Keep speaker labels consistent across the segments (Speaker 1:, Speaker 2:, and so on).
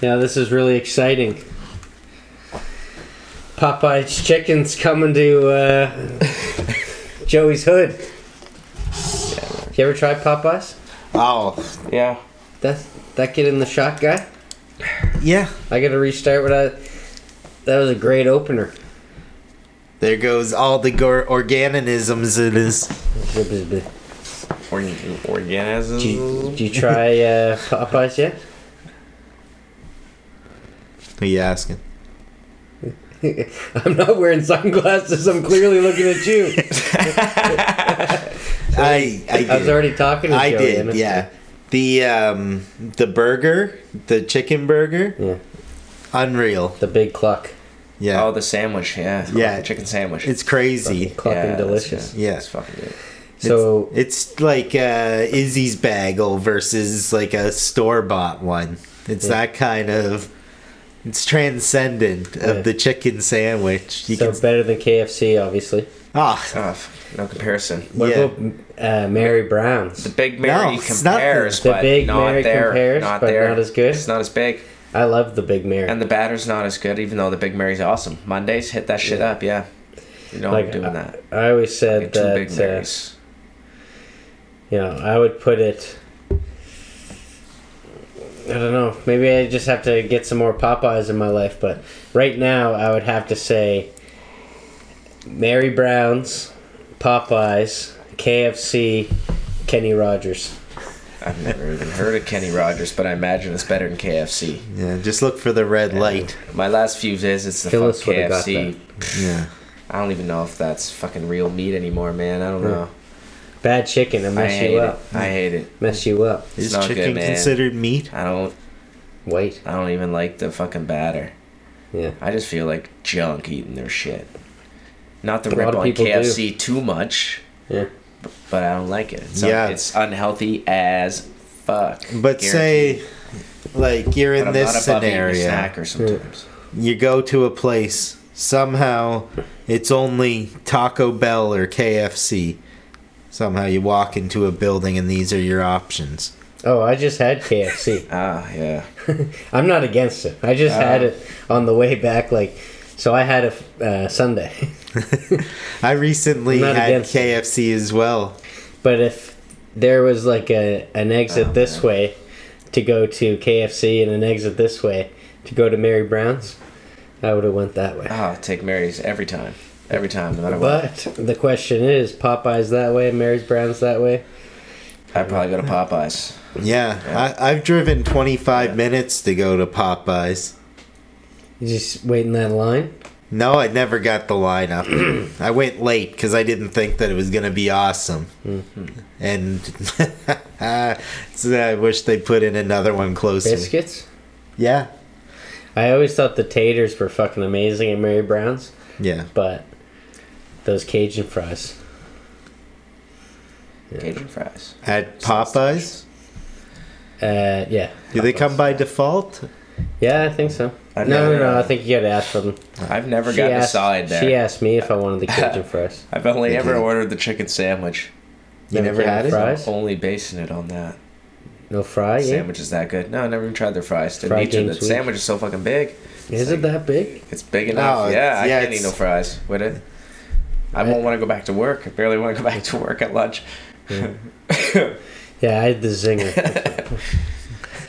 Speaker 1: Yeah, this is really exciting. Popeye's chicken's coming to uh, Joey's hood. You ever tried Popeyes?
Speaker 2: Oh,
Speaker 3: Yeah.
Speaker 1: That that kid in the shot guy.
Speaker 2: yeah.
Speaker 1: I got to restart what I. That was a great opener.
Speaker 2: There goes all the gor- organisms in his.
Speaker 1: Did
Speaker 3: Organ-
Speaker 1: you,
Speaker 3: organisms.
Speaker 1: did you try uh, Popeyes yet?
Speaker 2: Who you asking?
Speaker 1: I'm not wearing sunglasses. I'm clearly looking at you.
Speaker 2: I I, did.
Speaker 1: I was already talking to
Speaker 2: I
Speaker 1: Joey.
Speaker 2: did.
Speaker 1: and-
Speaker 2: Yeah. The um the burger, the chicken burger,
Speaker 1: Yeah.
Speaker 2: unreal.
Speaker 1: The big cluck.
Speaker 2: Yeah.
Speaker 3: Oh, the sandwich. Yeah.
Speaker 2: Yeah.
Speaker 3: The chicken sandwich.
Speaker 2: it's crazy.
Speaker 1: Fucking clucking
Speaker 3: that's
Speaker 1: delicious.
Speaker 3: good.
Speaker 2: Yeah.
Speaker 3: It's fucking good.
Speaker 1: So
Speaker 2: It's, it's like uh, Izzy's bagel versus like a store bought one. It's
Speaker 1: Yeah.
Speaker 2: that kind of. It's transcendent of
Speaker 1: Yeah.
Speaker 2: the chicken sandwich. You
Speaker 1: so
Speaker 2: can
Speaker 1: better than KFC, obviously.
Speaker 2: ah
Speaker 3: Tough. No comparison.
Speaker 1: What
Speaker 2: Yeah.
Speaker 1: about uh, Mary Brown's?
Speaker 3: The Big Mary
Speaker 2: No, it's not
Speaker 3: compares,
Speaker 1: the- The
Speaker 3: but
Speaker 1: Big
Speaker 3: not
Speaker 1: Mary
Speaker 3: there.
Speaker 1: compares,
Speaker 3: not
Speaker 1: but
Speaker 3: there.
Speaker 1: not as good.
Speaker 3: It's not as big,
Speaker 1: I love the Big Mary.
Speaker 3: and the batter's not as good. Even though the Big Mary's awesome. Mondays, hit that shit up. Yeah. You know
Speaker 1: like
Speaker 3: I'm doing
Speaker 1: I,
Speaker 3: that.
Speaker 1: I always
Speaker 3: Get
Speaker 1: said
Speaker 3: two Big
Speaker 1: that uh,
Speaker 3: Marys.
Speaker 1: you know I would put it. I don't know. Maybe I just have to get some more Popeyes in my life, but right now I would have to say Mary Brown's, Popeyes, KFC, Kenny Rogers.
Speaker 3: I've never even heard of Kenny Rogers, but I imagine it's better than KFC.
Speaker 2: yeah, just look for the red light.
Speaker 3: My last few visits, the fuck
Speaker 1: Phyllis would've got
Speaker 3: KFC.
Speaker 2: Yeah,
Speaker 3: I don't even know if that's fucking real meat anymore, man. I don't know.
Speaker 1: Bad chicken, I
Speaker 3: I
Speaker 1: mess
Speaker 3: hate
Speaker 1: you
Speaker 3: it.
Speaker 1: up.
Speaker 3: I hate it.
Speaker 1: Mess you up.
Speaker 2: is
Speaker 3: not good,
Speaker 2: chicken
Speaker 3: man.
Speaker 2: considered meat?
Speaker 3: I don't.
Speaker 1: Wait.
Speaker 3: I don't even like the fucking batter.
Speaker 1: Yeah.
Speaker 3: I just feel like junk eating their shit. Not to
Speaker 1: A lot
Speaker 3: rip
Speaker 1: of
Speaker 3: on
Speaker 1: people
Speaker 3: KFC too much,
Speaker 1: Yeah.
Speaker 3: but I don't like it. It's un-
Speaker 2: Yeah.
Speaker 3: it's unhealthy as fuck.
Speaker 2: But say, like you're in
Speaker 3: But I'm
Speaker 2: this
Speaker 3: not above eating a
Speaker 2: scenario.
Speaker 3: snacker sometimes.
Speaker 2: you go to a place somehow it's only taco bell or kfc somehow you walk into a building and these are your options
Speaker 1: Oh, I just had KFC.
Speaker 3: Ah, yeah.
Speaker 1: I'm not against it. I just
Speaker 3: Oh.
Speaker 1: had it on the way back, like, so I had a uh, Sunday.
Speaker 2: i recently
Speaker 1: I'm not
Speaker 2: had
Speaker 1: against it.
Speaker 2: kfc as well
Speaker 1: but if there was like a an exit
Speaker 3: Oh,
Speaker 1: this
Speaker 3: man.
Speaker 1: way to go to KFC and an exit this way to go to Mary Brown's, I would have went that way.
Speaker 3: Ah, take Mary's every time. Every time, no matter what.
Speaker 1: But the question is, Popeyes that way, Mary Brown's that way.
Speaker 3: I probably go to Popeyes.
Speaker 2: yeah,
Speaker 3: Yeah.
Speaker 2: I, i've driven 25 minutes to go to popeyes
Speaker 1: You just wait in that line.
Speaker 2: no i never got the line up i went late because i didn't think that it was going to be awesome
Speaker 1: Mm-hmm.
Speaker 2: and so i wish they put in another one closer
Speaker 1: Biscuits.
Speaker 2: yeah
Speaker 1: I always thought the taters were fucking amazing at Mary Brown's,
Speaker 2: yeah
Speaker 1: but those Cajun fries.
Speaker 3: Cajun fries.
Speaker 2: at popeyes
Speaker 1: Uh, yeah.
Speaker 2: Do they come by default?
Speaker 1: Yeah, I think so.
Speaker 3: I've
Speaker 1: no,
Speaker 3: never-
Speaker 1: no, no. I think you gotta ask for them.
Speaker 3: I've never
Speaker 1: Ah. She
Speaker 3: gotten a
Speaker 1: asked-
Speaker 3: side there.
Speaker 1: She asked me if I wanted the Cajun fries.
Speaker 3: I've only
Speaker 2: They
Speaker 3: ever
Speaker 2: do.
Speaker 3: ordered the chicken sandwich.
Speaker 2: You
Speaker 1: Never
Speaker 2: never
Speaker 1: came
Speaker 2: had it?
Speaker 1: fries? Nice.
Speaker 3: Only basing it on that.
Speaker 1: No fry? Yeah.
Speaker 3: Oh. Sandwich is that good? No, I never even tried their fries. Didn't
Speaker 1: Fry
Speaker 3: need to.
Speaker 1: game's
Speaker 3: The
Speaker 1: weak.
Speaker 3: sandwich is so fucking big.
Speaker 1: Is it that big?
Speaker 3: It's big
Speaker 2: No,
Speaker 3: enough. yeah, I
Speaker 2: it's- yeah,
Speaker 3: can't eat no
Speaker 2: it's-
Speaker 3: fries with it. I
Speaker 1: Right.
Speaker 3: won't want to go back to work. I barely want to go back to work at lunch.
Speaker 1: Yeah, I had the zinger.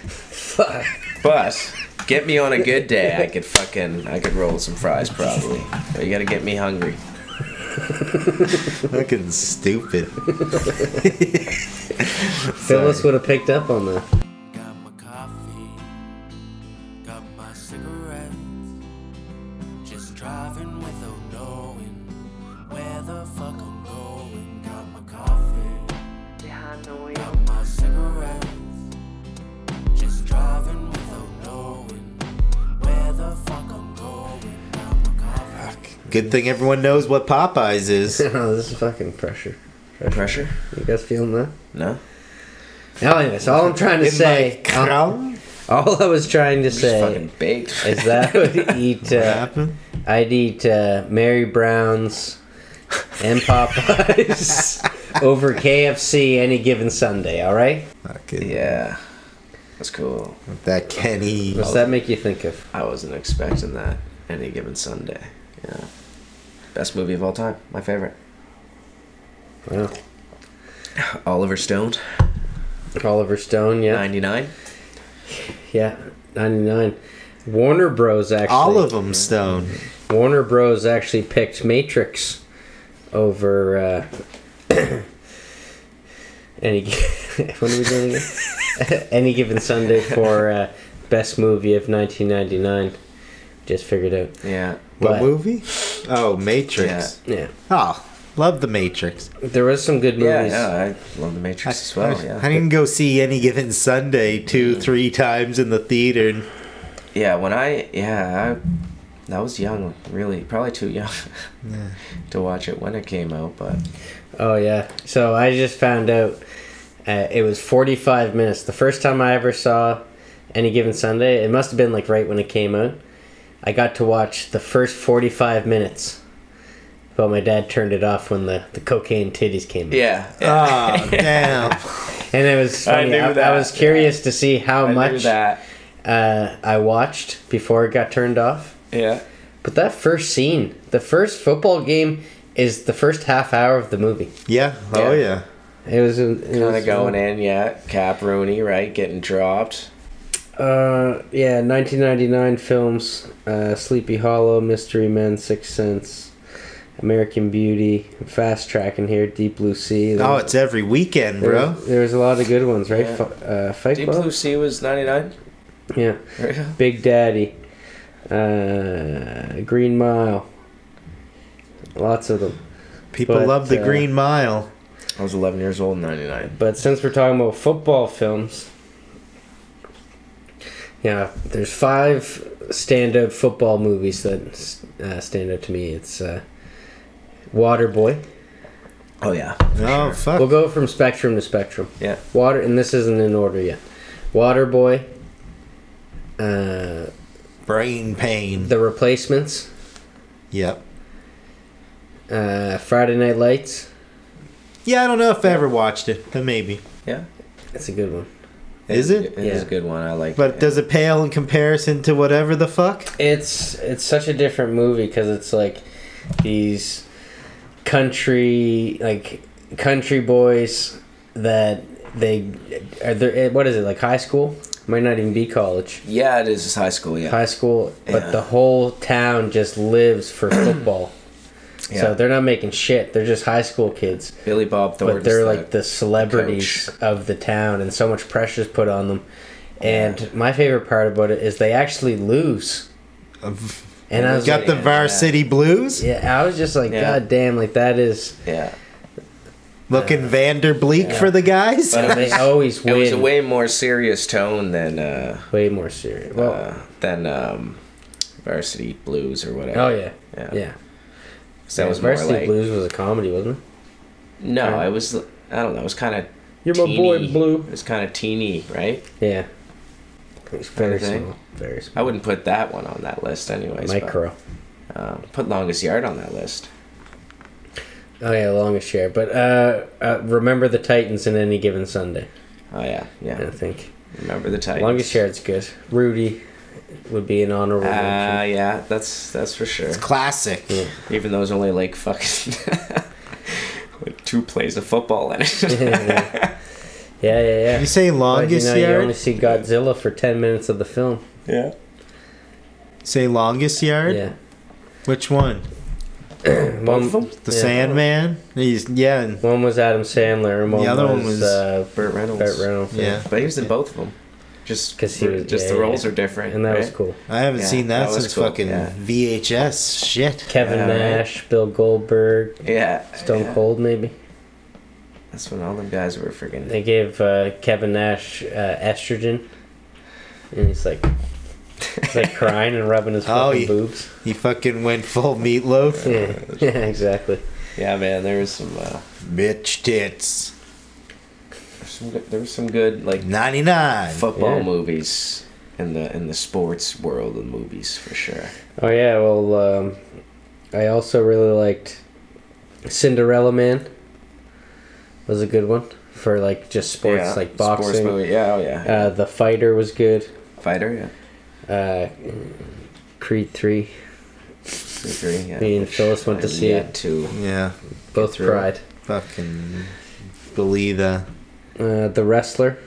Speaker 1: Fuck.
Speaker 3: But get me on a good day, I could fucking I could roll with some fries probably. But you gotta get me hungry.
Speaker 2: Fucking stupid.
Speaker 1: Phyllis would have picked up on that.
Speaker 4: Got my coffee, got my cigarettes. Just driving without knowing where the fuck I'm going. Got my coffee, got my cigarettes. Just driving without knowing where the fuck I'm going. Got my coffee.
Speaker 2: Good thing everyone knows what Popeyes is.
Speaker 1: oh, this is fucking pressure.
Speaker 3: Pressure?
Speaker 1: You guys feeling that?
Speaker 3: No.
Speaker 1: Now, anyways, all I'm trying to say, uh-huh.
Speaker 2: crown?
Speaker 1: all I was trying to
Speaker 3: Just
Speaker 1: say
Speaker 3: fucking baked.
Speaker 1: is that I would eat.
Speaker 2: What
Speaker 1: Uh,
Speaker 2: happened?
Speaker 1: I'd eat uh, Mary Brown's and Popeyes over KFC any given Sunday. All right.
Speaker 2: Fucking-
Speaker 3: yeah. That's cool.
Speaker 2: That Kenny.
Speaker 1: What's that make you think of?
Speaker 3: I wasn't expecting that any given Sunday. Yeah. Best movie of all time. My favorite.
Speaker 1: Wow.
Speaker 3: Oliver Stone,
Speaker 1: Oliver Stone, yeah.
Speaker 3: 99.
Speaker 1: Yeah, 99. Warner Bros. actually. Mm-hmm.
Speaker 2: All of them stone.
Speaker 1: Warner Bros. actually picked Matrix over. Uh, any gi- when are we doing it? any given Sunday for uh, best movie of 1999. Just figured out.
Speaker 3: Yeah.
Speaker 2: What
Speaker 1: But-
Speaker 2: movie? Oh, Matrix.
Speaker 1: Yeah,
Speaker 2: Oh, love the Matrix.
Speaker 1: there was some good
Speaker 3: Yeah,
Speaker 1: movies.
Speaker 3: yeah, I love The Matrix as well.
Speaker 2: I, I
Speaker 3: Yeah.
Speaker 2: didn't go see any given Sunday
Speaker 1: Mm.
Speaker 2: two, three times in the theater. and
Speaker 3: Yeah, when I, yeah, I, that was young, really. Probably too young to watch it when it came out, but
Speaker 1: Oh yeah. So I just found out uh, it was 45 minutes. The first time I ever saw any given Sunday, it must have been like right when it came out. I got to watch the first 45 minutes. But my dad turned it off when the, the cocaine titties came out.
Speaker 3: yeah.
Speaker 2: Oh, damn.
Speaker 1: And it was
Speaker 3: I
Speaker 1: funny.
Speaker 3: knew
Speaker 1: I, I
Speaker 3: that,
Speaker 1: was curious to see how
Speaker 3: I
Speaker 1: much
Speaker 3: knew that.
Speaker 1: Uh, I watched before it got turned off.
Speaker 3: Yeah.
Speaker 1: But that first scene, the first football game is the first half hour of the movie.
Speaker 2: Yeah. Oh,
Speaker 3: Yeah.
Speaker 2: yeah.
Speaker 1: It was it
Speaker 3: Kind
Speaker 1: was- uh,
Speaker 3: of going in, yeah. Cap Rooney, right? Getting dropped.
Speaker 1: Uh, yeah, 1999 films: uh, Sleepy Hollow, Mystery Men, Sixth Sense, American Beauty, Fast Tracking here, Deep Blue Sea.
Speaker 2: Oh, it's every weekend,
Speaker 1: there
Speaker 2: bro.
Speaker 1: Was, there was a lot of good ones, right?
Speaker 3: Yeah.
Speaker 1: Fi uh, Fight
Speaker 3: Deep
Speaker 1: Club.
Speaker 3: Blue Sea was 99.
Speaker 1: Yeah, Big Daddy, uh, Green Mile. Lots of them.
Speaker 2: People
Speaker 1: But,
Speaker 2: love the
Speaker 1: uh,
Speaker 2: Green Mile.
Speaker 3: I was 11 years old in 99.
Speaker 1: But since we're talking about football films, yeah, there's five standout football movies that uh, stand out to me. It's uh, Waterboy.
Speaker 3: Oh, yeah.
Speaker 2: Oh, fuck.
Speaker 1: We'll go from spectrum to spectrum.
Speaker 3: Yeah.
Speaker 1: Water, and this isn't in order yet. Waterboy, uh,
Speaker 2: Brain pain.
Speaker 1: The Replacements,
Speaker 2: Yep.
Speaker 1: uh, Friday Night Lights.
Speaker 2: Yeah, I don't know if I ever watched it, but maybe.
Speaker 3: Yeah.
Speaker 1: That's a good one.
Speaker 2: Is
Speaker 3: It
Speaker 2: it?
Speaker 3: is
Speaker 1: Yeah.
Speaker 3: a good one. I like
Speaker 2: But does it pale in comparison to whatever the fuck?
Speaker 1: It's it's such a different movie because it's like these country like country boys that they are there. eh, What is it like? High school might not even be college.
Speaker 3: Yeah, it is just high school, yeah.
Speaker 1: High school, but
Speaker 3: Yeah.
Speaker 1: the whole town just lives for football.
Speaker 3: yeah.
Speaker 1: So they're not making shit. They're just high school kids,
Speaker 3: Billy Bob Thornton.
Speaker 1: but they're like the celebrities of the town, and so much pressure's put on them. And my favorite part about it is they actually lose. And I was
Speaker 2: Got
Speaker 1: like,
Speaker 2: the varsity blues?
Speaker 1: yeah, I was just like,
Speaker 3: Yeah.
Speaker 1: God damn, like that is.
Speaker 3: Yeah.
Speaker 2: Looking Vander Bleak for the guys?
Speaker 3: But it
Speaker 1: They
Speaker 3: was,
Speaker 1: always
Speaker 3: it
Speaker 1: win.
Speaker 3: was a
Speaker 1: way,
Speaker 3: way more serious tone than uh,
Speaker 1: more serious. Well,
Speaker 3: uh than um, Varsity Blues or whatever.
Speaker 1: oh yeah,
Speaker 3: Yeah.
Speaker 1: yeah.
Speaker 3: So that was more
Speaker 1: Varsity
Speaker 3: like
Speaker 1: Blues was a comedy, wasn't it?
Speaker 3: No, it was I don't know, it was kind of
Speaker 1: You're my boy, Blue.
Speaker 3: It was kind of teeny, right?
Speaker 1: Yeah. It was very
Speaker 3: Kinda thing.
Speaker 1: small. Very small.
Speaker 3: I wouldn't put that one on that list anyways. but,
Speaker 1: Micro.
Speaker 3: um, put longest yard on that list.
Speaker 1: Oh yeah, longest share. But uh, uh, remember the Titans in any given Sunday.
Speaker 3: Oh yeah, yeah.
Speaker 1: I think
Speaker 3: Remember the Titans.
Speaker 1: longest shared's good. Rudy would be an honorable
Speaker 3: Uh,
Speaker 1: mention.
Speaker 3: yeah, that's that's for sure.
Speaker 2: Classic.
Speaker 3: Even though it's only like fucking like two plays of football in it.
Speaker 1: yeah, yeah, yeah.
Speaker 2: You say
Speaker 1: But, you
Speaker 2: longest
Speaker 1: know, you
Speaker 2: yard?
Speaker 1: only see Godzilla for ten minutes of the film.
Speaker 3: yeah.
Speaker 2: Say longest yard?
Speaker 1: Yeah,
Speaker 2: Which one?
Speaker 1: one,
Speaker 2: The
Speaker 1: yeah.
Speaker 2: Sandman? He's yeah, and
Speaker 1: One was Adam Sandler, and one
Speaker 2: The other
Speaker 1: was,
Speaker 2: one was
Speaker 1: uh,
Speaker 3: Burt Reynolds.
Speaker 1: Burt Reynolds.
Speaker 2: yeah.
Speaker 3: But he was in both of them. Just
Speaker 1: 'Cause he was-
Speaker 3: just
Speaker 1: yeah,
Speaker 3: the
Speaker 1: yeah,
Speaker 3: roles
Speaker 1: yeah.
Speaker 3: are different.
Speaker 1: and that was
Speaker 3: right?
Speaker 1: cool.
Speaker 2: I haven't
Speaker 3: Yeah,
Speaker 2: seen that,
Speaker 3: that was
Speaker 2: since
Speaker 3: cool,
Speaker 2: fucking
Speaker 3: yeah.
Speaker 2: VHS shit.
Speaker 1: Kevin
Speaker 3: Yeah, right.
Speaker 1: Nash, Bill Goldberg,
Speaker 3: Yeah.
Speaker 2: Oh,
Speaker 1: Stone
Speaker 3: yeah.
Speaker 1: Cold, maybe.
Speaker 3: That's when all them guys were freaking.
Speaker 1: They gave uh, Kevin Nash uh, estrogen, and he's like, he's like crying and rubbing his
Speaker 2: Oh,
Speaker 1: fucking
Speaker 2: yeah.
Speaker 1: boobs.
Speaker 2: He fucking went full meatloaf.
Speaker 1: Yeah, yeah, exactly.
Speaker 3: Yeah, man. There was some. Uh,
Speaker 2: Bitch tits.
Speaker 3: some good, there was some good like
Speaker 2: 99.
Speaker 3: football
Speaker 1: Yeah.
Speaker 3: movies in the in the sports world of movies for sure.
Speaker 1: Oh yeah, well, um, I also really liked Cinderella Man. Was a good one for like just sports
Speaker 3: yeah.
Speaker 1: like
Speaker 3: Sports
Speaker 1: boxing.
Speaker 3: movie. Yeah, oh yeah.
Speaker 1: uh, the Fighter was good.
Speaker 3: Fighter, yeah.
Speaker 1: Uh, Creed three.
Speaker 3: Three, yeah.
Speaker 1: Me and Phyllis went to
Speaker 3: I've
Speaker 1: see
Speaker 3: yet
Speaker 1: it.
Speaker 3: Too.
Speaker 2: Yeah.
Speaker 1: Both
Speaker 3: through it.
Speaker 1: cried.
Speaker 2: Fucking believe that.
Speaker 1: Uh, the Wrestler.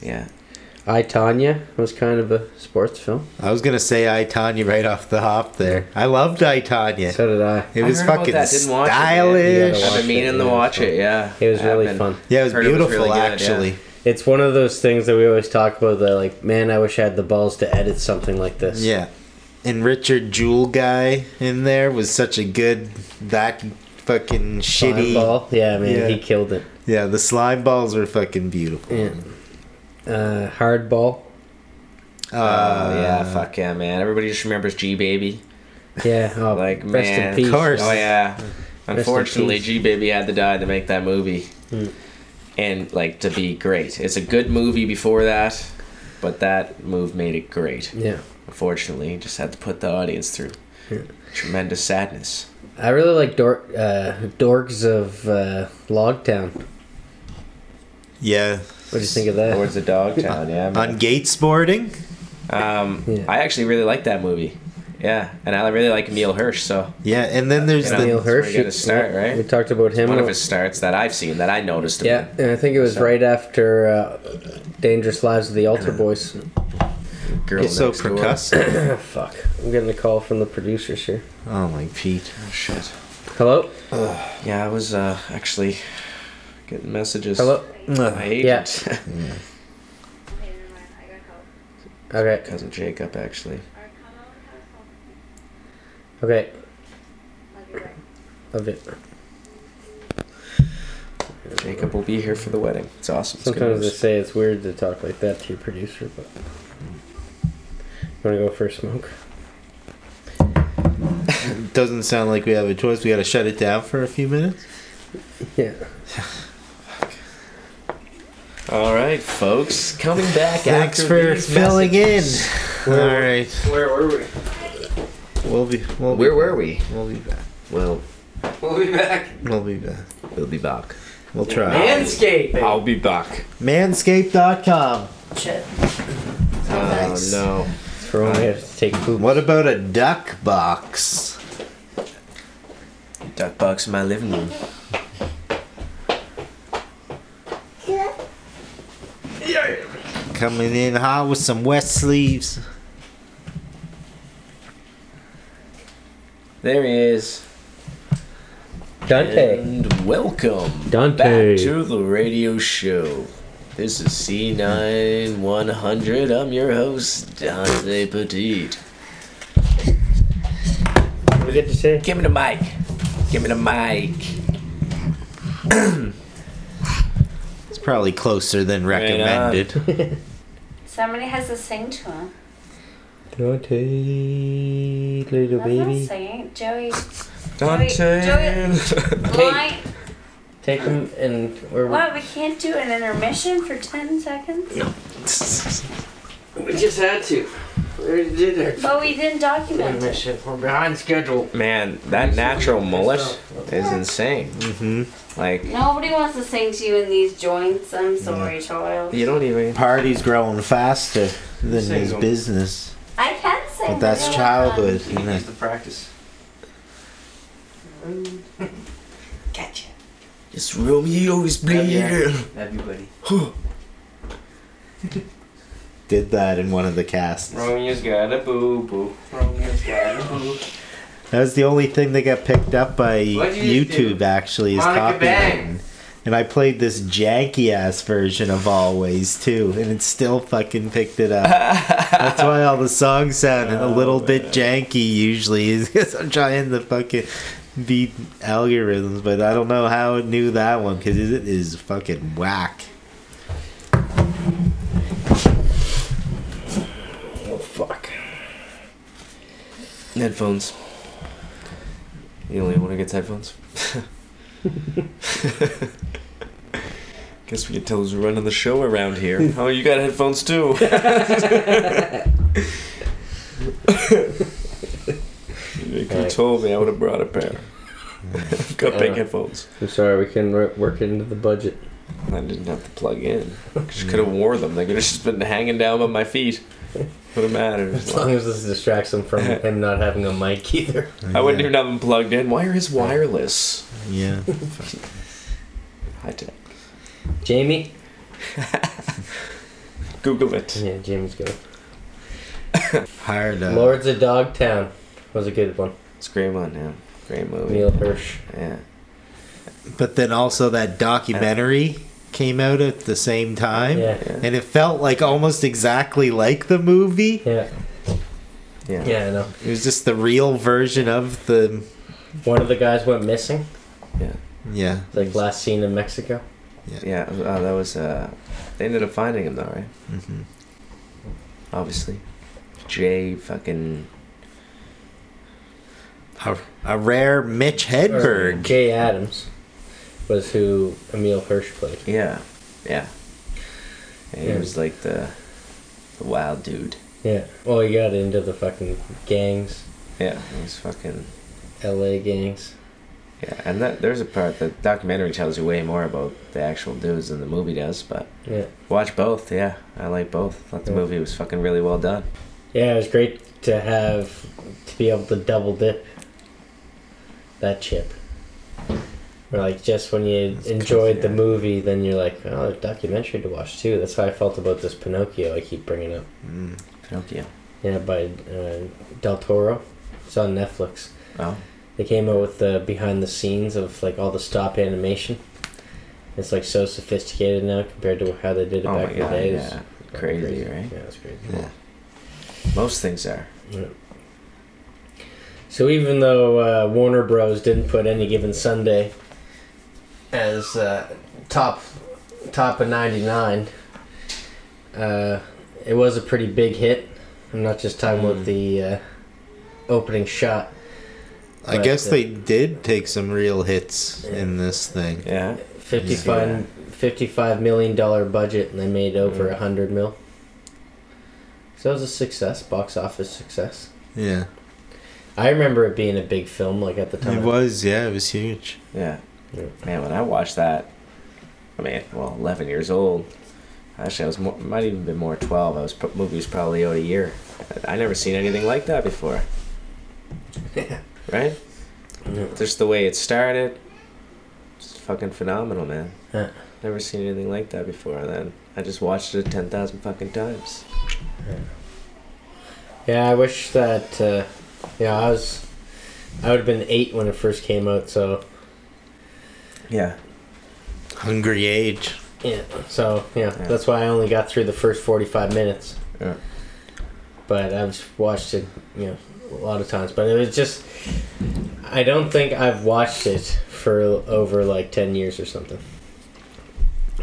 Speaker 3: Yeah.
Speaker 1: I Tanya was kind of a sports film.
Speaker 2: I was gonna say I Tanya right off the hop there. I loved I Tanya.
Speaker 1: So did I.
Speaker 2: It
Speaker 3: I
Speaker 2: was
Speaker 3: heard about
Speaker 2: fucking
Speaker 3: that, didn't watch it yet.
Speaker 2: stylish.
Speaker 1: You
Speaker 3: I've
Speaker 1: gotta
Speaker 3: been meaning
Speaker 1: it,
Speaker 3: to
Speaker 1: yeah,
Speaker 3: watch
Speaker 1: it's
Speaker 3: it. Yeah.
Speaker 1: It was
Speaker 3: I have
Speaker 1: really
Speaker 3: been.
Speaker 1: fun.
Speaker 2: Yeah, it was
Speaker 3: Heard it was
Speaker 2: beautiful
Speaker 3: really good, yeah.
Speaker 2: actually.
Speaker 1: It's one of those things that we always talk about. That like, man, I wish I had the balls to edit something like this.
Speaker 2: Yeah. And Richard Jewell guy in there was such a good that fucking
Speaker 1: Slime
Speaker 2: shitty.
Speaker 1: ball. Yeah, man,
Speaker 2: Yeah.
Speaker 1: he killed it.
Speaker 2: Yeah, the slime balls were fucking beautiful.
Speaker 1: Yeah. Uh, hardball.
Speaker 2: Uh,
Speaker 3: Oh yeah, fuck yeah, man. Everybody just remembers G Baby.
Speaker 1: Yeah. Oh,
Speaker 3: Like,
Speaker 1: rest
Speaker 3: man.
Speaker 1: in peace.
Speaker 2: Car- course.
Speaker 3: Oh yeah.
Speaker 1: in
Speaker 3: Unfortunately,
Speaker 1: peace.
Speaker 3: G Baby had to die to make that movie,
Speaker 1: Mm.
Speaker 3: and like to be great. It's a good movie before that, but that move made it great.
Speaker 1: Yeah.
Speaker 3: Unfortunately, he just had to put the audience through
Speaker 1: Yeah.
Speaker 3: tremendous sadness.
Speaker 1: I really like dork, uh, Dorks of uh, Logtown.
Speaker 2: Yeah.
Speaker 1: What do you think of that?
Speaker 3: Towards the dog town, yeah. man.
Speaker 2: On Gates boarding?
Speaker 3: Um,
Speaker 1: Yeah.
Speaker 3: I actually really like that movie. Yeah, and I really like Neil Hirsch. So
Speaker 2: Yeah, and then there's
Speaker 3: Yeah.
Speaker 2: the
Speaker 1: Neil
Speaker 3: That's where you
Speaker 1: Hirsch.
Speaker 3: gotta start,
Speaker 1: we-
Speaker 3: right?
Speaker 1: We talked about him.
Speaker 3: one of his starts that I've seen that I noticed. him
Speaker 1: yeah,
Speaker 3: in.
Speaker 1: and I think it was
Speaker 3: So-
Speaker 1: right after uh, Dangerous Lives of the Altar Boys.
Speaker 3: girl
Speaker 2: It's so
Speaker 3: next door.
Speaker 2: percussive.
Speaker 1: Oh, fuck. I'm getting a call from the producers here.
Speaker 2: oh my Pete.
Speaker 3: Oh, shit.
Speaker 1: Hello?
Speaker 3: Yeah, I was uh, actually getting messages.
Speaker 1: Hello?
Speaker 3: My
Speaker 2: Ugh.
Speaker 3: agent,
Speaker 5: Okay, never mind. I got help.
Speaker 1: Okay.
Speaker 3: cousin Jacob, actually.
Speaker 5: Alright, come out and have help.
Speaker 1: Okay.
Speaker 5: I'll be right.
Speaker 1: Love it.
Speaker 3: Jacob will be here for the wedding. It's awesome. It's good
Speaker 1: Sometimes they
Speaker 3: news.
Speaker 1: say it's weird to talk like that to your producer, but. You want to go for a smoke?
Speaker 2: Doesn't sound like we have a choice. We gotta shut it down for a few minutes.
Speaker 1: Yeah.
Speaker 3: All right, folks, coming back.
Speaker 2: Thanks
Speaker 3: after
Speaker 2: for
Speaker 3: these
Speaker 2: filling
Speaker 3: messages.
Speaker 2: in. All right,
Speaker 1: Where were we?
Speaker 2: we'll be. We'll
Speaker 3: Where
Speaker 2: be
Speaker 3: were
Speaker 2: back.
Speaker 3: we?
Speaker 2: We'll be back.
Speaker 3: Well,
Speaker 1: We'll be back.
Speaker 2: We'll be back.
Speaker 3: we'll be back.
Speaker 2: We'll try.
Speaker 1: Manscaping!
Speaker 3: be back.
Speaker 2: Manscaped.com.
Speaker 3: Oh no.
Speaker 1: For when we have to take poop.
Speaker 2: What about a duck box?
Speaker 3: Duck box in my living room.
Speaker 2: Coming in hot with some wet sleeves.
Speaker 3: There he is.
Speaker 1: Dante!
Speaker 3: And welcome
Speaker 1: Dante.
Speaker 3: back to the radio show. This is C9100. I'm your host, Dante Petit.
Speaker 1: What did you say?
Speaker 3: Give me the mic. Give me the mic.
Speaker 2: It's probably closer than
Speaker 3: on.
Speaker 2: recommended.
Speaker 5: Somebody has to sing to him.
Speaker 1: Dante, little
Speaker 5: That's not
Speaker 1: baby.
Speaker 5: singing. Joey.
Speaker 3: Dante.
Speaker 5: Blind.
Speaker 1: Take him and where
Speaker 5: What? We can't do an intermission for 10 seconds?
Speaker 1: we just had to. We already did
Speaker 5: But we didn't document it.
Speaker 1: mission. We're behind schedule.
Speaker 3: Man, that natural mullet is insane.
Speaker 2: hmm
Speaker 3: Like,
Speaker 5: Nobody wants to sing to you in these joints. I'm sorry, child.
Speaker 3: you don't even.
Speaker 2: Party's growing faster than
Speaker 1: Sing
Speaker 2: his
Speaker 1: them.
Speaker 2: business,
Speaker 5: I can sing.
Speaker 2: but that's
Speaker 5: really
Speaker 2: childhood.
Speaker 5: well.
Speaker 2: You know.
Speaker 1: the practice.
Speaker 5: Gotcha.
Speaker 3: It's Romeo's bleeding.
Speaker 1: Love you, buddy.
Speaker 2: Did that in one of the casts.
Speaker 1: Romeo's got a boo boo. Romeo's got a boo.
Speaker 2: That was the only thing that got picked up by
Speaker 1: What'd you
Speaker 2: YouTube.
Speaker 1: do?
Speaker 2: Actually, is
Speaker 1: Monica
Speaker 2: copyright. And I played this janky ass version of Always too, and it still fucking picked it up. That's why all the songs sound a little
Speaker 1: Oh,
Speaker 2: bit janky usually, is because I'm trying to fucking beat algorithms, but I don't know how it knew that one because it is fucking whack.
Speaker 3: Oh, fuck. Headphones. You only want to get headphones? Guess we can tell who's running the show around here. oh, you got headphones too. if you told me, I would have brought a pair. I've got big
Speaker 1: Uh,
Speaker 3: headphones.
Speaker 1: I'm sorry, we can work into the budget.
Speaker 3: I didn't have to plug in. Just could have wore them. They could have just been hanging down by my feet. Would have mattered.
Speaker 1: As long as this distracts him from him not having a mic either.
Speaker 2: Oh,
Speaker 3: I wouldn't even have them plugged in. Why are his wireless?
Speaker 2: Yeah.
Speaker 3: I did.
Speaker 1: Jamie?
Speaker 3: Google it.
Speaker 1: Yeah, Jamie's good.
Speaker 2: Hard. Uh,
Speaker 1: Lords of Dogtown was a good one.
Speaker 3: It's a great one, yeah. Great movie.
Speaker 1: Neil Hirsch.
Speaker 3: Yeah.
Speaker 2: But then also that documentary came out at the same time.
Speaker 1: Yeah.
Speaker 2: And it felt like almost exactly like the movie.
Speaker 1: Yeah,
Speaker 3: Yeah.
Speaker 1: yeah, I know.
Speaker 2: It was just the real version of the.
Speaker 1: One of the guys went missing,
Speaker 2: Yeah.
Speaker 1: like last seen in Mexico.
Speaker 3: Yeah, uh, that was. Uh, they ended up finding him though, right?
Speaker 2: hmm
Speaker 3: Obviously, Jay fucking
Speaker 2: A, a rare Mitch
Speaker 1: Or
Speaker 2: Hedberg.
Speaker 1: Jay Adams was who Emil Hirsch played.
Speaker 3: yeah, yeah. And
Speaker 1: Yeah.
Speaker 3: He was like the the wild dude.
Speaker 1: Yeah. Well, he got into the fucking gangs,
Speaker 3: Yeah, he was fucking
Speaker 1: L.A. gangs.
Speaker 3: yeah. And that there's a part that documentary tells you way more about the actual dudes than the movie does. But
Speaker 1: Yeah.
Speaker 3: watch both. Yeah, I like both. Thought the
Speaker 1: Yeah.
Speaker 3: movie was fucking really well done.
Speaker 1: Yeah, it was great to have to be able to double dip that chip. Or like just when you enjoyed the
Speaker 3: yeah.
Speaker 1: movie, then you're like, oh, there's a documentary to watch too. That's how I felt about this Pinocchio I keep bringing up.
Speaker 2: Mm.
Speaker 3: Pinocchio.
Speaker 1: Yeah, by uh, Del Toro. It's on Netflix.
Speaker 3: Oh,
Speaker 1: They came out with the behind the scenes of like all the stop animation. It's like so sophisticated now compared to how they did it
Speaker 3: oh
Speaker 1: back
Speaker 3: my
Speaker 1: in the
Speaker 3: god,
Speaker 1: day.
Speaker 3: yeah.
Speaker 1: It's
Speaker 3: Crazy, right?
Speaker 1: Yeah, it's crazy.
Speaker 3: Yeah. Most things are.
Speaker 1: So even though uh, Warner Bros. didn't put any given Sunday as uh, top top of '99, uh, it was a pretty big hit. I'm not just talking about the uh, opening shot.
Speaker 2: I
Speaker 1: But,
Speaker 2: guess
Speaker 1: uh,
Speaker 2: they did take some real hits
Speaker 1: Yeah.
Speaker 2: in this thing.
Speaker 3: Yeah.
Speaker 1: 55,
Speaker 3: Yeah.
Speaker 1: 55 million dollar budget and they made over a 100 mil so it was a success box office success
Speaker 2: Yeah.
Speaker 1: i remember it being a big film like at the time
Speaker 2: It was, yeah, it was huge.
Speaker 3: Yeah.
Speaker 1: Yeah.
Speaker 3: Man, when I watched that, I mean, well, 11 years old. Actually, I was more, might even been more 12. I was pro- movie was probably out a year. I, I never seen anything like that before. right?
Speaker 1: Yeah.
Speaker 3: Just the way it started. It's fucking phenomenal, man.
Speaker 1: Yeah.
Speaker 3: Never seen anything like that before. And then I just watched it 10,000 fucking times.
Speaker 1: yeah i wish that uh, yeah i was i would have been eight when it first came out so
Speaker 3: Yeah.
Speaker 2: Hungry age.
Speaker 1: yeah so yeah,
Speaker 3: Yeah.
Speaker 1: that's why i only got through the first 45 minutes
Speaker 3: Yeah.
Speaker 1: but i've watched it you know a lot of times but it was just i don't think i've watched it for over like 10 years or something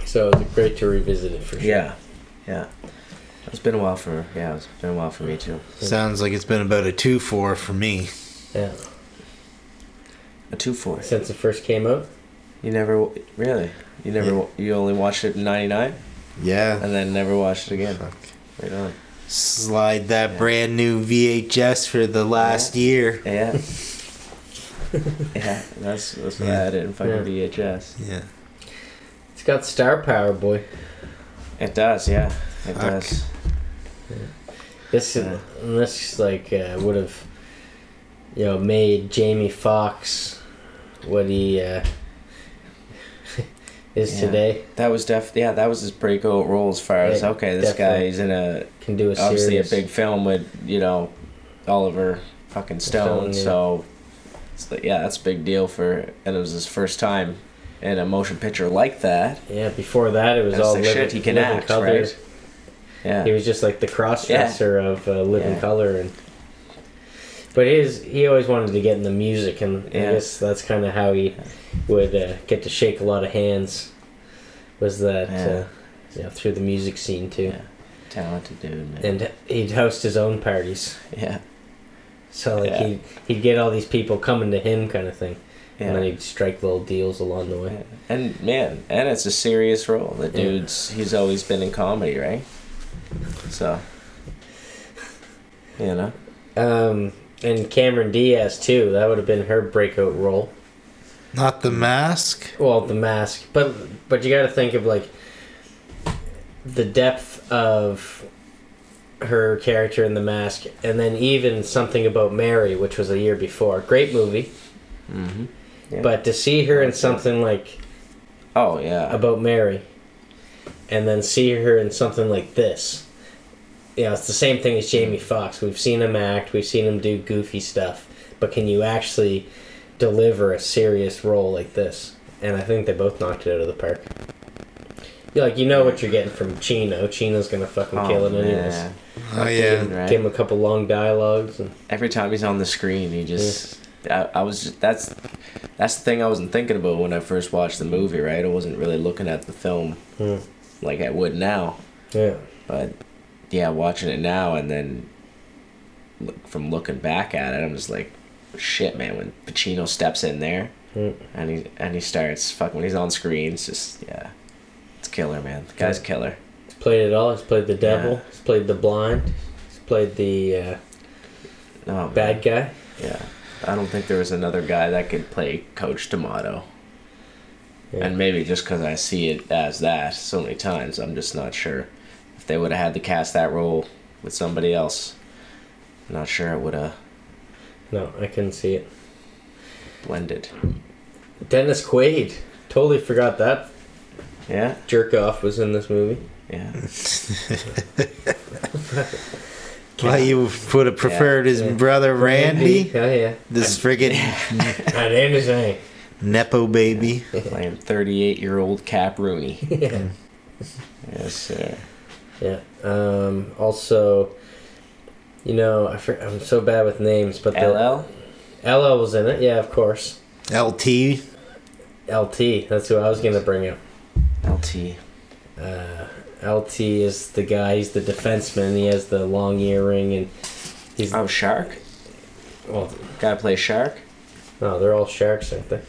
Speaker 1: so it's great to revisit it for sure
Speaker 3: Yeah. Yeah. It's been a while for yeah, it's been a while for me too.
Speaker 2: Sounds like it's been about a 2 4 for me.
Speaker 1: yeah
Speaker 3: A two four.
Speaker 1: since it first came out
Speaker 3: You never w- really. You never.
Speaker 2: Yeah.
Speaker 3: w You only watched it in '99
Speaker 2: Yeah.
Speaker 3: and then never watched it again.
Speaker 2: Fuck.
Speaker 3: Right on.
Speaker 2: Slide that
Speaker 3: Yeah.
Speaker 2: brand new VHS for the last year.
Speaker 3: Yeah. yeah. That's that's what I
Speaker 2: Yeah.
Speaker 3: had it in fucking VHS.
Speaker 2: Yeah.
Speaker 1: it's got star power boy
Speaker 3: It does. Yeah. It
Speaker 2: Fuck.
Speaker 3: does.
Speaker 1: This
Speaker 3: Yeah.
Speaker 1: this like uh, would have, you know, made Jamie Fox what he uh, is
Speaker 3: Yeah.
Speaker 1: today.
Speaker 3: That was def. Yeah. That was his breakout role as far as
Speaker 1: Yeah,
Speaker 3: okay, this
Speaker 1: definitely.
Speaker 3: guy he's in a
Speaker 1: Can do a
Speaker 3: obviously a
Speaker 1: series.
Speaker 3: big film with you know Oliver fucking
Speaker 1: Stone,
Speaker 3: Stone.
Speaker 1: yeah.
Speaker 3: So it's like, yeah, that's a big deal for and it was his first time in a motion picture like that.
Speaker 1: Yeah, before that it was
Speaker 3: And it's
Speaker 1: all
Speaker 3: like,
Speaker 1: living,
Speaker 3: shit, he can
Speaker 1: Living
Speaker 3: act,
Speaker 1: color.
Speaker 3: right? Yeah.
Speaker 1: He was just like the crossdresser of uh, living
Speaker 3: Yeah.
Speaker 1: color and. But his he always wanted to get in the music, and I
Speaker 3: Yeah.
Speaker 1: guess that's kind of how he would uh, get to shake a lot of hands. Was that
Speaker 3: Yeah.
Speaker 1: uh, you know, through the music scene too?
Speaker 3: Yeah. Talented dude, man.
Speaker 1: and he'd host his own parties.
Speaker 3: yeah.
Speaker 1: So like
Speaker 3: Yeah.
Speaker 1: he'd, he'd get all these people coming to him kind of thing,
Speaker 3: Yeah.
Speaker 1: and then he'd strike little deals along the way.
Speaker 3: Yeah. And man, and it's a serious role. The
Speaker 1: Yeah.
Speaker 3: dude's he's always been in comedy, right? So you know.
Speaker 1: Um, and Cameron Diaz too. That would have been her breakout role.
Speaker 2: Not the mask.
Speaker 1: well the mask but but you got to think of like the depth of her character in the mask and then even something about mary which was a year before great movie
Speaker 3: Mm-hmm.
Speaker 1: but to see her in
Speaker 3: Okay.
Speaker 1: something like
Speaker 3: oh yeah,
Speaker 1: about mary and then see her in something like this you know it's the same thing as jamie foxx we've seen him act we've seen him do goofy stuff but can you actually deliver a serious role like this and i think they both knocked it out of the park you like you know what you're getting from chino chino's gonna fucking
Speaker 3: oh,
Speaker 1: kill it anyways
Speaker 3: man.
Speaker 2: Oh yeah.
Speaker 3: Right?
Speaker 1: give him a couple long dialogues and
Speaker 3: Every time he's on the screen, he just. I, I was just, that's that's the thing I wasn't thinking about when I first watched the movie. Right, I wasn't really looking at the film
Speaker 1: Hmm.
Speaker 3: like I would now.
Speaker 1: yeah
Speaker 3: But yeah, watching it now and then look, from looking back at it, I'm just like, shit, man. When Pacino steps in there
Speaker 1: Mm.
Speaker 3: and he and he starts fucking when he's on screen, it's just yeah, it's killer, man. The guy's killer.
Speaker 1: he's played it all he's played the devil
Speaker 3: Yeah.
Speaker 1: he's played the blind he's played the uh,
Speaker 3: Oh, man.
Speaker 1: bad guy
Speaker 3: Yeah, I don't think there was another guy that could play Coach D'Amato.
Speaker 1: Yeah.
Speaker 3: And maybe just because I see it as that so many times, I'm just not sure if they would have had to cast that role with somebody else. I'm not sure it would have
Speaker 1: no i couldn't see it
Speaker 3: blended.
Speaker 1: Dennis Quaid. Totally forgot that
Speaker 3: Yeah,
Speaker 1: jerk off was in this movie.
Speaker 3: yeah.
Speaker 2: Well, you would have preferred his
Speaker 1: Yeah.
Speaker 2: brother Randy,
Speaker 1: Oh yeah.
Speaker 2: this friggin'
Speaker 1: Not anything.
Speaker 2: nepo baby.
Speaker 3: Playing 38 year old Cap Rooney.
Speaker 1: yeah.
Speaker 3: yes, uh, sir.
Speaker 1: Yeah. Um, also, you know, I for, I'm so bad with names, but the
Speaker 3: LL?
Speaker 1: LL was in it. Yeah, of course.
Speaker 2: LT.
Speaker 1: LT. That's who I was gonna bring up.
Speaker 3: LT.
Speaker 1: Uh, LT is the guy. He's the defenseman. He has the long earring, and he's
Speaker 3: Oh, Shark?
Speaker 1: well.
Speaker 3: Gotta play Shark?
Speaker 1: No, they're all sharks, aren't they?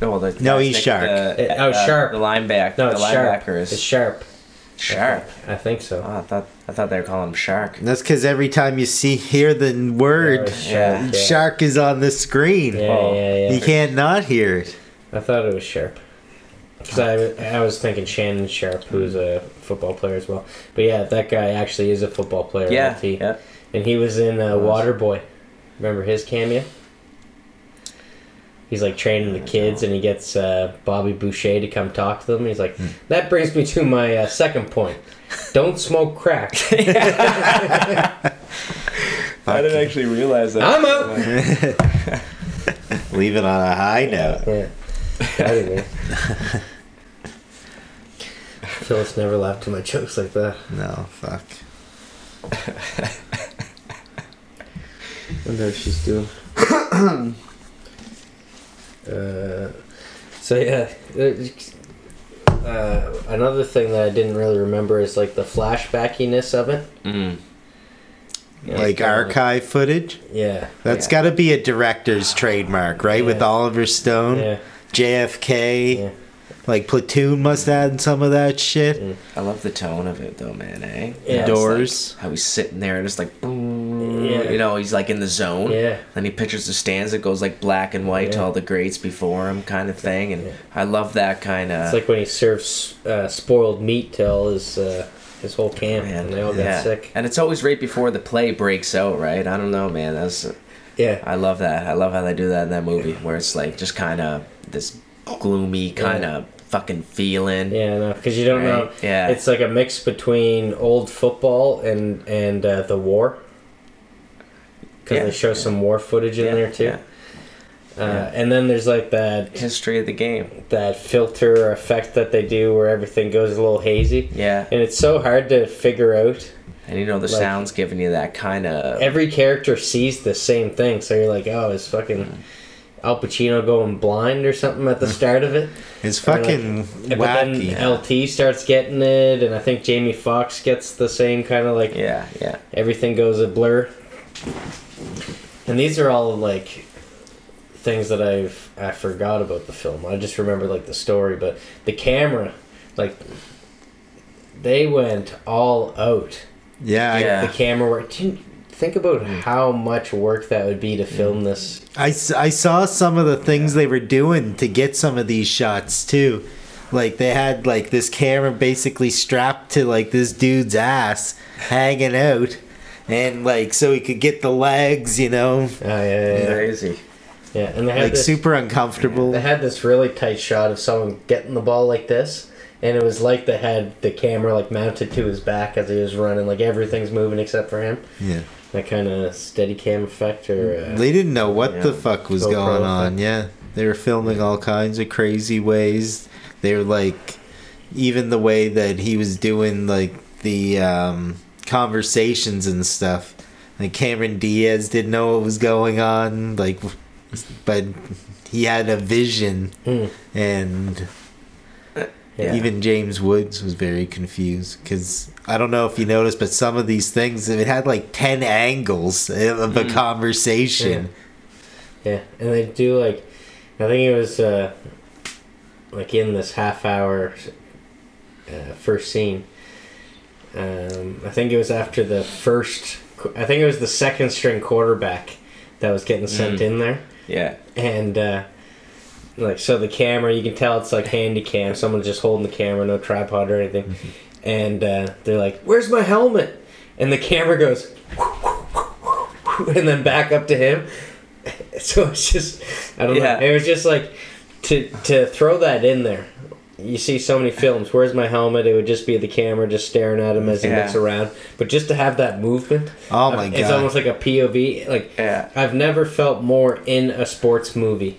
Speaker 3: No, the,
Speaker 2: No, he's
Speaker 3: the-
Speaker 2: Shark.
Speaker 3: the- uh,
Speaker 1: Oh, Sharp.
Speaker 3: The linebacker.
Speaker 1: No,
Speaker 3: the
Speaker 1: it's sharp.
Speaker 3: linebacker
Speaker 1: It's
Speaker 3: is
Speaker 1: sharp.
Speaker 3: Sharp.
Speaker 1: I think so.
Speaker 3: Oh, I thought I thought they were calling him Shark.
Speaker 2: That's because every time you see hear the word
Speaker 1: Sharp,
Speaker 3: Yeah.
Speaker 1: yeah.
Speaker 2: shark is on the screen,
Speaker 1: Oh, Yeah,
Speaker 3: Oh.
Speaker 1: yeah, yeah.
Speaker 2: you can't not hear it.
Speaker 1: I thought it was Sharp. Because I, w- I was thinking Shannon Sharp, who's a football player as well. But yeah, that guy actually is a football player.
Speaker 3: Yeah,
Speaker 1: LT.
Speaker 3: yeah.
Speaker 1: And he was in uh,
Speaker 3: Was.
Speaker 1: Waterboy. Remember his cameo? He's like training the kids, and he gets uh, Bobby Boucher to come talk to them. He's like, "That brings me to my uh, second point. Don't smoke crack."
Speaker 3: I didn't actually realize that.
Speaker 1: I'm out.
Speaker 2: Leave it on a high note.
Speaker 1: yeah. Anyway. Phyllis never laughed at my jokes like that.
Speaker 2: No, fuck.
Speaker 1: I wonder if she's doing. uh, so yeah, uh, another thing that I didn't really remember is like the flashbackiness of it.
Speaker 3: Mm.
Speaker 1: Yeah,
Speaker 2: like
Speaker 1: kinda
Speaker 2: archive footage.
Speaker 1: Oh, Yeah.
Speaker 2: That's
Speaker 3: Yeah.
Speaker 2: got to be a director's trademark, right? With
Speaker 1: Yeah.
Speaker 2: Oliver Stone,
Speaker 1: Yeah.
Speaker 2: JFK,
Speaker 1: Yeah.
Speaker 2: like Platoon must add some of that shit.
Speaker 1: Mm.
Speaker 3: I love the tone of it though, man. Eh?
Speaker 1: Yeah.
Speaker 3: It's
Speaker 2: Doors.
Speaker 3: like how he's sitting there and it's like,
Speaker 1: Yeah.
Speaker 3: you know, he's like in the zone.
Speaker 1: Yeah.
Speaker 3: Then he pictures the stands. It goes like black and white to
Speaker 1: Yeah.
Speaker 3: all the greats before him, kind of thing. And
Speaker 1: Yeah.
Speaker 3: I love that kind of.
Speaker 1: It's like when he serves uh, spoiled meat to all his uh, his whole camp,
Speaker 3: Man,
Speaker 1: and they all
Speaker 3: yeah.
Speaker 1: got sick.
Speaker 3: and it's always right before the play breaks out, right? I don't know, man. That's
Speaker 1: Yeah.
Speaker 3: I love that. I love how they do that in that movie, where it's like just kind of this gloomy kind of fucking feeling.
Speaker 1: Yeah, no, because you don't know.
Speaker 3: Right, yeah.
Speaker 1: It's like a mix between old football and and uh, the war. Because
Speaker 3: Yeah.
Speaker 1: they show some war footage in
Speaker 3: Yeah,
Speaker 1: there too.
Speaker 3: yeah.
Speaker 1: Uh, And then there's like that
Speaker 3: History of the game.
Speaker 1: that filter effect that they do where everything goes a little hazy,
Speaker 3: Yeah.
Speaker 1: and it's so hard to figure out.
Speaker 3: And you know the
Speaker 1: Like-
Speaker 3: sounds giving you that kind of
Speaker 1: Every character sees the same thing, so you're like, oh, is fucking Al Pacino going blind or something at the start of it?
Speaker 2: It's
Speaker 1: I mean,
Speaker 2: fucking
Speaker 1: Yeah, But
Speaker 2: wacky.
Speaker 1: then LT starts getting it, and I think Jamie Foxx gets the same kind of like
Speaker 3: yeah, yeah.
Speaker 1: everything goes a blur. And these are all like things that I've I forgot about the film. I just remember like the story, but the camera, like they went all out.
Speaker 2: yeah, I-
Speaker 3: Yeah.
Speaker 1: The camera work. Do you, think about how much work that would be to film this.
Speaker 2: I, s- I saw some of the things they were doing to get some of these shots too. Like they had like this camera basically strapped to like this dude's ass hanging out and like so he could get the legs, you know.
Speaker 1: Oh, yeah, yeah, yeah.
Speaker 3: Crazy.
Speaker 1: Yeah, and they had
Speaker 2: Like
Speaker 1: this,
Speaker 2: super uncomfortable.
Speaker 1: They had this really tight shot of someone getting the ball like this, and it was like they had the camera like mounted to his back as he was running. Like everything's moving except for him.
Speaker 2: Yeah.
Speaker 1: That kind of steady cam effect, or uh,
Speaker 2: They didn't know what the
Speaker 3: Yeah.
Speaker 2: fuck was
Speaker 1: GoPro
Speaker 2: going on.
Speaker 1: effect.
Speaker 2: Yeah. They were filming all kinds of crazy ways. They were like, even the way that he was doing like the um, conversations and stuff. Like Cameron Diaz didn't know what was going on. Like, but he had a vision.
Speaker 1: Hmm.
Speaker 2: And
Speaker 1: yeah.
Speaker 2: even James Woods was very confused because I don't know if you noticed, but some of these things, it had like 10 angles of a conversation.
Speaker 1: Mm. Yeah, and they do like, I think it was uh, like in this half hour uh, first scene. Um, I think it was after the first. qu- I think it was the second string quarterback that was getting sent in there,
Speaker 3: Yeah.
Speaker 1: and uh, like so the camera you can tell it's like handy cam. Someone's just holding the camera, no tripod or anything,
Speaker 2: Mm-hmm.
Speaker 1: and uh, they're like, "Where's my helmet?" And the camera goes, and then back up to him. So it's just, I don't
Speaker 3: Yeah.
Speaker 1: know. It was just like to to throw that in there. You see so many films. Where's my helmet? It would just be the camera just staring at him as he
Speaker 3: Yeah.
Speaker 1: looks around. But just to have that movement,
Speaker 2: Oh my
Speaker 1: it's
Speaker 2: God.
Speaker 1: almost like a POV. Like
Speaker 3: Yeah.
Speaker 1: I've never felt more in a sports movie.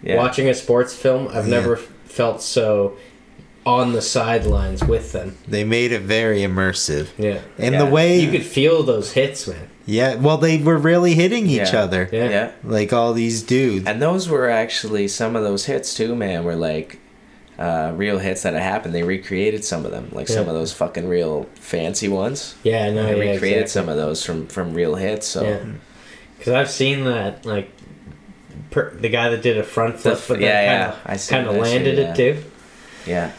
Speaker 3: Yeah.
Speaker 1: Watching a sports film, I've
Speaker 2: Yeah.
Speaker 1: never felt so on the sidelines with them.
Speaker 2: They made it very immersive.
Speaker 1: Yeah,
Speaker 2: And the
Speaker 3: Yeah.
Speaker 2: way
Speaker 1: you could feel those hits, man.
Speaker 2: Yeah, well they were really hitting each
Speaker 3: Yeah.
Speaker 2: other.
Speaker 1: Yeah.
Speaker 3: Yeah.
Speaker 2: Like all these dudes.
Speaker 3: And those were actually some of those hits too, man. Were like uh, real hits that had happened. They recreated some of them, like some
Speaker 1: Yeah.
Speaker 3: of those fucking real fancy ones.
Speaker 1: Yeah, no,
Speaker 3: They
Speaker 1: yeah,
Speaker 3: recreated Mm.
Speaker 1: exactly.
Speaker 3: some of those from from real hits. So
Speaker 1: Yeah, because I've seen that like per, the guy that did a front flip,
Speaker 3: f-
Speaker 1: but
Speaker 3: yeah,
Speaker 1: then
Speaker 3: yeah,
Speaker 1: kind
Speaker 3: I
Speaker 1: of
Speaker 3: seen
Speaker 1: kind of
Speaker 3: that shit,
Speaker 1: landed
Speaker 3: yeah.
Speaker 1: it too.
Speaker 3: yeah,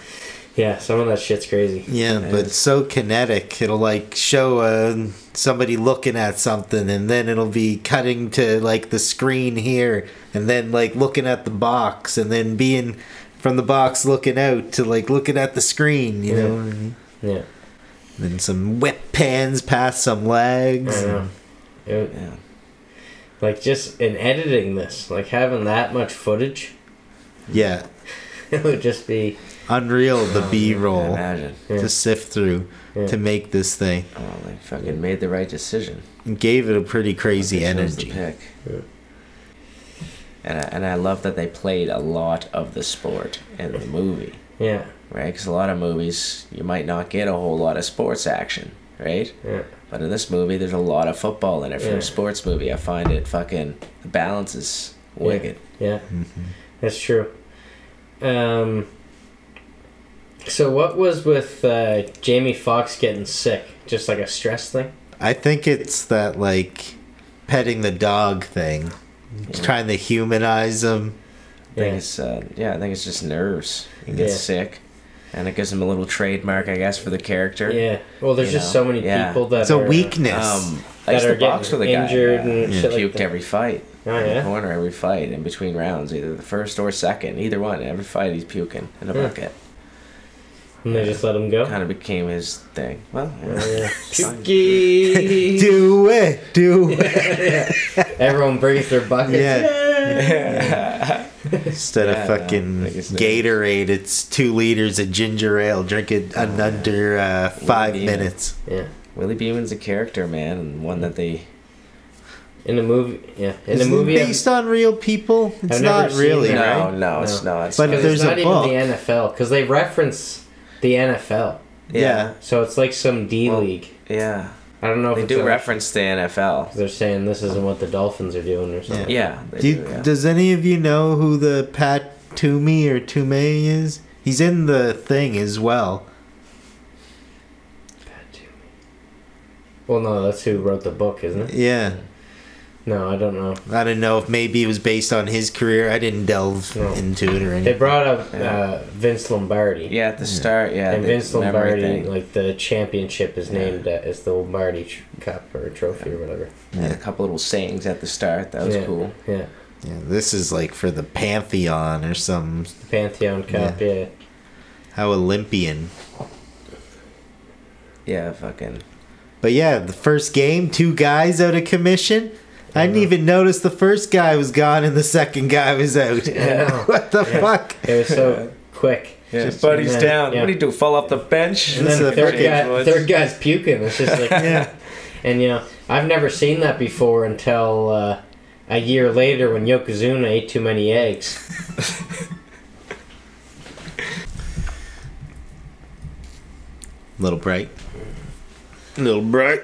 Speaker 1: Yeah, some of that shit's crazy.
Speaker 2: yeah, but so kinetic. It'll like show uh, somebody looking at something and then it'll be cutting to like the screen here and then like looking at the box and then being from the box looking out to like looking at the screen, you
Speaker 1: Yeah.
Speaker 2: know. And
Speaker 1: Yeah,
Speaker 2: then some whip pans past some
Speaker 1: I
Speaker 2: legs.
Speaker 1: don't know. It-
Speaker 3: yeah,
Speaker 1: like just in editing this, like having that much footage,
Speaker 2: Yeah.
Speaker 1: it would just be
Speaker 2: Unreal the B
Speaker 3: I
Speaker 2: roll
Speaker 3: imagine.
Speaker 1: Oh, Yeah.
Speaker 2: to sift through
Speaker 1: Yeah.
Speaker 2: to make this thing.
Speaker 3: Oh, they fucking made the right decision.
Speaker 2: gave it a pretty crazy
Speaker 3: They chose
Speaker 2: energy.
Speaker 3: the pick.
Speaker 1: Yeah.
Speaker 3: And I, and I love that they played a lot of the sport in the movie,
Speaker 1: yeah,
Speaker 3: right? Because a lot of movies you might not get a whole lot of sports action, right?
Speaker 1: yeah,
Speaker 3: But in this movie, there's a lot of football in it for
Speaker 1: Yeah.
Speaker 3: a sports movie. I find it fucking the balance is wicked.
Speaker 1: yeah.
Speaker 2: Mm-hmm.
Speaker 1: That's true. Um. So what was with uh, Jamie Foxx getting sick? Just like a stress thing.
Speaker 2: I think it's that like petting the dog thing, trying to humanize him.
Speaker 3: I think it's uh, yeah, I think it's just nerves. He gets
Speaker 1: Yeah.
Speaker 3: sick, and it gives him a little trademark, I guess, for the character.
Speaker 1: Yeah. Well, there's
Speaker 3: You
Speaker 1: just
Speaker 3: know,
Speaker 1: so many
Speaker 3: yeah.
Speaker 1: people that
Speaker 2: It's a
Speaker 1: are, uh,
Speaker 2: weakness.
Speaker 3: Um,
Speaker 1: That
Speaker 3: I used
Speaker 1: are
Speaker 3: to box
Speaker 1: getting
Speaker 3: with a guy.
Speaker 1: injured
Speaker 3: uh,
Speaker 1: and shit like
Speaker 3: puked
Speaker 1: that.
Speaker 3: every fight.
Speaker 1: Oh,
Speaker 3: in the
Speaker 1: yeah?
Speaker 3: corner every fight in between rounds, either the first or second, either one. Every fight he's puking in a
Speaker 1: Yeah.
Speaker 3: bucket.
Speaker 1: and they just let him go.
Speaker 3: Kind of became his thing. Well, yeah.
Speaker 1: Yeah.
Speaker 2: do it, do it.
Speaker 1: Everyone brings their buckets.
Speaker 2: Yeah. Instead
Speaker 3: Yeah,
Speaker 2: of
Speaker 3: no,
Speaker 2: fucking
Speaker 3: I guess it is.
Speaker 2: Gatorade, it's two liters of ginger ale. Drink
Speaker 3: Oh,
Speaker 2: it in under uh, five
Speaker 3: Yeah.
Speaker 2: minutes.
Speaker 1: Yeah.
Speaker 3: Willie Beeman's a character, man, and one that they
Speaker 1: In the movie, yeah. In the
Speaker 2: Isn't it
Speaker 1: movie, I'm-
Speaker 2: based on real people? It's
Speaker 1: never
Speaker 2: not
Speaker 1: seen
Speaker 2: really,
Speaker 1: that.
Speaker 3: No,
Speaker 2: right?
Speaker 3: no, it's
Speaker 1: No.
Speaker 3: not. It's
Speaker 2: But
Speaker 3: not.
Speaker 1: because
Speaker 2: there's
Speaker 1: uh, it's not
Speaker 2: a
Speaker 1: even
Speaker 2: book.
Speaker 1: the NFL because they reference the NFL,
Speaker 2: Yeah.
Speaker 1: so it's like some D
Speaker 3: Well,
Speaker 1: league.
Speaker 3: yeah.
Speaker 1: I don't know if
Speaker 3: They
Speaker 1: it's
Speaker 3: do
Speaker 1: a-
Speaker 3: reference the NFL.
Speaker 1: They're saying this isn't what the Dolphins are doing or something.
Speaker 3: Yeah. They
Speaker 2: Do you,
Speaker 3: do, yeah.
Speaker 2: Does any of you know who the Pat Toomey or Toomey is? He's in the thing as well.
Speaker 1: Well, no, that's who wrote the book, isn't it?
Speaker 2: Yeah.
Speaker 1: No, I don't know.
Speaker 2: I don't know if maybe it was based on his career. I didn't delve
Speaker 1: No.
Speaker 2: into it or anything.
Speaker 1: They brought up
Speaker 3: Yeah.
Speaker 1: uh, Vince Lombardi.
Speaker 3: Yeah, at the start, yeah.
Speaker 1: And
Speaker 3: the
Speaker 1: Vince
Speaker 3: memory
Speaker 1: Lombardi,
Speaker 3: thing.
Speaker 1: like the championship, is
Speaker 3: Yeah.
Speaker 1: named a- as the Lombardi tr- Cup or trophy or whatever.
Speaker 3: Had a couple little sayings at the start. That was
Speaker 1: yeah.
Speaker 3: cool.
Speaker 1: Yeah,
Speaker 2: Yeah, this is like for the Pantheon or some
Speaker 1: the Pantheon Cup. Yeah,
Speaker 2: how Olympian.
Speaker 3: Yeah, fucking.
Speaker 2: But yeah, the first game, two guys out of commission. I didn't
Speaker 1: Uh-huh.
Speaker 2: even notice the first guy was gone and the second guy was out.
Speaker 1: know.
Speaker 2: what the
Speaker 1: Yeah.
Speaker 2: fuck?
Speaker 1: it was so quick.
Speaker 3: Yeah,
Speaker 2: Just-
Speaker 3: buddy's
Speaker 1: and then-
Speaker 3: down.
Speaker 1: yeah.
Speaker 3: What do you do? Fall off the bench?
Speaker 1: And
Speaker 2: This
Speaker 1: then
Speaker 2: is
Speaker 1: the
Speaker 2: the
Speaker 1: third,
Speaker 2: first
Speaker 3: game,
Speaker 1: guy,
Speaker 3: boys.
Speaker 1: third guy's puking. It's just like,
Speaker 2: Yeah.
Speaker 1: and you know, I've never seen that before until uh, a year later when Yokozuna ate too many eggs.
Speaker 2: Little break. Little break.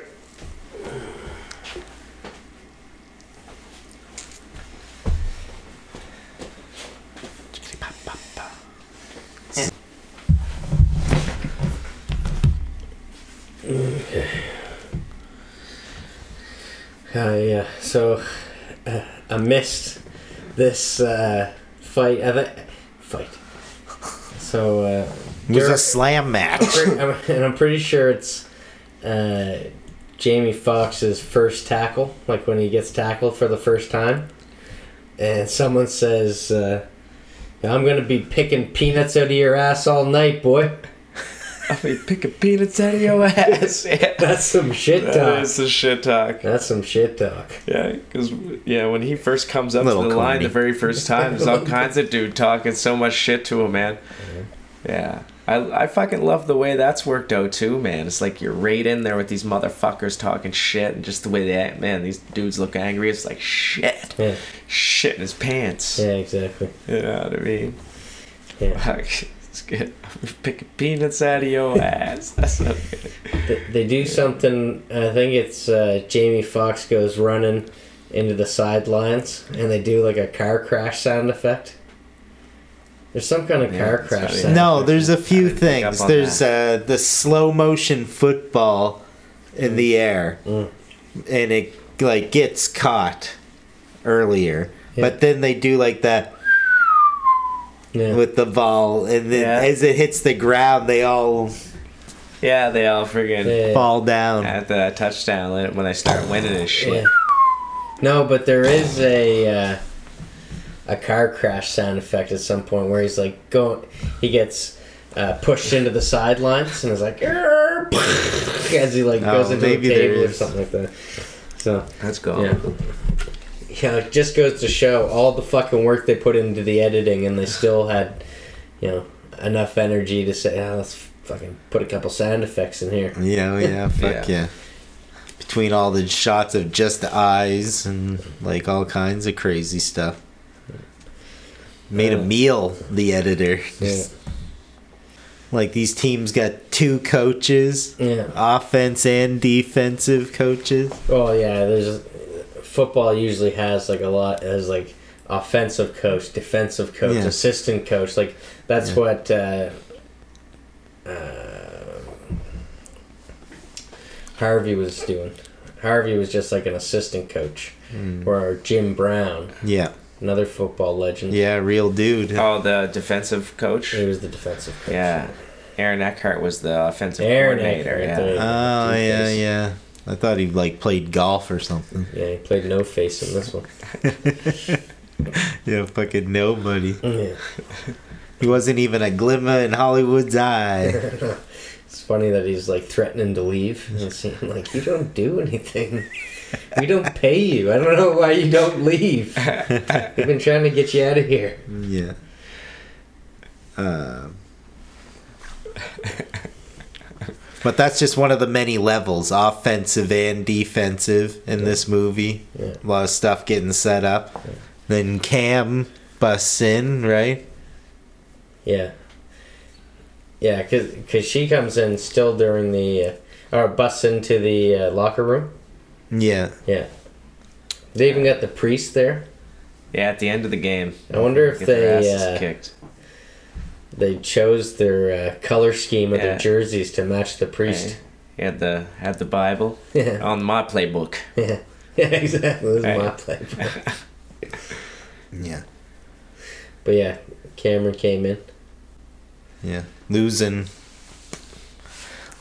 Speaker 1: Uh, yeah, so uh, I missed this uh, fight. I th- fight. So uh,
Speaker 2: It was
Speaker 1: Dirk-
Speaker 2: a slam match.
Speaker 1: Pre- I'm- and I'm pretty sure it's uh, Jamie Foxx's first tackle, like when he gets tackled for the first time. And someone says, uh, I'm going to be picking peanuts out of your ass all night, boy.
Speaker 3: I mean, pick a peanuts out of your ass. yeah.
Speaker 1: That's some shit talk.
Speaker 3: That is the shit talk.
Speaker 1: That's some shit talk.
Speaker 3: Yeah, because yeah, when he first comes up to the
Speaker 2: Little
Speaker 3: line
Speaker 2: corny.
Speaker 3: the very first time, there's all kinds of dude talking so much shit to him, man. Yeah, I I fucking love the way that's worked out too, man. It's like you're right in there with these motherfuckers talking shit, and just the way they act, man. These dudes look angry. It's like shit,
Speaker 1: Yeah,
Speaker 3: shit in his pants.
Speaker 1: yeah, exactly.
Speaker 3: You know what I mean?
Speaker 1: Yeah.
Speaker 3: Fuck, it's good. Pick peanuts out of your ass. That's so good.
Speaker 1: They, they do something, I think it's uh, Jamie Foxx goes running into the sidelines and they do like a car crash sound effect. There's some kind of
Speaker 3: Yeah,
Speaker 1: car
Speaker 3: it's
Speaker 1: crash
Speaker 3: funny.
Speaker 1: sound
Speaker 2: No, there's a
Speaker 3: I
Speaker 2: few
Speaker 3: didn't pick up
Speaker 2: things.
Speaker 3: on
Speaker 2: There's uh, the slow motion football in the air,
Speaker 1: Mm.
Speaker 2: and it like gets caught earlier,
Speaker 1: Yeah.
Speaker 2: but then they do like that
Speaker 1: Yeah.
Speaker 2: with the ball, and then
Speaker 3: Yeah.
Speaker 2: as it hits the ground, they all
Speaker 3: Yeah, they all friggin'
Speaker 1: Yeah.
Speaker 2: fall down.
Speaker 3: at the touchdown li- when they start winning and shit.
Speaker 1: Yeah. No, but there is a uh, a car crash sound effect at some point where he's like going, he gets uh, pushed into the sidelines and is like "Arr!" as he like goes
Speaker 2: Oh,
Speaker 1: into a
Speaker 2: maybe there
Speaker 1: table or
Speaker 2: is.
Speaker 1: something like that. So
Speaker 3: Let's go.
Speaker 1: yeah. Yeah, it just goes to show all the fucking work they put into the editing, and they still had, you know, enough energy to say, oh, let's fucking put a couple sound effects in here.
Speaker 2: You know, yeah, fuck
Speaker 3: Yeah.
Speaker 2: yeah. Between all the shots of just the eyes and like all kinds of crazy stuff. Made
Speaker 1: Yeah.
Speaker 2: a meal, the editor.
Speaker 1: Yeah,
Speaker 2: Just- Like these teams got two coaches,
Speaker 1: yeah.
Speaker 2: offense and defensive coaches.
Speaker 1: Well, yeah, there's football usually has like a lot as like offensive coach, defensive coach,
Speaker 2: Yeah.
Speaker 1: assistant coach. Like that's
Speaker 2: Yeah.
Speaker 1: what uh, uh, Harvey was doing. Harvey was just like an assistant coach,
Speaker 2: Hmm.
Speaker 1: or Jim Brown,
Speaker 2: Yeah.
Speaker 1: another football legend.
Speaker 2: Yeah, real dude.
Speaker 3: Oh, the defensive coach.
Speaker 1: He was the defensive coach.
Speaker 3: Yeah. Aaron Eckhart was the offensive
Speaker 1: Aaron
Speaker 3: coordinator.
Speaker 1: Eckhart,
Speaker 3: yeah.
Speaker 1: the-
Speaker 2: Oh yeah,
Speaker 1: Two-face.
Speaker 2: yeah. I thought he like played golf or something.
Speaker 1: yeah, he played no face in this one.
Speaker 2: Yeah, fucking nobody.
Speaker 1: Yeah.
Speaker 2: He wasn't even a glimmer in Hollywood's eye.
Speaker 1: It's funny that he's like threatening to leave. And it's like, you don't do anything. We don't pay you. I don't know why you don't leave. We've been trying to get you out of here.
Speaker 2: Yeah. Um, but that's just one of the many levels, offensive and defensive, in this movie.
Speaker 1: Yeah.
Speaker 2: A lot of stuff getting set up. Then Cam busts in, right?
Speaker 1: Yeah. Yeah, because cause she comes in still during the. Uh, or busts into the uh, locker room.
Speaker 2: Yeah.
Speaker 1: Yeah. They even got the priest there.
Speaker 3: Yeah, at the end of the game.
Speaker 1: I wonder if
Speaker 3: Get their
Speaker 1: they,
Speaker 3: asses
Speaker 1: uh,
Speaker 3: kicked.
Speaker 1: They chose their uh, color scheme of
Speaker 3: Yeah.
Speaker 1: their jerseys to match the priest.
Speaker 3: He had the had the Bible
Speaker 1: Yeah.
Speaker 3: on my playbook.
Speaker 1: Yeah. yeah, exactly. This is my
Speaker 3: Right.
Speaker 1: playbook.
Speaker 2: Yeah.
Speaker 1: But yeah, Cameron came in.
Speaker 2: Yeah. Losing.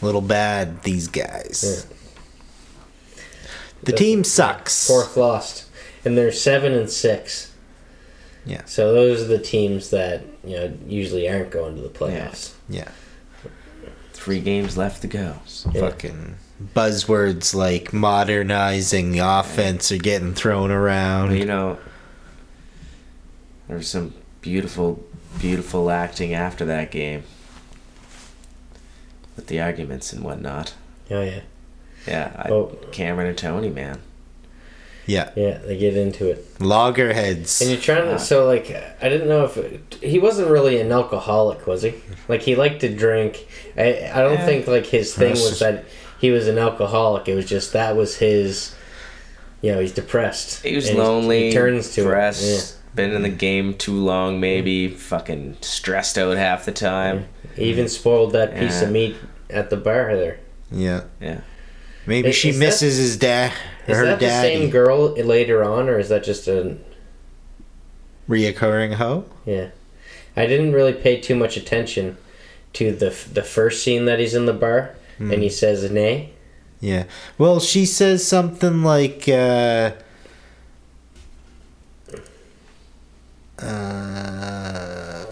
Speaker 2: A little bad, these guys. The
Speaker 1: That's
Speaker 2: team sucks.
Speaker 1: Fourth lost, and they're seven and six.
Speaker 2: Yeah.
Speaker 1: So those are the teams that you know usually aren't going to the playoffs.
Speaker 2: Yeah.
Speaker 3: Three games left to go. So
Speaker 1: Yeah.
Speaker 2: Fucking buzzwords like modernizing the offense are getting thrown around.
Speaker 3: you know, there was some beautiful, beautiful acting after that game with the arguments and whatnot.
Speaker 1: Oh yeah,
Speaker 3: Yeah, I,
Speaker 1: Oh.
Speaker 3: Cameron and Tony, man.
Speaker 2: Yeah.
Speaker 1: yeah, they get into it,
Speaker 2: Loggerheads.
Speaker 1: and you're trying to. So like, I didn't know if he wasn't really an alcoholic, was he? Like he liked to drink. I I don't
Speaker 3: Yeah.
Speaker 1: think like his thing
Speaker 2: That's
Speaker 1: was
Speaker 2: just-
Speaker 1: that he was an alcoholic. It was just that was his. You know, he's depressed.
Speaker 3: He was
Speaker 1: And
Speaker 3: lonely.
Speaker 1: He turns to it.
Speaker 3: depressed. Been in the game too long, maybe. Fucking stressed out half the time.
Speaker 1: Yeah. He
Speaker 2: Mm-hmm.
Speaker 1: even spoiled that piece of
Speaker 3: Yeah.
Speaker 1: meat at the bar there.
Speaker 2: yeah.
Speaker 3: Yeah.
Speaker 2: Maybe
Speaker 1: Is-
Speaker 2: she
Speaker 1: is that-
Speaker 2: misses his dad.
Speaker 1: Is
Speaker 2: Her
Speaker 1: that the
Speaker 2: daddy.
Speaker 1: same girl later on, or is that just a
Speaker 2: Reoccurring hoe?
Speaker 1: yeah? I didn't really pay too much attention to the f- the first scene that he's in the bar
Speaker 2: Hmm.
Speaker 1: and he says nay.
Speaker 2: Yeah. Well, she says something like, uh, uh,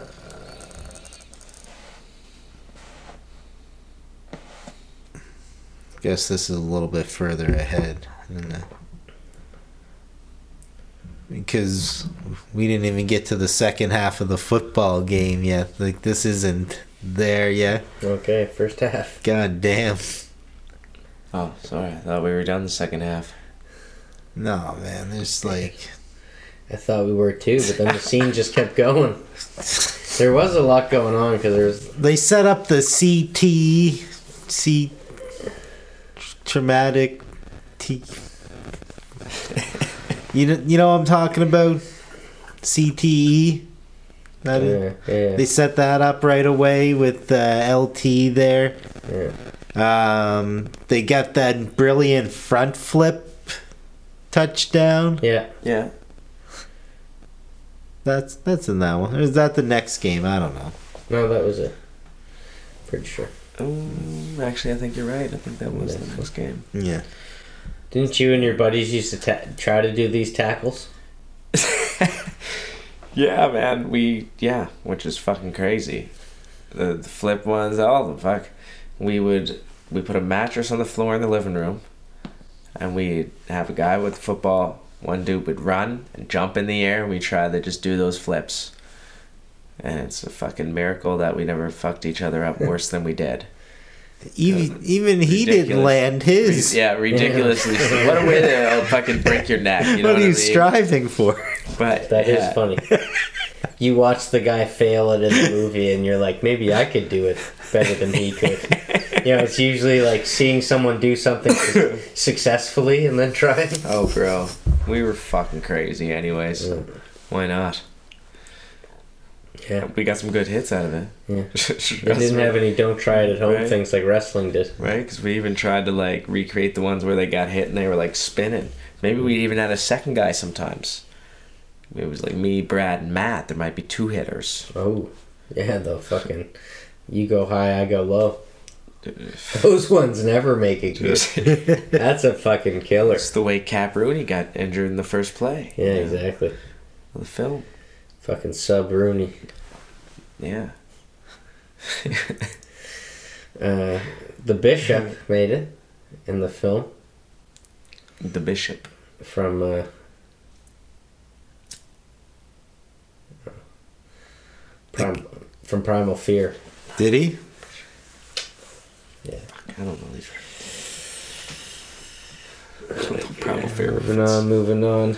Speaker 2: guess this is a little bit further ahead. than the- Because we didn't even get to the second half of the football game yet. Like, this isn't there yet.
Speaker 1: Okay, first half.
Speaker 2: God damn.
Speaker 3: Oh, sorry. I thought we were done the second half.
Speaker 2: No, man. There's like.
Speaker 1: I thought we were too, but then the scene just kept going. There was a lot going on because there was
Speaker 2: They set up the CT, C, traumatic, T. you know, you know what I'm talking about? CTE. That is-
Speaker 1: yeah, yeah,
Speaker 2: They set that up right away with uh, LT there.
Speaker 1: yeah.
Speaker 2: Um, they got that brilliant front flip touchdown.
Speaker 1: yeah.
Speaker 3: Yeah.
Speaker 2: That's that's in that one. Or is that the next game? I don't know.
Speaker 1: No, that was it. Pretty sure.
Speaker 3: Um, actually, I think you're right. I think that was the next game.
Speaker 2: Yeah.
Speaker 1: Didn't you and your buddies used to ta- try to do these tackles?
Speaker 3: Yeah, man. We yeah, which is fucking crazy. The, the flip ones, all the fuck. We would we put a mattress on the floor in the living room, and we'd have a guy with the football. One dude would run and jump in the air. and We try to just do those flips, and it's a fucking miracle that we never fucked each other up worse than we did.
Speaker 2: Even even he didn't
Speaker 3: Ridiculous.
Speaker 2: land his.
Speaker 3: Yeah, ridiculously. What a way to uh, fucking break your neck. You know
Speaker 2: what
Speaker 3: what
Speaker 2: are you
Speaker 3: I mean?
Speaker 2: striving for?
Speaker 3: But
Speaker 1: That is
Speaker 3: yeah.
Speaker 1: funny. You watch the guy fail it in the movie, and you're like, maybe I could do it better than he could. You know, it's usually like seeing someone do something su- successfully and then trying.
Speaker 3: Oh, bro. We were fucking crazy, anyways. Why not?
Speaker 1: Yeah.
Speaker 3: We got some good hits out of it.
Speaker 1: Yeah. They
Speaker 3: That's
Speaker 1: didn't have any "don't try it at home"
Speaker 3: Right.
Speaker 1: things like wrestling did.
Speaker 3: Right? Because we even tried to, like, recreate the ones where they got hit and they were, like, spinning. Maybe we even had a second guy sometimes. It was, like, me, Brad, and Matt. There might be two hitters.
Speaker 1: Oh, yeah, the fucking you go high, I go low. Those ones never make it good.
Speaker 3: That's
Speaker 1: That's a fucking killer.
Speaker 3: the way Cap Rooney got injured in the first play.
Speaker 1: Yeah, exactly.
Speaker 3: Of the film.
Speaker 1: Fucking sub Rooney.
Speaker 3: Yeah.
Speaker 1: Uh, the Bishop made it in the film.
Speaker 3: The Bishop.
Speaker 1: from uh, Prim- from Primal Fear.
Speaker 2: Did he?
Speaker 3: I don't believe it. Primal Fear.
Speaker 1: Moving on, moving on.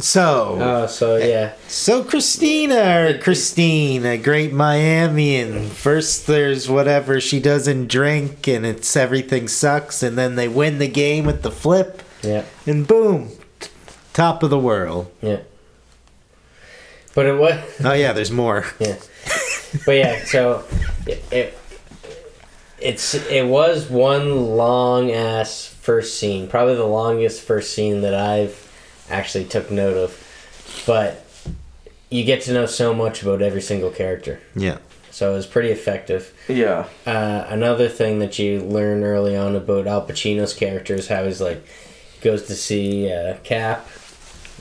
Speaker 2: So,
Speaker 1: Oh, so yeah,
Speaker 2: so Christina or Christine, a great Miamian. First, there's whatever she doesn't drink, and it's everything sucks, and then they win the game with the flip,
Speaker 1: yeah,
Speaker 2: and boom, t- top of the world.
Speaker 1: yeah. But it was,
Speaker 2: Oh yeah, there's more.
Speaker 1: yeah. But yeah, so it, it it's it was one long ass first scene, probably the longest first scene that I've actually took note of. But you get to know so much about every single character,
Speaker 2: Yeah.
Speaker 1: so it was pretty effective.
Speaker 3: Yeah.
Speaker 1: Uh, another thing that you learn early on about Al Pacino's character is how he's like goes to see uh, Cap.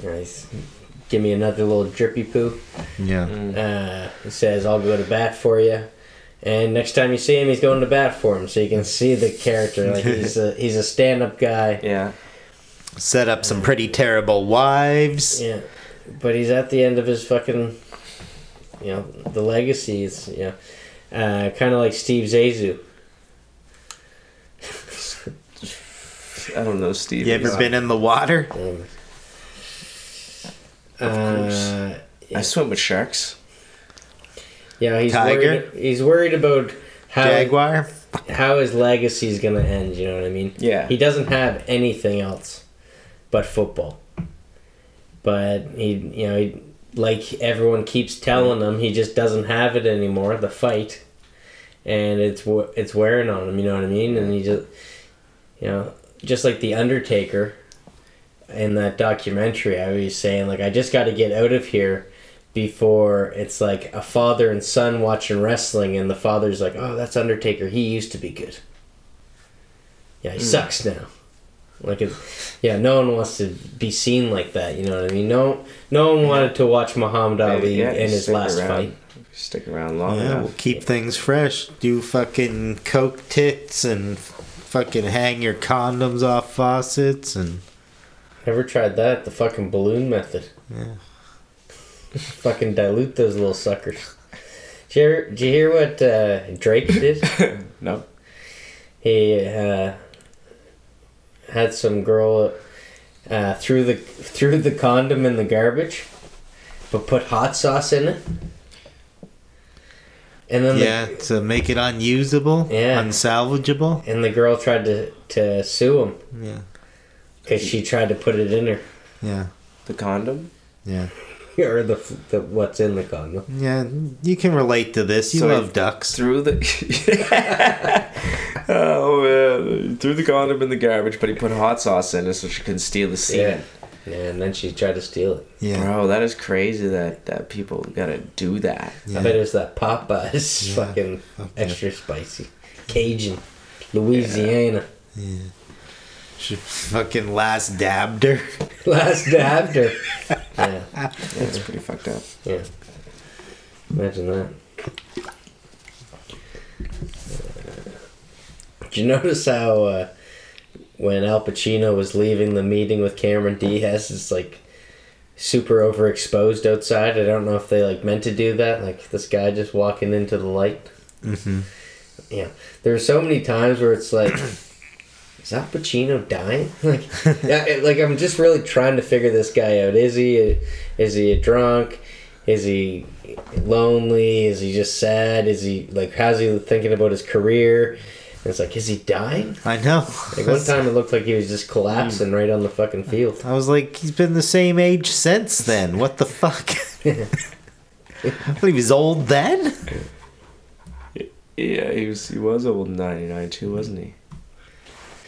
Speaker 1: You know, he's give me another little drippy poo.
Speaker 2: Yeah.
Speaker 3: Mm.
Speaker 1: Uh, he says, "I'll go to bat for you." And next time you see him, he's going to bat for him, so you can see the character. Like he's a he's a stand up guy.
Speaker 3: Yeah.
Speaker 2: Set up some pretty terrible wives.
Speaker 1: Yeah, but he's at the end of his fucking, you know, the legacy is you know, uh, kind of like Steve Zazu.
Speaker 3: I don't know, Steve.
Speaker 2: You ever been in the water?
Speaker 1: Um,
Speaker 3: course.
Speaker 1: uh,
Speaker 3: I swim with sharks.
Speaker 1: yeah, he's
Speaker 2: Tiger?
Speaker 1: worried. He's worried about how
Speaker 2: Jaguar?
Speaker 1: how his legacy is gonna end. You know what I mean?
Speaker 3: Yeah.
Speaker 1: He doesn't have anything else but football. But he, you know, he, like everyone keeps telling him, he just doesn't have it anymore. The fight, and it's wa- it's wearing on him. You know what I mean? And he just, you know, just like the Undertaker, in that documentary, I was saying like, I just got to get out of here. Before it's like a father and son watching wrestling, and the father's like, "Oh, that's Undertaker. He used to be good." yeah,
Speaker 3: Hmm.
Speaker 1: he sucks now. Like, it, yeah, no one wants to be seen like that. You know what I mean? No, no one wanted to watch Muhammad Ali
Speaker 3: Yeah,
Speaker 1: in his
Speaker 3: stick
Speaker 1: last
Speaker 3: around-
Speaker 1: fight.
Speaker 3: Stick around long
Speaker 2: Oh, Yeah,
Speaker 3: enough.
Speaker 2: we'll keep things fresh. Do fucking coke tits and fucking hang your condoms off faucets and
Speaker 1: Never tried that. The fucking balloon method.
Speaker 2: Yeah.
Speaker 1: fucking dilute those little suckers. Did you, hear, did you hear what uh, Drake did?
Speaker 3: No.
Speaker 1: he uh, had some girl uh, threw the threw the condom in the garbage, but put hot sauce in it. And then
Speaker 2: yeah, to make it unusable,
Speaker 1: Yeah.
Speaker 2: unsalvageable.
Speaker 1: the, and the girl tried to, to sue him
Speaker 2: Yeah,
Speaker 1: because she tried to put it in her
Speaker 2: yeah,
Speaker 3: The condom?
Speaker 2: yeah,
Speaker 1: or the, the what's in the condom.
Speaker 2: yeah. You can relate to this. You
Speaker 3: So
Speaker 2: love
Speaker 3: it-
Speaker 2: ducks.
Speaker 3: Threw the. oh, man. He threw the condom in the garbage, but he put hot sauce in it so she couldn't steal the semen.
Speaker 1: Yeah. yeah, and then she tried to steal it.
Speaker 2: yeah,
Speaker 3: Bro, that is crazy that, that people gotta do that.
Speaker 2: yeah.
Speaker 1: I bet it was that Popeyes
Speaker 2: Yeah.
Speaker 1: fucking
Speaker 2: Fuck yeah.
Speaker 1: extra spicy Cajun, Louisiana.
Speaker 2: She fucking last dabbed her.
Speaker 1: Last dabbed her. yeah.
Speaker 3: That's pretty fucked up.
Speaker 1: Yeah. Imagine that. Uh, Did you notice how uh, when Al Pacino was leaving the meeting with Cameron Diaz, it's like super overexposed outside. I don't know if they like meant to do that. Like this guy just walking into the light. Mm-hmm. Yeah, there are so many times where it's like, is Al Pacino dying? Like, yeah, it- like I'm just really trying to figure this guy out. Is he? A, is he a drunk? Is he lonely? Is he just sad? Is he like? How's he thinking about his career? And it's like, is he dying?
Speaker 2: I know.
Speaker 1: Like one time, it looked like he was just collapsing
Speaker 3: Hmm.
Speaker 1: right on the fucking field.
Speaker 2: I was like, he's been the same age since then. What the fuck? I believe he's old then.
Speaker 3: Yeah, he was he was old in '99 too, wasn't he?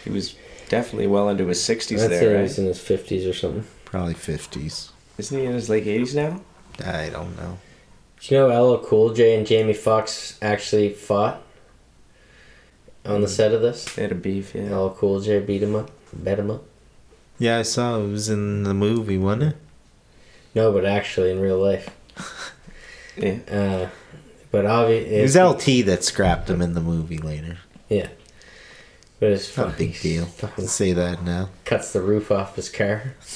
Speaker 3: He was definitely well into his 60s
Speaker 1: I'd say
Speaker 3: there,
Speaker 1: he
Speaker 3: right?
Speaker 1: was in his fifties or something.
Speaker 2: Probably fifties.
Speaker 3: Isn't he in his late 80s now?
Speaker 2: I don't know.
Speaker 1: Do you know LL Cool J and Jamie Foxx actually fought on
Speaker 3: Hmm.
Speaker 1: the set of this?
Speaker 3: They had a beef, yeah.
Speaker 1: LL Cool J beat him up, bet him up.
Speaker 2: Yeah, I saw it was in the movie, wasn't it?
Speaker 1: No, but actually in real life.
Speaker 3: Yeah.
Speaker 1: Uh, but obviously
Speaker 2: It was LT that scrapped him in the movie later.
Speaker 1: Yeah. But it's
Speaker 2: Not a big deal.
Speaker 1: Fucking
Speaker 2: Let's say that now.
Speaker 1: cuts the roof off his car.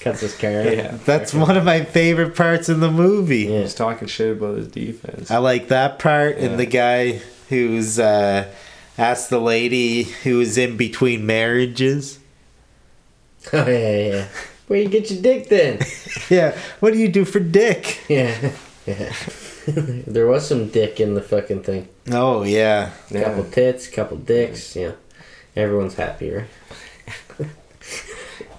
Speaker 1: cuts his car. out.
Speaker 3: Yeah.
Speaker 2: That's one of my favorite parts in the movie.
Speaker 3: He
Speaker 1: Yeah.
Speaker 3: was talking shit about his defense.
Speaker 2: I like that part,
Speaker 3: Yeah.
Speaker 2: and the guy who's uh, asked the lady who was in between marriages.
Speaker 1: Oh yeah, yeah, yeah. Where you get your dick then?
Speaker 2: Yeah, what do you do for dick?
Speaker 1: yeah. Yeah. there was some dick in the fucking thing.
Speaker 2: Oh yeah,
Speaker 1: Couple
Speaker 3: Yeah.
Speaker 1: tits, couple dicks, yeah. Everyone's happy, right?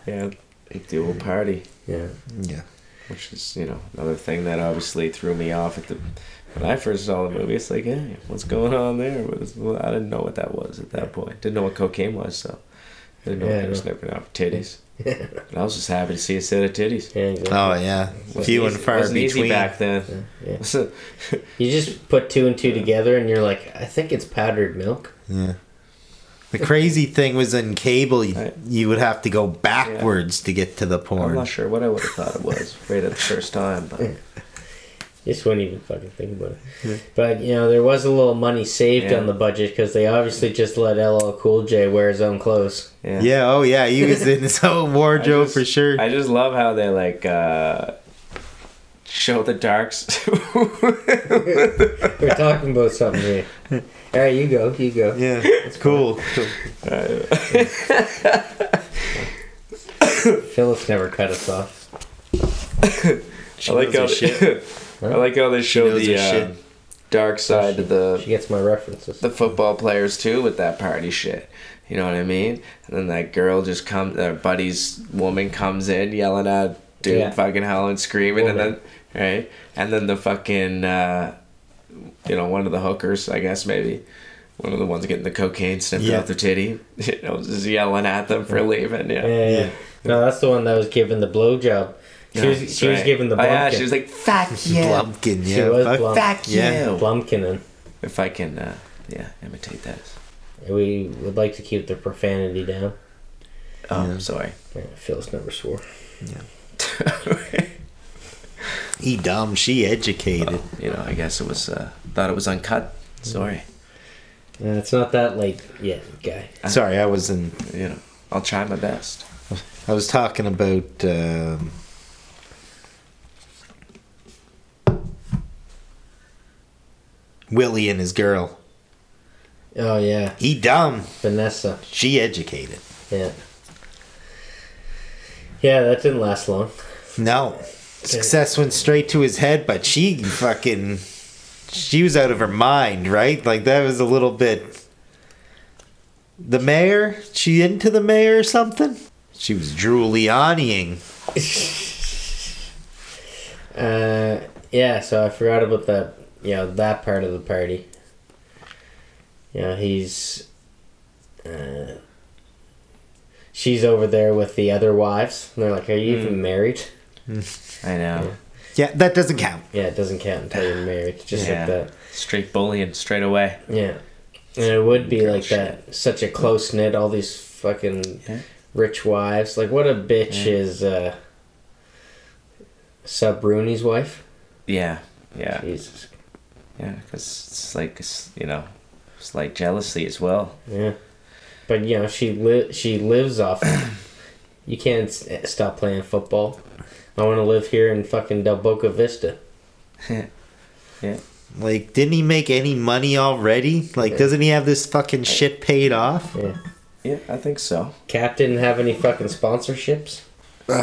Speaker 3: yeah. Like the old party.
Speaker 1: Yeah.
Speaker 2: yeah.
Speaker 3: which is you know another thing that obviously threw me off at the when I first saw the movie. It's like, hey, what's going on there? But it's- well, I didn't know what that was at that point. Didn't know what cocaine was, so didn't know
Speaker 1: Yeah,
Speaker 3: what
Speaker 1: I
Speaker 3: they were
Speaker 1: know.
Speaker 3: snipping out for titties. But I was just happy to see a set of titties.
Speaker 1: Yeah, exactly.
Speaker 2: Oh yeah, few
Speaker 3: Wasn't
Speaker 2: and
Speaker 3: easy-
Speaker 2: far
Speaker 3: wasn't easy
Speaker 2: between.
Speaker 3: back then.
Speaker 1: yeah. You just put two and two together, and you're like, I think it's powdered milk.
Speaker 2: Yeah. The crazy thing was in cable, you,
Speaker 3: Right.
Speaker 2: you would have to go backwards to get to the porn.
Speaker 3: I'm not sure what I would have thought it was right at the first time, but
Speaker 1: Just wouldn't even fucking think about it. But you know, there was a little money saved
Speaker 3: Yeah.
Speaker 1: on the budget because they obviously just let LL Cool J wear his own clothes.
Speaker 3: yeah.
Speaker 2: Yeah, oh yeah, he was in his own
Speaker 3: I
Speaker 2: wardrobe
Speaker 3: just-
Speaker 2: for sure.
Speaker 3: I just love how they like uh, show the darks.
Speaker 1: We're talking about something here. All right, you go, you go.
Speaker 2: yeah, it's cool.
Speaker 1: Phyllis never cut us off.
Speaker 3: I like how
Speaker 2: knows her shit.
Speaker 3: I like how they show
Speaker 2: knows
Speaker 3: the
Speaker 2: her shit.
Speaker 3: uh, dark side of
Speaker 1: She
Speaker 3: the
Speaker 1: gets my references.
Speaker 3: the football players too with that party shit. You know what I mean? And then that girl just comes, their buddy's woman comes in yelling at dude,
Speaker 1: Yeah.
Speaker 3: fucking howling, screaming,
Speaker 1: Woman.
Speaker 3: and then right, and then the fucking uh, you know one of the hookers, I guess maybe. One of the ones getting the cocaine snipped
Speaker 2: Yeah.
Speaker 3: out their titty, you know, just yelling at them for leaving. Yeah,
Speaker 1: Yeah, yeah, yeah.
Speaker 2: Yeah.
Speaker 1: No, that's the one that was given the blowjob. She was
Speaker 3: That's
Speaker 1: she was
Speaker 3: right.
Speaker 1: given the
Speaker 3: Oh,
Speaker 1: bumpkin.
Speaker 3: yeah, she was like, oh. "Fuck you,
Speaker 2: Blumpkin, yeah.
Speaker 1: was
Speaker 2: fuck.
Speaker 1: Blump-
Speaker 3: fuck
Speaker 2: Yeah.
Speaker 3: you."
Speaker 1: Blumpkinen.
Speaker 3: If I can, uh, yeah, imitate that.
Speaker 1: We would like to keep the profanity down.
Speaker 3: Oh,
Speaker 2: Yeah.
Speaker 3: I'm sorry.
Speaker 1: Yeah, Phyllis never swore.
Speaker 2: He dumb, she educated.
Speaker 3: you know, I guess it was. Uh, thought it was uncut.
Speaker 2: Mm-hmm.
Speaker 3: Sorry.
Speaker 1: Uh, it's not that late yet, guy.
Speaker 2: Sorry, I was in
Speaker 3: You know, I'll try my best.
Speaker 2: I was talking about um, Willie and his girl.
Speaker 1: Oh yeah,
Speaker 2: He dumb,
Speaker 1: Vanessa.
Speaker 2: she educated.
Speaker 1: Yeah. Yeah, that didn't last long.
Speaker 2: No. Success went straight to his head, but she fucking. She was out of her mind, right? Like, that was a little bit. The mayor? She into the mayor or something? She was Giulianiing.
Speaker 1: Uh, yeah, so I forgot about that. You know that part of the party. You know he's. Uh, she's over there with the other wives, and they're like, "Are you even married?"
Speaker 3: I know.
Speaker 2: Yeah, that doesn't count.
Speaker 1: Yeah, it doesn't count until you're married, just
Speaker 3: Yeah.
Speaker 1: like that.
Speaker 3: Straight bullying straight away.
Speaker 1: Yeah, and it would be
Speaker 3: Girl
Speaker 1: like that. Such a close knit. All these fucking
Speaker 3: Yeah.
Speaker 1: rich wives. Like, what a bitch is uh, Sub Rooney's wife.
Speaker 3: Yeah. Yeah.
Speaker 1: Jesus.
Speaker 3: Yeah. Because it's like it's, you know, it's like jealousy as well.
Speaker 1: Yeah, but you know she li- she lives off. you can't s- eh, stop playing football. I want to live here in fucking Del Boca Vista.
Speaker 2: Like, didn't he make any money already? Like, doesn't he have this fucking shit paid off?
Speaker 1: Yeah.
Speaker 3: Yeah, I think so.
Speaker 1: Cap didn't have any fucking sponsorships.
Speaker 2: Uh,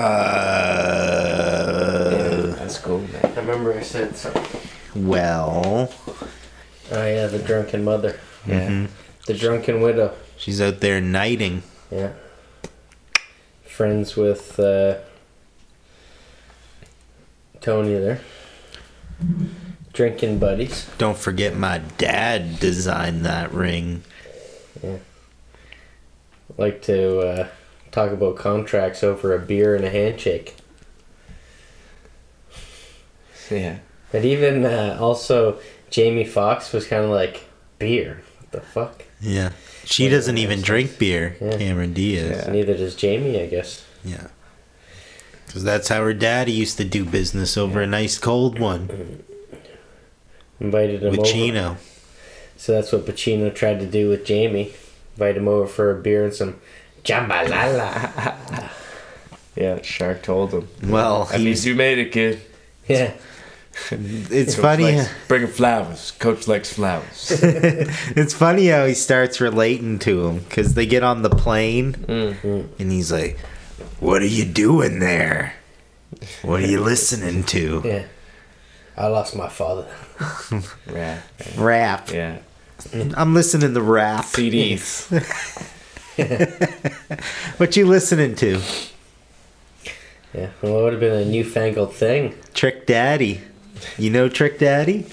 Speaker 3: yeah, that's cool, man.
Speaker 1: I remember I said something.
Speaker 2: well,
Speaker 1: Oh yeah, the drunken mother,
Speaker 3: Yeah.
Speaker 2: Mm-hmm.
Speaker 1: the drunken widow.
Speaker 2: she's out there knighting.
Speaker 1: Yeah. Friends with uh, Tony there. Drinking buddies.
Speaker 2: Don't forget, my dad designed that ring.
Speaker 1: Like to uh, talk about contracts over a beer and a handshake.
Speaker 3: Yeah.
Speaker 1: But even uh, also, Jamie Foxx was kind of like, beer? What the fuck?
Speaker 2: Yeah. She doesn't even drink beer,
Speaker 1: Yeah.
Speaker 2: Cameron Diaz.
Speaker 3: Yeah.
Speaker 1: Neither does Jamie, I guess.
Speaker 2: Yeah. Because that's how her dad used to do business over a nice cold one
Speaker 1: Invited him
Speaker 2: with
Speaker 1: over.
Speaker 2: Chino.
Speaker 1: So that's what Pacino tried to do with Jamie. Invite him over for a beer and some jambalala.
Speaker 3: Yeah. Shark told him.
Speaker 2: Well,
Speaker 3: At
Speaker 2: he-
Speaker 3: least you made it, kid.
Speaker 1: yeah.
Speaker 2: it's funny.
Speaker 3: Likes, bringing flowers. Coach likes flowers.
Speaker 2: It's funny how he starts relating to him because they get on the plane and he's like, What are you doing there? What are you listening to?
Speaker 1: Yeah. I lost my father.
Speaker 3: yeah.
Speaker 2: Rap.
Speaker 3: Yeah.
Speaker 2: I'm listening to rap.
Speaker 3: CDs.
Speaker 2: What you listening to?
Speaker 1: Yeah, well, it would have been a newfangled thing.
Speaker 2: Trick Daddy. You know Trick Daddy?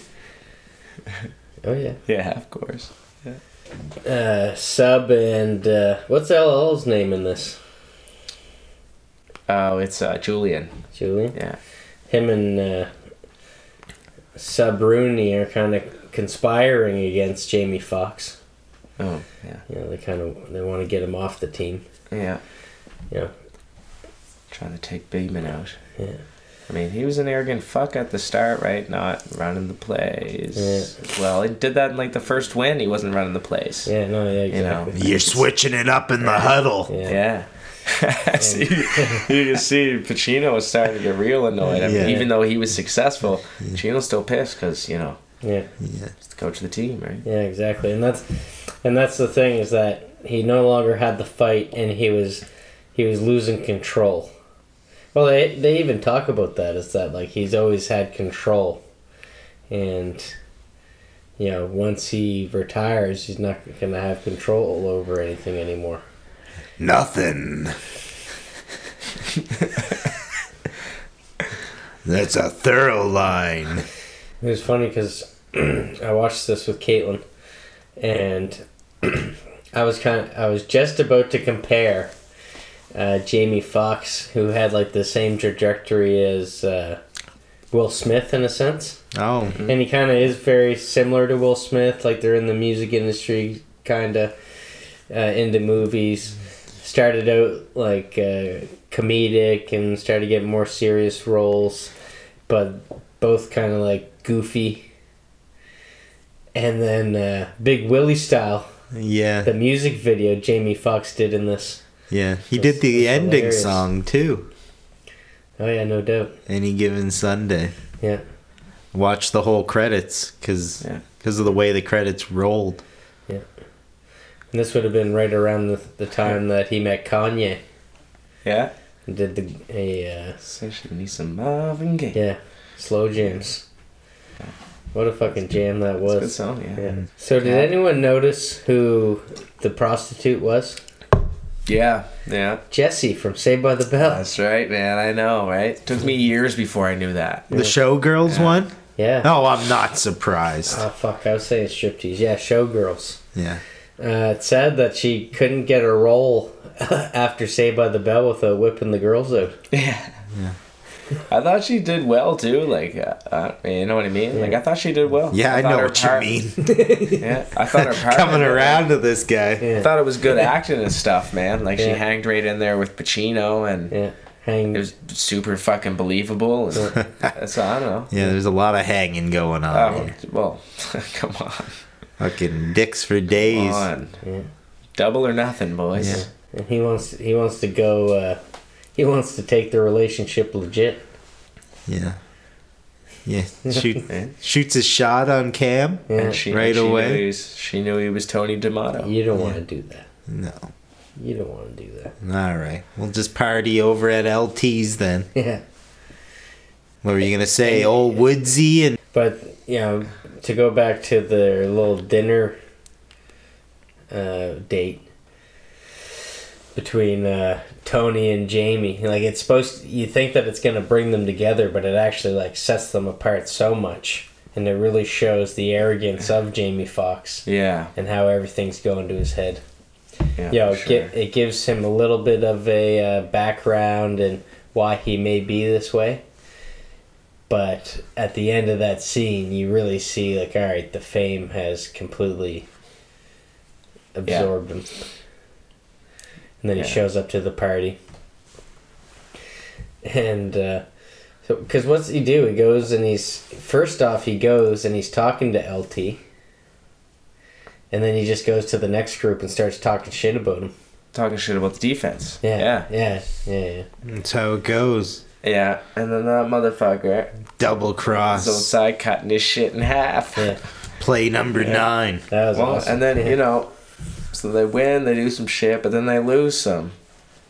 Speaker 1: Oh yeah.
Speaker 3: Yeah, of course.
Speaker 1: Uh, Sub and uh, what's LL's name in this?
Speaker 3: Oh, it's uh, Julian.
Speaker 1: Julian.
Speaker 3: Yeah.
Speaker 1: Him and uh, Sub Rooney are kind of conspiring against Jamie Fox.
Speaker 3: Oh, yeah.
Speaker 1: You know, they kind of they want to get him off the team.
Speaker 3: Yeah.
Speaker 1: Yeah.
Speaker 3: Trying to take Bateman out.
Speaker 1: Yeah.
Speaker 3: I mean, he was an arrogant fuck at the start, right? Not running the plays. Well, he did that in like the first win. He wasn't running the plays.
Speaker 1: Yeah. No. Yeah.
Speaker 3: You know.
Speaker 1: Exactly.
Speaker 2: You're switching it up in the huddle.
Speaker 1: Yeah.
Speaker 3: Yeah.
Speaker 1: Um,
Speaker 3: See, you can see Pacino was starting to get real annoyed. I mean,
Speaker 2: Yeah.
Speaker 3: Even though he was successful, Pacino's still pissed because, you know,
Speaker 1: Yeah.
Speaker 3: he's the coach of the team, right?
Speaker 1: Yeah, exactly, and that's and that's the thing is that he no longer had the fight, and he was he was losing control. Well, they they even talk about that is that like he's always had control, and you know once he retires, he's not gonna have control over anything anymore.
Speaker 2: Nothing. That's a thorough line.
Speaker 1: It was funny because I watched this with Caitlin, and I was kind of, I was just about to compare uh, Jamie Foxx, who had like the same trajectory as uh, Will Smith in a sense,
Speaker 2: Oh,
Speaker 1: and he kind of is very similar to Will Smith. Like they're in the music industry, kind of uh, into movies. Started out like uh, comedic and started getting more serious roles, but both kind of like goofy. And then uh, Big Willie style, the
Speaker 2: yeah,
Speaker 1: music video Jamie Foxx did in this.
Speaker 2: yeah. He did the
Speaker 1: That's
Speaker 2: ending
Speaker 1: hilarious.
Speaker 2: song too.
Speaker 1: Oh yeah, no doubt.
Speaker 2: Any given Sunday.
Speaker 1: Yeah,
Speaker 2: Watch the whole credits because
Speaker 3: Yeah.
Speaker 2: of the way the credits rolled.
Speaker 1: and this would have been right around the, the time that he met Kanye
Speaker 3: Yeah.
Speaker 1: and did the a uh,
Speaker 3: So she needs some Marvin Gaye.
Speaker 1: yeah slow jams. What a fucking jam that
Speaker 3: It's a good
Speaker 1: was.
Speaker 3: song, yeah.
Speaker 1: Yeah. So did
Speaker 3: Yeah.
Speaker 1: anyone notice who the prostitute was?
Speaker 3: Yeah, yeah.
Speaker 1: Jesse from Saved by the Bell.
Speaker 3: That's right, man. I know, right? Took me years before I knew that.
Speaker 2: The showgirls one?
Speaker 1: Yeah.
Speaker 2: Oh, I'm not surprised.
Speaker 1: Oh fuck! I was saying striptease. Yeah, showgirls.
Speaker 2: Yeah.
Speaker 1: Uh, it's sad that she couldn't get a role after Saved by the Bell without whipping the girls out.
Speaker 3: Yeah. I thought she did well too. Like, uh, uh, you know what I mean? Like, I thought she did well.
Speaker 2: Yeah, I,
Speaker 3: thought
Speaker 2: know
Speaker 3: her
Speaker 2: what
Speaker 3: part-
Speaker 2: you mean.
Speaker 3: Yeah, I thought her part
Speaker 2: Coming around to this guy.
Speaker 3: I thought it was good acting and stuff, man. Like she
Speaker 1: Yeah.
Speaker 3: hanged right in there with Pacino, and
Speaker 1: Yeah, hang.
Speaker 3: it was super fucking believable. And that's I don't know.
Speaker 2: Yeah, there's a lot of hanging going on.
Speaker 3: Oh, well, come on,
Speaker 2: Fucking dicks for
Speaker 3: come
Speaker 2: days.
Speaker 3: on.
Speaker 1: Yeah.
Speaker 3: double or nothing, boys.
Speaker 1: And he wants. He wants to go. Uh, he wants to take the relationship legit.
Speaker 2: Yeah. Yeah. Shoot,
Speaker 3: Yeah.
Speaker 2: shoots a shot on cam.
Speaker 1: Yeah.
Speaker 3: And she,
Speaker 2: Right
Speaker 3: she
Speaker 2: away.
Speaker 3: Knew he was, she knew he was Tony D'Amato.
Speaker 1: You don't want to do that.
Speaker 2: No.
Speaker 1: You don't want to do that.
Speaker 2: All right. We'll just party over at LT's then.
Speaker 1: Yeah.
Speaker 2: What were you going to say? Old Woodsy and.
Speaker 1: But you know, to go back to their little dinner uh, date between uh, Tony and Jamie, like it's supposed. you think that it's gonna bring them together, but it actually like sets them apart so much, and it really shows the arrogance of Jamie Fox
Speaker 3: Yeah,
Speaker 1: and how everything's going to his head.
Speaker 3: yeah,
Speaker 1: Yeah,
Speaker 3: for
Speaker 1: it,
Speaker 3: sure.
Speaker 1: gi- it gives him a little bit of a uh, background and why he may be this way. But at the end of that scene, you really see like, all right, the fame has completely absorbed him. And then
Speaker 3: Yeah.
Speaker 1: he shows up to the party, and uh, so because what's he do? He goes and he's first off he goes and he's talking to LT. And then he just goes to the next group and starts talking shit about him.
Speaker 3: talking shit about the defense.
Speaker 1: Yeah. Yeah. Yeah. Yeah. yeah.
Speaker 2: That's how it goes.
Speaker 3: yeah, yeah. And then that motherfucker,
Speaker 2: Double
Speaker 3: his own
Speaker 2: cross.
Speaker 3: side cutting his shit in half.
Speaker 1: Yeah.
Speaker 2: Play number nine.
Speaker 1: That was
Speaker 3: Well,
Speaker 1: awesome.
Speaker 3: and then
Speaker 1: yeah.
Speaker 3: you know, so they win, they do some shit, but then they lose some,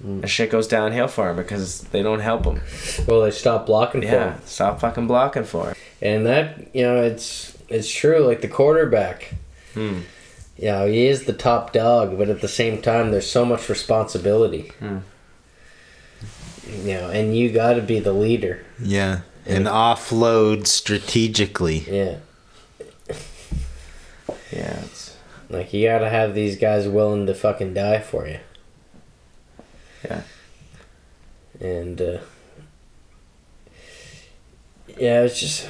Speaker 1: Mm.
Speaker 3: and shit goes downhill for him because they don't help him.
Speaker 1: Well, they stopped blocking for
Speaker 3: Yeah,
Speaker 1: him.
Speaker 3: stop fucking blocking for him.
Speaker 1: And that, you know, it's it's true. Like the quarterback,
Speaker 3: Hmm.
Speaker 1: you know, he is the top dog, but at the same time, there's so much responsibility. you know, and you got to be the leader.
Speaker 2: Yeah. And offload strategically.
Speaker 1: Yeah.
Speaker 3: Yeah, it's,
Speaker 1: Like you got to have these guys willing to fucking die for you.
Speaker 3: yeah.
Speaker 1: and uh, yeah, it's just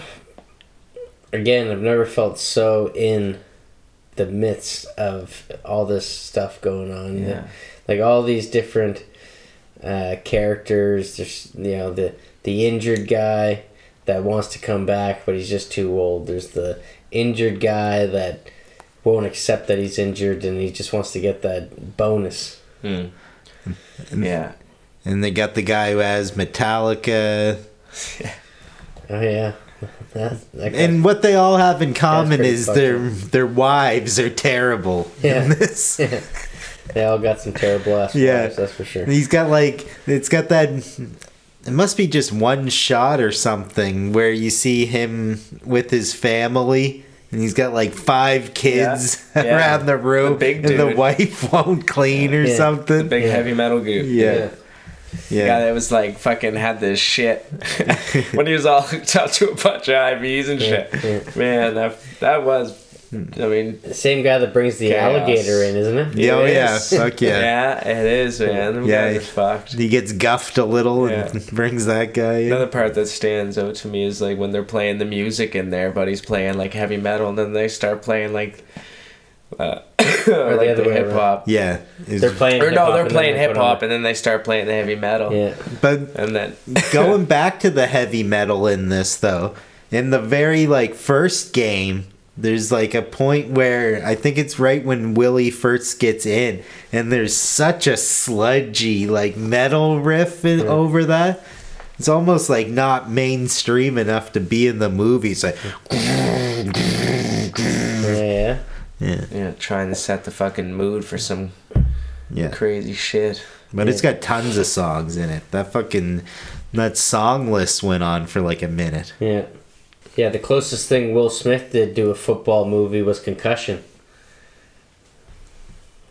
Speaker 1: again, I've never felt so in the midst of all this stuff going on.
Speaker 3: Yeah.
Speaker 1: like all these different uh, characters. There's you know the the injured guy that wants to come back, but he's just too old. There's the injured guy that won't accept that he's injured and he just wants to get that bonus.
Speaker 3: Yeah.
Speaker 2: And they got the guy who has Metallica.
Speaker 1: Oh yeah. That, that guy-
Speaker 2: And what they all have in common
Speaker 1: pretty
Speaker 2: is
Speaker 1: fucked
Speaker 2: their their wives are terrible.
Speaker 1: Yeah.
Speaker 2: In this.
Speaker 1: They all got some terrible ass
Speaker 2: Yeah.
Speaker 1: wives, that's for sure.
Speaker 2: He's got like it's got that it must be just one shot or something where you see him with his family and he's got like five kids
Speaker 3: Yeah. Yeah.
Speaker 2: around the room
Speaker 3: The big
Speaker 2: and the
Speaker 3: dude.
Speaker 2: wife won't clean or
Speaker 1: Yeah.
Speaker 2: something.
Speaker 3: Big heavy metal goo.
Speaker 2: yeah. Yeah.
Speaker 3: The guy that was like fucking had this shit when he was all hooked up to a bunch of IVs and shit.
Speaker 1: yeah.
Speaker 3: Man, that that was.
Speaker 2: Hmm.
Speaker 3: I mean,
Speaker 1: The same guy that brings the
Speaker 3: Chaos.
Speaker 1: alligator in, isn't it?
Speaker 2: Yeah, oh,
Speaker 3: it
Speaker 2: yeah,
Speaker 3: is.
Speaker 2: fuck yeah.
Speaker 3: yeah, it is, man. Them
Speaker 2: Yeah.
Speaker 3: guys are fucked.
Speaker 2: He gets guffed a little and
Speaker 3: Yeah.
Speaker 2: brings that guy in.
Speaker 3: Another part that stands out to me is like when they're playing the music in there, but he's playing like heavy metal, and then they start playing like, uh, or
Speaker 1: the
Speaker 3: like
Speaker 1: other
Speaker 3: the
Speaker 1: way around.
Speaker 3: hip hop.
Speaker 2: yeah. it's-
Speaker 1: They're playing
Speaker 3: Or no,
Speaker 1: hip-hop
Speaker 3: they're
Speaker 1: and
Speaker 3: playing
Speaker 1: then they
Speaker 3: hip
Speaker 1: put on-
Speaker 3: hop, and then they start playing the heavy metal.
Speaker 1: Yeah.
Speaker 2: but
Speaker 3: And then
Speaker 2: going back to the heavy metal in this though in the very like first game there's like a point where i think it's right when willie first gets in and there's such a sludgy like metal riff in, over that it's almost like not mainstream enough to be in the movies like
Speaker 1: Yeah, yeah.
Speaker 2: yeah
Speaker 3: you know, trying to set the fucking mood for some
Speaker 2: yeah
Speaker 3: crazy shit.
Speaker 2: but it's got tons of songs in it that fucking that song list went on for like a minute
Speaker 1: Yeah. Yeah, the closest thing Will Smith did to a football movie was Concussion.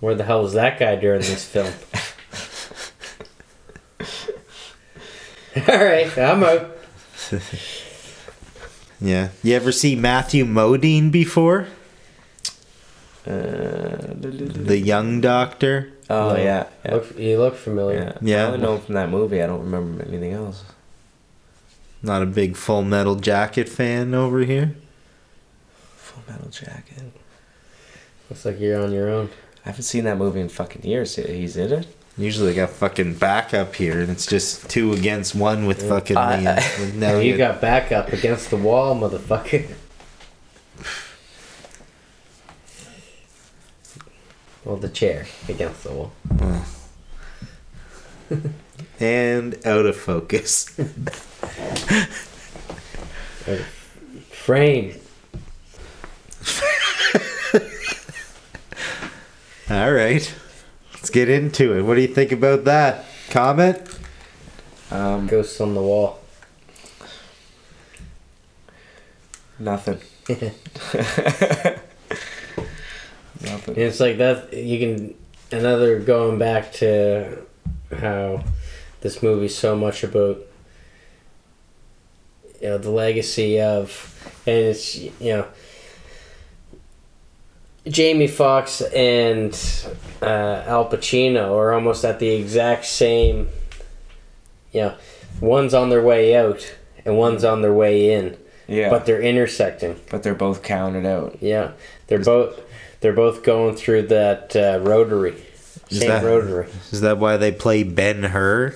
Speaker 1: Where the hell was that guy during this film? All right, I'm out.
Speaker 2: yeah you ever see matthew modine before
Speaker 3: Uh,
Speaker 2: the young doctor
Speaker 3: oh yeah, yeah.
Speaker 1: Look, you look familiar.
Speaker 3: yeah.
Speaker 2: Yeah.
Speaker 3: I only know him from that movie. I don't remember anything else.
Speaker 2: Not a big Full Metal Jacket fan over here.
Speaker 3: Full Metal Jacket.
Speaker 1: Looks like you're on your own.
Speaker 3: I haven't seen that movie in fucking years. He's in it.
Speaker 2: Usually, I got fucking backup here, and it's just two against one with fucking
Speaker 3: I-
Speaker 2: Liam. Like, now
Speaker 1: you
Speaker 2: you-
Speaker 1: got back up against the wall, motherfucker. well, the chair against the wall.
Speaker 2: and out of focus.
Speaker 1: Frame.
Speaker 2: All right, let's get into it. What do you think about that? Comment?
Speaker 3: Um,
Speaker 1: Ghosts on the wall.
Speaker 3: nothing. nothing.
Speaker 1: And it's like that. You can another going back to how this movie's so much about you know the legacy of, and it's you know Jamie Foxx and uh, Al Pacino are almost at the exact same. You know, one's on their way out and one's on their way in,
Speaker 3: Yeah,
Speaker 1: but
Speaker 3: but,
Speaker 1: they're intersecting.
Speaker 3: they're both counted out.
Speaker 1: Yeah, they're both they're both going through that uh, rotary,
Speaker 2: Is
Speaker 1: same
Speaker 2: that-
Speaker 1: rotary.
Speaker 2: Is that why they play Ben Hur?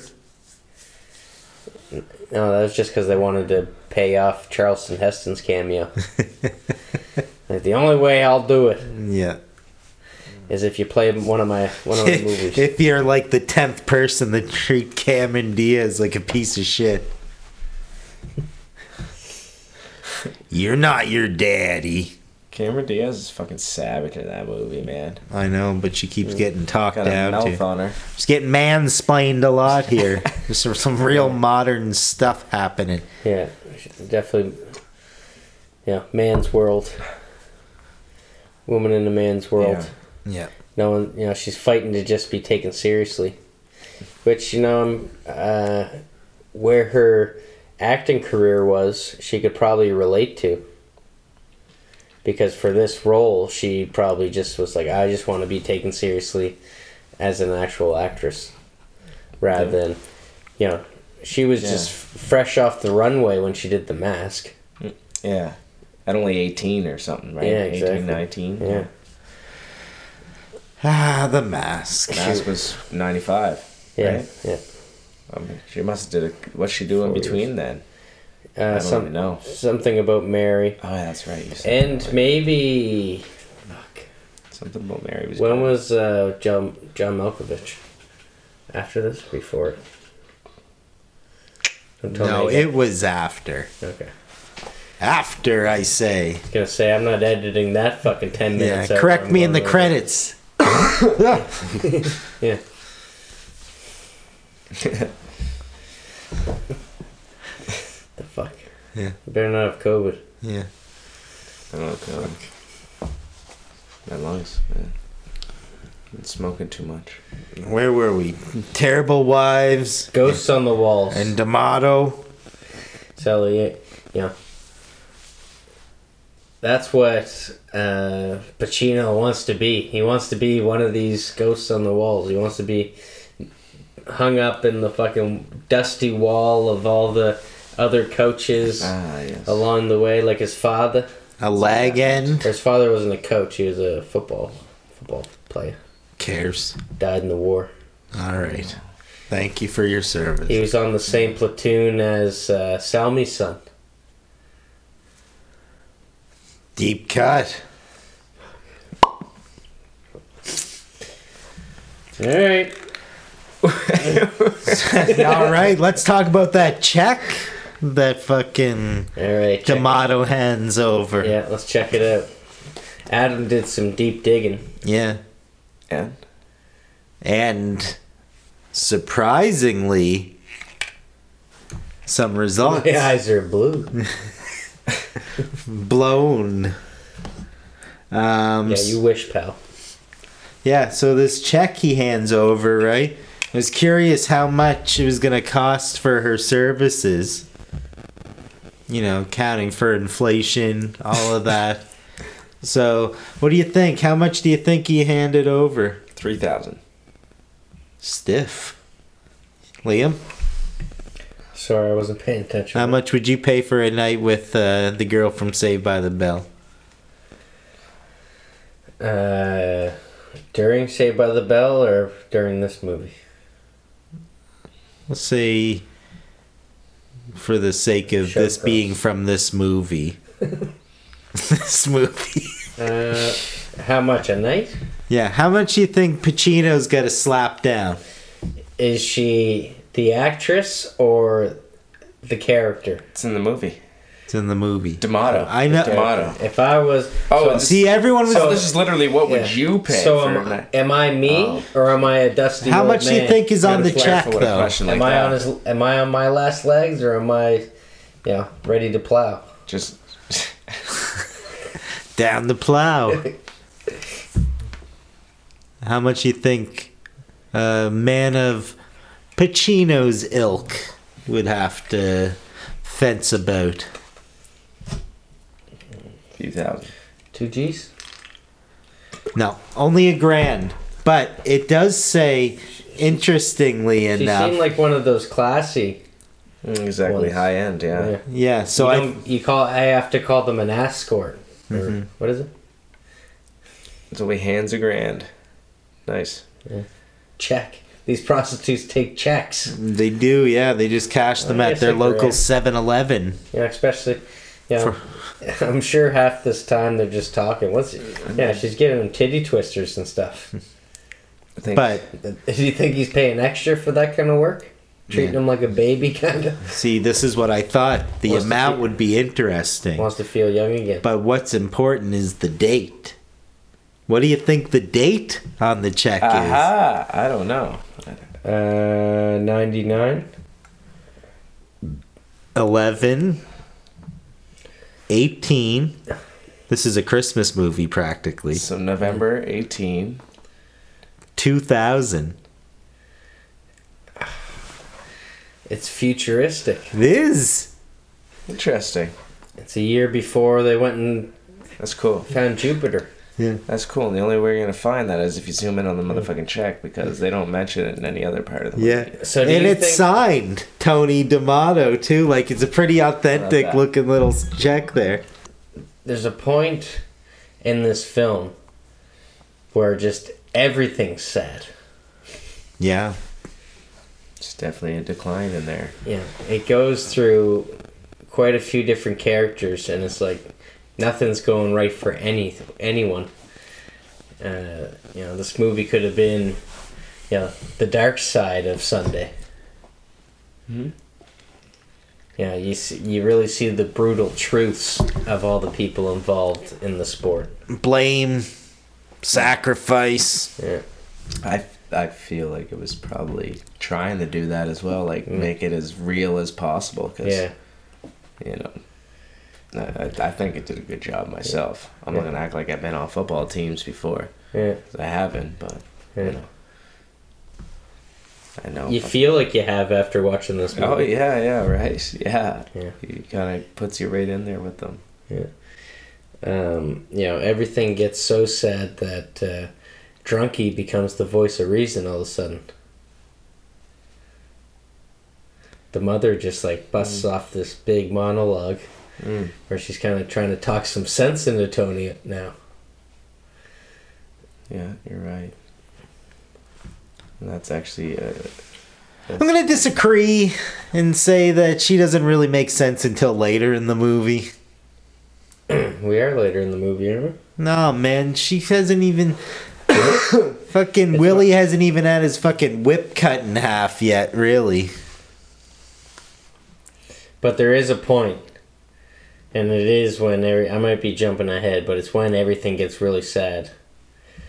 Speaker 1: No, that was just because they wanted to pay off Charleston Heston's cameo. like, the only way I'll do it
Speaker 2: Yeah.
Speaker 1: is if you play one of my one of my Oh, movies.
Speaker 2: if you're like the tenth person that treat Cameron Diaz like a piece of shit, you're not your daddy.
Speaker 3: Cameron Diaz is fucking savage in that movie, man.
Speaker 2: I know, but she keeps getting talked
Speaker 3: Got a
Speaker 2: down
Speaker 3: mouth
Speaker 2: to.
Speaker 3: on her.
Speaker 2: She's getting mansplained a lot here. There's some, some real modern stuff happening.
Speaker 1: Yeah, definitely. Yeah, man's world. Woman in a man's world.
Speaker 3: Yeah.
Speaker 2: Yeah.
Speaker 1: No one, you know, she's fighting to just be taken seriously. which you know, um, uh, where her acting career was, she could probably relate to. Because for this role, she probably just was like, I just want to be taken seriously as an actual actress, rather than, you know, she was
Speaker 3: Yeah.
Speaker 1: just f- fresh off the runway when she did the mask.
Speaker 3: Yeah. At only 18 or something, right?
Speaker 1: Yeah,
Speaker 3: 18,
Speaker 1: exactly.
Speaker 3: 19.
Speaker 1: Yeah.
Speaker 2: Ah, the mask.
Speaker 3: Mask was 95.
Speaker 1: Yeah,
Speaker 3: Right.
Speaker 1: yeah.
Speaker 3: I mean, she must have did a, what's she do in
Speaker 1: Four years.
Speaker 3: between then?
Speaker 1: Uh,
Speaker 3: I don't
Speaker 1: some,
Speaker 3: even know.
Speaker 1: Something about Mary.
Speaker 3: Oh, yeah, that's right. You said
Speaker 1: And maybe. Fuck.
Speaker 3: something about Mary was
Speaker 1: When
Speaker 3: gone.
Speaker 1: was uh, John John Malkovich? After this, or before it? Don't tell
Speaker 2: No,
Speaker 1: me again.
Speaker 2: it was after.
Speaker 1: Okay.
Speaker 2: After I say.
Speaker 1: Gonna say I'm not editing that fucking ten
Speaker 2: Yeah,
Speaker 1: minutes. out
Speaker 2: correct
Speaker 1: where
Speaker 2: me
Speaker 1: I'm
Speaker 2: in the
Speaker 1: going
Speaker 2: credits.
Speaker 1: over. Yeah. the fuck.
Speaker 2: Yeah.
Speaker 1: You better not have COVID.
Speaker 2: Yeah.
Speaker 3: I don't know. My lungs, man. Been smoking too much.
Speaker 2: Where were we? Terrible Wives
Speaker 1: Ghosts on the walls.
Speaker 2: and D'Amato.
Speaker 1: Sally, yeah. yeah. That's what uh, Pacino wants to be. He wants to be one of these ghosts on the walls. He wants to be hung up in the fucking dusty wall of all the other coaches
Speaker 3: Ah, yes.
Speaker 1: along the way, like his father.
Speaker 2: A lag end.
Speaker 1: His father wasn't a coach; he was a football football player.
Speaker 2: Cares.
Speaker 1: Died in the war.
Speaker 2: All right. Thank you for your service.
Speaker 1: He was on the same platoon as uh, Salmi's son.
Speaker 2: Deep cut.
Speaker 1: All right.
Speaker 2: All right, let's talk about that check that fucking
Speaker 1: All right. check
Speaker 2: D'Amato hands over.
Speaker 1: Yeah, let's check it out. Adam did some deep digging.
Speaker 2: yeah.
Speaker 3: And
Speaker 2: And surprisingly, some results.
Speaker 1: My eyes are blue.
Speaker 2: Blown. Um,
Speaker 1: Yeah, you wish, pal.
Speaker 2: Yeah, so this check he hands over, right? I was curious how much it was going to cost for her services. You know, counting for inflation, all of that. so, what do you think? How much do you think he handed over?
Speaker 3: 3,000.
Speaker 2: Stiff. Liam,
Speaker 1: Sorry, I wasn't paying attention.
Speaker 2: how much would you pay for a night with uh, the girl from Saved by the Bell?
Speaker 1: uh, during Saved by the Bell or during this movie?
Speaker 2: Let's say, for the sake of
Speaker 1: Show
Speaker 2: this
Speaker 1: price.
Speaker 2: being from this movie. this movie.
Speaker 1: Uh, how much a night?
Speaker 2: Yeah, how much you think Pacino's got to slap down?
Speaker 1: Is she the actress or the character?
Speaker 3: It's in the movie.
Speaker 2: It's in the movie.
Speaker 3: D'Amato.
Speaker 2: I know-
Speaker 3: D'Amato.
Speaker 1: If I was.
Speaker 3: Oh, it's-
Speaker 2: See, everyone was.
Speaker 3: so this is literally what
Speaker 1: yeah.
Speaker 3: would you pay
Speaker 1: So
Speaker 3: for
Speaker 1: am,
Speaker 3: a night?
Speaker 1: am I me
Speaker 3: Oh.
Speaker 1: or am I a dusty
Speaker 2: how
Speaker 1: old
Speaker 2: much do you
Speaker 1: man?
Speaker 2: think is on
Speaker 3: Gotta
Speaker 2: the
Speaker 3: swear
Speaker 2: check,
Speaker 3: for what a
Speaker 2: though?
Speaker 3: question
Speaker 1: Am
Speaker 3: like
Speaker 1: I on
Speaker 3: that.
Speaker 1: his? Am I on my last legs or am I, yeah, ready to plow?
Speaker 3: Just
Speaker 2: Down the plow. how much you think a man of Pacino's ilk would have to fence about?
Speaker 3: a few thousand.
Speaker 1: Two G's.
Speaker 2: No, only a grand. But it does say, interestingly
Speaker 1: She
Speaker 2: enough.
Speaker 1: seemed like one of those classy.
Speaker 3: Mm, Exactly.
Speaker 1: Once.
Speaker 3: High end, yeah.
Speaker 1: Yeah.
Speaker 2: yeah, so
Speaker 1: you,
Speaker 2: I. Mm-hmm.
Speaker 1: don't- you call. I have to call them an escort. Or, what is it?
Speaker 3: It's only hands a grand. Nice.
Speaker 1: Check. These prostitutes take checks.
Speaker 2: They do, yeah. They just cash them
Speaker 1: I
Speaker 2: at
Speaker 1: guess
Speaker 2: their
Speaker 1: I agree.
Speaker 2: local 7 Eleven.
Speaker 1: Yeah, especially. Yeah, I'm sure half this time they're just talking. What's? Yeah, she's giving him titty twisters and stuff.
Speaker 3: I think
Speaker 2: But
Speaker 1: Do you think he's paying extra for that kind of work? Treating him like a baby, kind of.
Speaker 2: see, this is what I thought. The
Speaker 1: Wants to
Speaker 2: amount
Speaker 1: keep-
Speaker 2: would be interesting.
Speaker 1: Wants to feel young again.
Speaker 2: But what's important is the date. What do you think the date on the check
Speaker 1: Uh-huh.
Speaker 2: is?
Speaker 3: Aha! I don't know.
Speaker 1: Uh, ninety nine.
Speaker 2: 11, 18. This is a Christmas movie, practically.
Speaker 3: So November 18.
Speaker 2: 2000.
Speaker 1: It's futuristic.
Speaker 2: It is.
Speaker 3: Interesting.
Speaker 1: It's a year before they went and
Speaker 3: That's cool.
Speaker 1: found Jupiter.
Speaker 2: Yeah.
Speaker 3: That's cool. And the only way you're gonna find that is if you zoom in on the motherfucking check because they don't mention it in any other part of the movie.
Speaker 2: Yeah.
Speaker 1: So do
Speaker 2: and
Speaker 1: you
Speaker 2: it's
Speaker 1: think-
Speaker 2: signed Tony D'Amato too. Like it's a pretty authentic
Speaker 3: that.
Speaker 2: looking little check there.
Speaker 1: There's a point in this film where just everything's sad.
Speaker 2: Yeah.
Speaker 3: It's definitely a decline in there.
Speaker 1: Yeah, it goes through quite a few different characters, and it's like nothing's going right for any anyone. Uh, you know, this movie could have been, you know, the dark side of Sunday.
Speaker 3: Mhm.
Speaker 1: Yeah, you see, you really see the brutal truths of all the people involved in the sport.
Speaker 2: Blame, sacrifice.
Speaker 1: Yeah.
Speaker 3: I I feel like it was probably trying to do that as well, like make it as real as possible. Cause,
Speaker 1: Mm. Yeah.
Speaker 3: you know, I, I- I think it did a good job myself. I'm
Speaker 1: Yeah.
Speaker 3: not gonna act like I've been on football teams before.
Speaker 1: Yeah.
Speaker 3: 'cause I haven't, but
Speaker 1: Yeah.
Speaker 3: you know, I know.
Speaker 1: You
Speaker 3: fuck-
Speaker 1: feel like you have after watching this movie.
Speaker 3: oh yeah, yeah, right, yeah.
Speaker 1: Yeah.
Speaker 3: He kind of puts you right in there with them.
Speaker 1: um, you know, everything gets so sad that uh, Drunky becomes the voice of reason all of a sudden. The mother just like busts off this big monologue
Speaker 3: Mm.
Speaker 1: where she's kind of trying to talk some sense into Tony now.
Speaker 3: Yeah, you're right. And that's actually uh,
Speaker 2: I'm gonna disagree and say that she doesn't really make sense until later in the movie.
Speaker 1: We are later in the movie, remember?
Speaker 2: No man, she hasn't even fucking Willie hasn't even had his fucking whip cut in half yet, really.
Speaker 1: But there is a point, and it is when every I might be jumping ahead, but it's when everything gets really sad.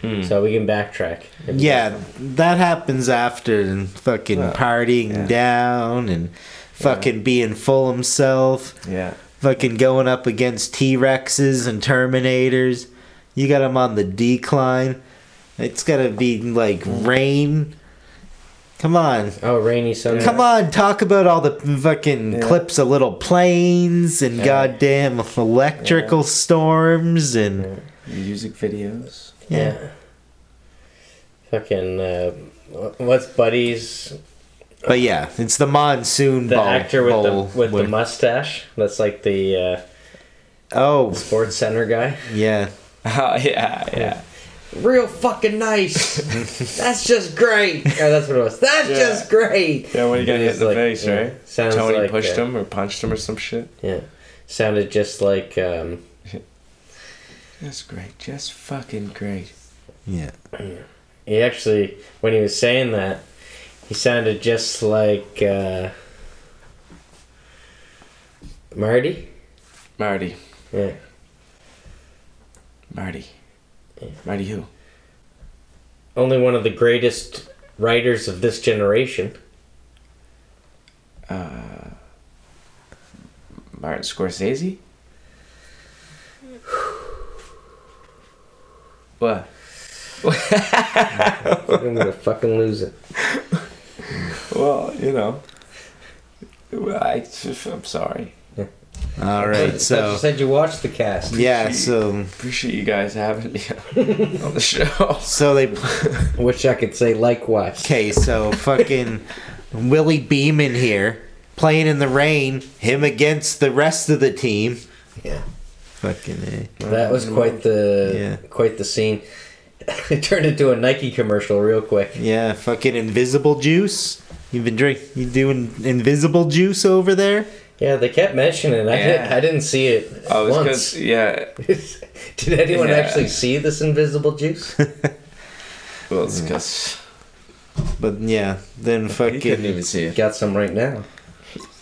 Speaker 3: Hmm.
Speaker 1: So we can backtrack. if you
Speaker 2: Yeah, that happens after and fucking
Speaker 3: Well,
Speaker 2: partying
Speaker 3: yeah.
Speaker 2: down and fucking being full himself,
Speaker 3: yeah.
Speaker 2: fucking going up against T Rexes and Terminators. You got him on the decline. It's gotta be like rain. Come on.
Speaker 1: Oh, rainy Sunday.
Speaker 2: Come on, talk about all the fucking
Speaker 3: Yeah.
Speaker 2: clips of little planes and goddamn electrical storms and
Speaker 3: Music videos.
Speaker 1: Yeah. Fucking uh, wh- what's Buddy's
Speaker 2: But yeah, it's the monsoon
Speaker 1: the
Speaker 2: bowl.
Speaker 1: actor with
Speaker 2: bowl
Speaker 1: the with
Speaker 2: where-
Speaker 1: the mustache? That's like the uh,
Speaker 2: oh
Speaker 1: sports center guy.
Speaker 2: yeah,
Speaker 3: Oh yeah, yeah.
Speaker 1: Real fucking nice. that's just great. Oh, that's what it was. That's
Speaker 3: Yeah.
Speaker 1: just great.
Speaker 3: Yeah, when he got hit in the
Speaker 1: Like,
Speaker 3: face,
Speaker 1: yeah,
Speaker 3: right?
Speaker 1: sounds
Speaker 3: Tony
Speaker 1: like,
Speaker 3: pushed
Speaker 1: uh,
Speaker 3: him or punched him or some shit.
Speaker 1: Yeah, sounded just like um,
Speaker 3: That's great. Just fucking great.
Speaker 2: yeah.
Speaker 1: he actually when he was saying that he sounded just like uh, Marty.
Speaker 3: Marty.
Speaker 1: Yeah.
Speaker 3: Marty. Marty who?
Speaker 1: only one of the greatest writers of this generation.
Speaker 3: Uh, Martin Scorsese? what?
Speaker 1: I'm gonna fucking lose it.
Speaker 3: Well, you know. I, I'm sorry.
Speaker 2: All right,
Speaker 1: you
Speaker 2: so
Speaker 1: said you watched the cast.
Speaker 2: yeah, so
Speaker 3: Appreciate you guys having me on the show.
Speaker 2: so they
Speaker 1: Wish I could say likewise.
Speaker 2: okay, so fucking Willie Beeman here playing in the rain, him against the rest of the team.
Speaker 1: Yeah.
Speaker 2: Fucking eh.
Speaker 1: That was quite the
Speaker 2: Yeah.
Speaker 1: quite the scene. it turned into a Nike commercial real quick.
Speaker 2: yeah, fucking invisible juice. You've been drink, you doing invisible juice over there?
Speaker 1: Yeah, they kept mentioning. It. I didn't.
Speaker 3: Yeah.
Speaker 1: I didn't see it
Speaker 3: Oh, it's
Speaker 1: once.
Speaker 3: because, yeah.
Speaker 1: Did anyone
Speaker 3: Yeah.
Speaker 1: actually see this invisible juice?
Speaker 3: Well, it's because.
Speaker 2: But yeah, then
Speaker 3: He couldn't
Speaker 2: fucking
Speaker 3: even see it.
Speaker 1: Got some right now.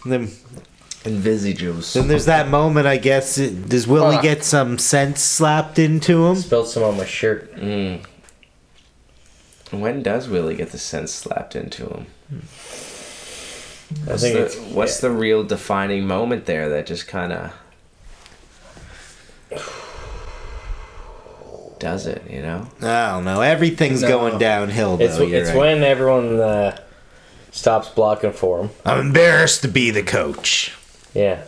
Speaker 2: then
Speaker 3: Invisi juice.
Speaker 2: then there's that moment. I guess it- does Willie
Speaker 1: Fuck.
Speaker 2: get some sense slapped into him?
Speaker 1: Spilled some on my shirt.
Speaker 3: Mm. When does Willie get the sense slapped into him?
Speaker 1: I
Speaker 3: What's,
Speaker 1: think
Speaker 3: the,
Speaker 1: it's
Speaker 3: what's the real defining moment there that just kind of does it, you know?
Speaker 2: I don't know. Everything's
Speaker 1: No.
Speaker 2: going downhill. Though,
Speaker 1: It's,
Speaker 2: you're
Speaker 1: it's
Speaker 2: right.
Speaker 1: when everyone uh, stops blocking for him.
Speaker 2: I'm embarrassed to be the coach.
Speaker 1: Yeah.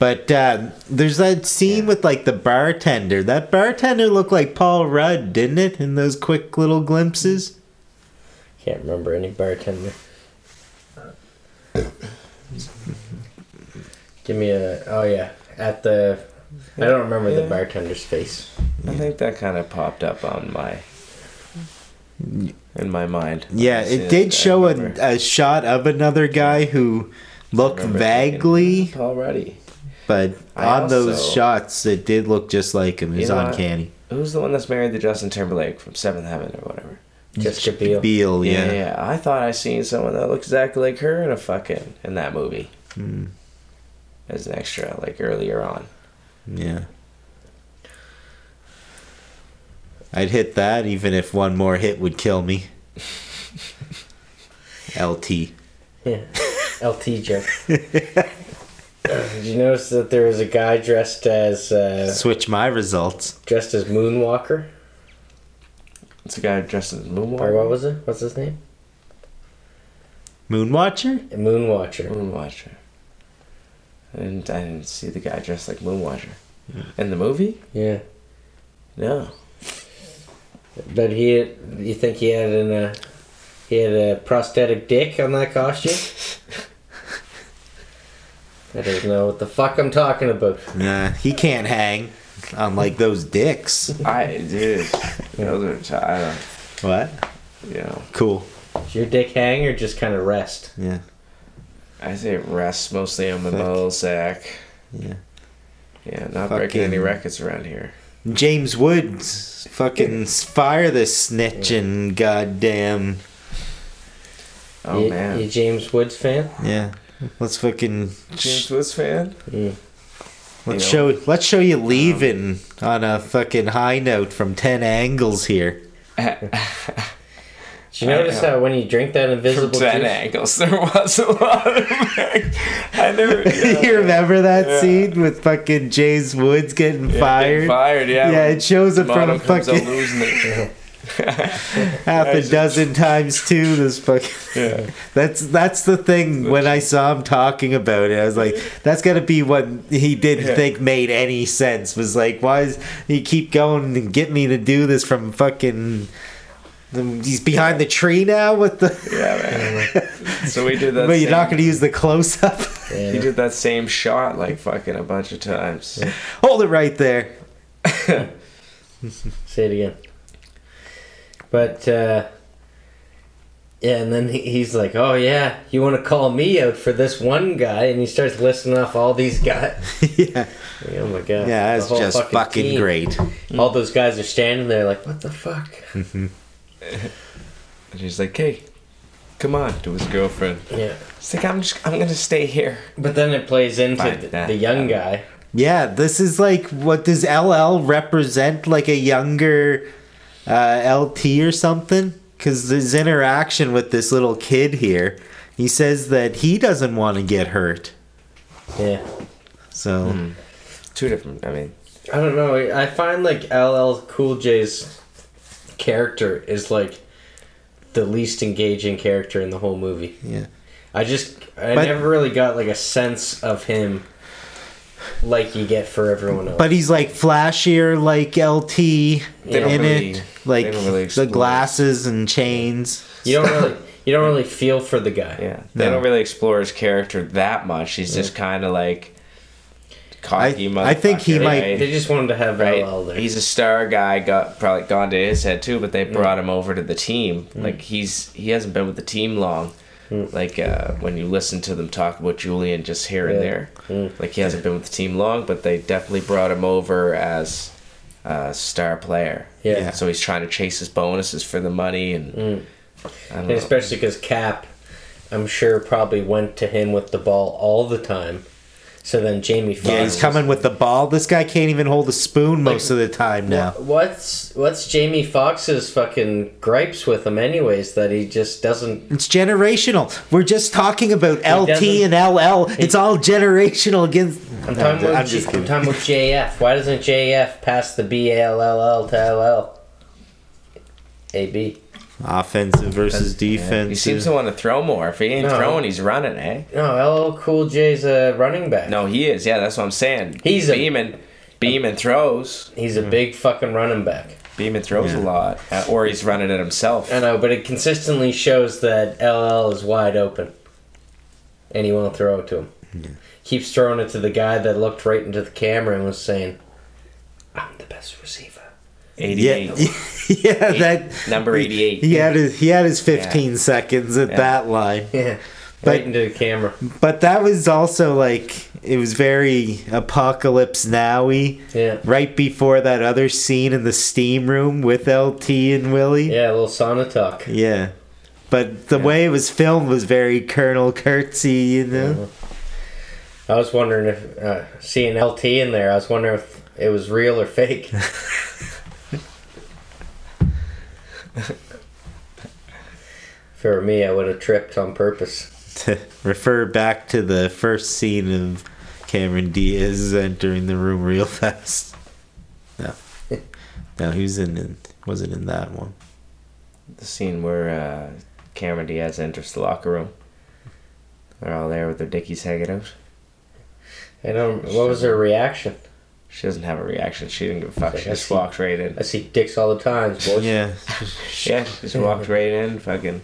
Speaker 2: But uh, there's that scene with like the bartender. That bartender looked like Paul Rudd, didn't it? In those quick little glimpses.
Speaker 1: Can't remember any bartender. Give me a. Oh, yeah. At the. I don't remember the
Speaker 3: Yeah.
Speaker 1: bartender's face.
Speaker 3: I think that kind of popped up on my in my mind.
Speaker 2: Yeah,
Speaker 3: I see
Speaker 2: it did
Speaker 3: I
Speaker 2: show a,
Speaker 3: remember.
Speaker 2: a shot of another guy who looked
Speaker 3: remember
Speaker 2: vaguely,
Speaker 3: thinking, already.
Speaker 2: but
Speaker 3: I
Speaker 2: on those
Speaker 3: also-
Speaker 2: shots, it did look just like him. It was
Speaker 3: know what?
Speaker 2: uncanny.
Speaker 3: Who's the one that's married to Justin Timberlake from Seventh Heaven or whatever?
Speaker 1: Jessica Biel.
Speaker 2: Beal, yeah.
Speaker 3: yeah, I thought I seen someone that looked exactly like her in a fucking in that movie
Speaker 2: Mm,
Speaker 3: as an extra, like earlier on.
Speaker 2: yeah. I'd hit that even if one more hit would kill me. LT.
Speaker 1: Yeah. LT joke. Did you notice that there was a guy dressed as uh,
Speaker 2: Switch my results.
Speaker 1: dressed as Moonwalker?
Speaker 3: It's a guy dressed as
Speaker 1: Or what
Speaker 3: Moonwalker.
Speaker 1: was it? What's his name?
Speaker 2: Moonwatcher?
Speaker 1: Moonwatcher.
Speaker 3: Moonwatcher. I didn't, I didn't see the guy dressed like Moonwatcher in the movie.
Speaker 1: Yeah.
Speaker 3: No,
Speaker 1: But he, you think he had an, uh, he had a prosthetic dick on that costume? I don't know what the fuck I'm talking about.
Speaker 2: Nah, he can't hang. Unlike those dicks.
Speaker 3: I dude, those are t- I don't,
Speaker 2: What?
Speaker 3: you know.
Speaker 2: Cool.
Speaker 1: Does your dick hang or just kind of rest?
Speaker 2: Yeah.
Speaker 3: I say it rests mostly on my ball sack.
Speaker 2: Yeah.
Speaker 3: Yeah, not breaking any
Speaker 2: Fucking-
Speaker 3: records around here.
Speaker 2: James Woods fucking fire the snitch and goddamn
Speaker 3: Oh
Speaker 1: you,
Speaker 3: man,
Speaker 1: You James Woods fan?
Speaker 2: yeah. Let's fucking
Speaker 3: James Woods fan.
Speaker 2: let's
Speaker 3: you Um,
Speaker 2: show let's show you leaving on a fucking high note from ten angles here.
Speaker 1: Did you notice how when you drink that invisible
Speaker 3: Ten
Speaker 1: juice?
Speaker 3: angles. There was a lot of. I never.
Speaker 2: you
Speaker 3: Yeah.
Speaker 2: remember that
Speaker 3: Yeah.
Speaker 2: scene with fucking James Woods getting fired?
Speaker 3: Getting fired. Yeah.
Speaker 2: Yeah, it shows it from
Speaker 3: Mono
Speaker 2: a
Speaker 3: comes out
Speaker 2: fucking
Speaker 3: losing it.
Speaker 2: half a
Speaker 3: Imagine.
Speaker 2: dozen times too. This fucking
Speaker 3: Yeah.
Speaker 2: that's that's the thing. When I saw him talking about it, I was like, that's gotta be what he didn't
Speaker 3: Yeah.
Speaker 2: think made any sense. Was like, why is he keep going and get me to do this from fucking? um, He's behind the tree now with the.
Speaker 3: Yeah, man. So we did that.
Speaker 2: But you're not
Speaker 3: same-
Speaker 2: gonna use the close up.
Speaker 1: Yeah.
Speaker 3: He did that same shot like fucking a bunch of times.
Speaker 2: Hold it right there.
Speaker 1: Say it again. But uh, yeah, and then he, he's like, "Oh yeah, you want to call me out for this one guy?" And he starts listing off all these guys.
Speaker 2: yeah,
Speaker 1: Oh my god!
Speaker 2: yeah, that's
Speaker 1: The whole
Speaker 2: just fucking,
Speaker 1: team.
Speaker 2: great.
Speaker 1: All those guys are standing there like, "What the fuck?"
Speaker 2: Hmm.
Speaker 3: And she's like, "Hey, come on," to his girlfriend.
Speaker 1: yeah.
Speaker 3: It's like I'm just I'm gonna stay here.
Speaker 1: But then it plays into
Speaker 3: Fine,
Speaker 1: the,
Speaker 3: that-
Speaker 1: the young guy.
Speaker 2: Yeah, this is like what does LL represent? Like a younger uh, LT or something? Because his interaction with this little kid here, he says that he doesn't want to get hurt.
Speaker 1: Yeah.
Speaker 2: So
Speaker 3: Hmm. Two different. I mean,
Speaker 1: I don't know. I find like LL Cool J's character is like the least engaging character in the whole movie.
Speaker 2: yeah,
Speaker 1: I just I
Speaker 2: But-
Speaker 1: never really got like a sense of him like you get for everyone else.
Speaker 2: but he's like flashier, like LT
Speaker 3: don't
Speaker 2: in
Speaker 3: really-
Speaker 2: it,
Speaker 3: they
Speaker 2: like
Speaker 3: don't really
Speaker 2: the
Speaker 3: explore.
Speaker 2: glasses and chains.
Speaker 1: you don't really you don't really feel for the guy.
Speaker 3: yeah, they
Speaker 2: No.
Speaker 3: don't really explore his character that much. He's just kind of like cocky.
Speaker 2: I- I think he
Speaker 3: motherfucker,
Speaker 2: might-
Speaker 3: right?
Speaker 1: They just wanted to have
Speaker 3: right?
Speaker 1: LL there.
Speaker 3: He's a star guy. Got probably gone to his head too, but they
Speaker 1: Mm.
Speaker 3: brought him over to the team. Like he's he hasn't been with the team long.
Speaker 1: Mm.
Speaker 3: Like uh, when you listen to them talk about Julian just here and
Speaker 1: Yeah. Mm.
Speaker 3: there, like he hasn't been with the team long, but they definitely brought him over as a star player.
Speaker 1: Yeah. Mm. Yeah.
Speaker 3: So he's trying to chase his bonuses for the money and. I don't
Speaker 1: and
Speaker 3: know.
Speaker 1: especially because Cap, I'm sure probably went to him with the ball all the time. So then Jamie Foxx.
Speaker 2: Yeah, he's coming with the ball. This guy can't even hold a spoon most of the time now.
Speaker 1: What's what's Jamie Foxx's fucking gripes with him anyways that he just doesn't
Speaker 2: It's generational. We're just talking about LT
Speaker 1: doesn't-
Speaker 2: and LL. It's all generational against.
Speaker 1: I'm talking, about, J- I'm talking about JF. Why doesn't JF pass the B L L L to L L? A B.
Speaker 2: Offensive versus
Speaker 3: He
Speaker 2: defense.
Speaker 3: seems to want to throw more. If he ain't
Speaker 1: No.
Speaker 3: throwing, he's running, eh?
Speaker 1: No, LL Cool J's a running back.
Speaker 3: No, he is. Yeah, that's what I'm saying.
Speaker 1: He's a-
Speaker 3: beaming, beaming throws,
Speaker 1: He's a big fucking running back.
Speaker 3: beaming throws a lot, Uh, or he's running it himself.
Speaker 1: I know, but it consistently shows that LL is wide open. And he won't throw it to him. Keeps throwing it to the guy that looked right into the camera and was saying, I'm the best receiver.
Speaker 2: yeah,
Speaker 3: 88.
Speaker 2: yeah, that
Speaker 3: Number 88.
Speaker 2: He had his he had his 15 seconds at
Speaker 3: Yeah.
Speaker 2: that line.
Speaker 1: Yeah.
Speaker 2: But-
Speaker 1: right into the camera.
Speaker 2: But that was also like it was very apocalypse nowy.
Speaker 1: Yeah.
Speaker 2: Right before that other scene in the steam room with LT and Willie.
Speaker 1: Yeah, a little sauna talk.
Speaker 2: Yeah. But the way it was filmed was very Colonel Curtsy, you know.
Speaker 1: I was wondering if, uh, seeing LT in there, I was wondering if it was real or fake. For me, I would have tripped on purpose.
Speaker 2: To refer back to the first scene of Cameron Diaz entering the room real fast. No. No, he was in, in wasn't in that one.
Speaker 3: The scene where uh, Cameron Diaz enters the locker room. They're all there with their dickies hanging out.
Speaker 1: I don't. What was her reaction?
Speaker 3: She doesn't have a reaction. She didn't give a fuck. She
Speaker 1: I
Speaker 3: just
Speaker 1: see.
Speaker 3: walked right in.
Speaker 1: I see dicks all the time, boys.
Speaker 2: Yeah.
Speaker 3: Yeah, she just walked right in. Fucking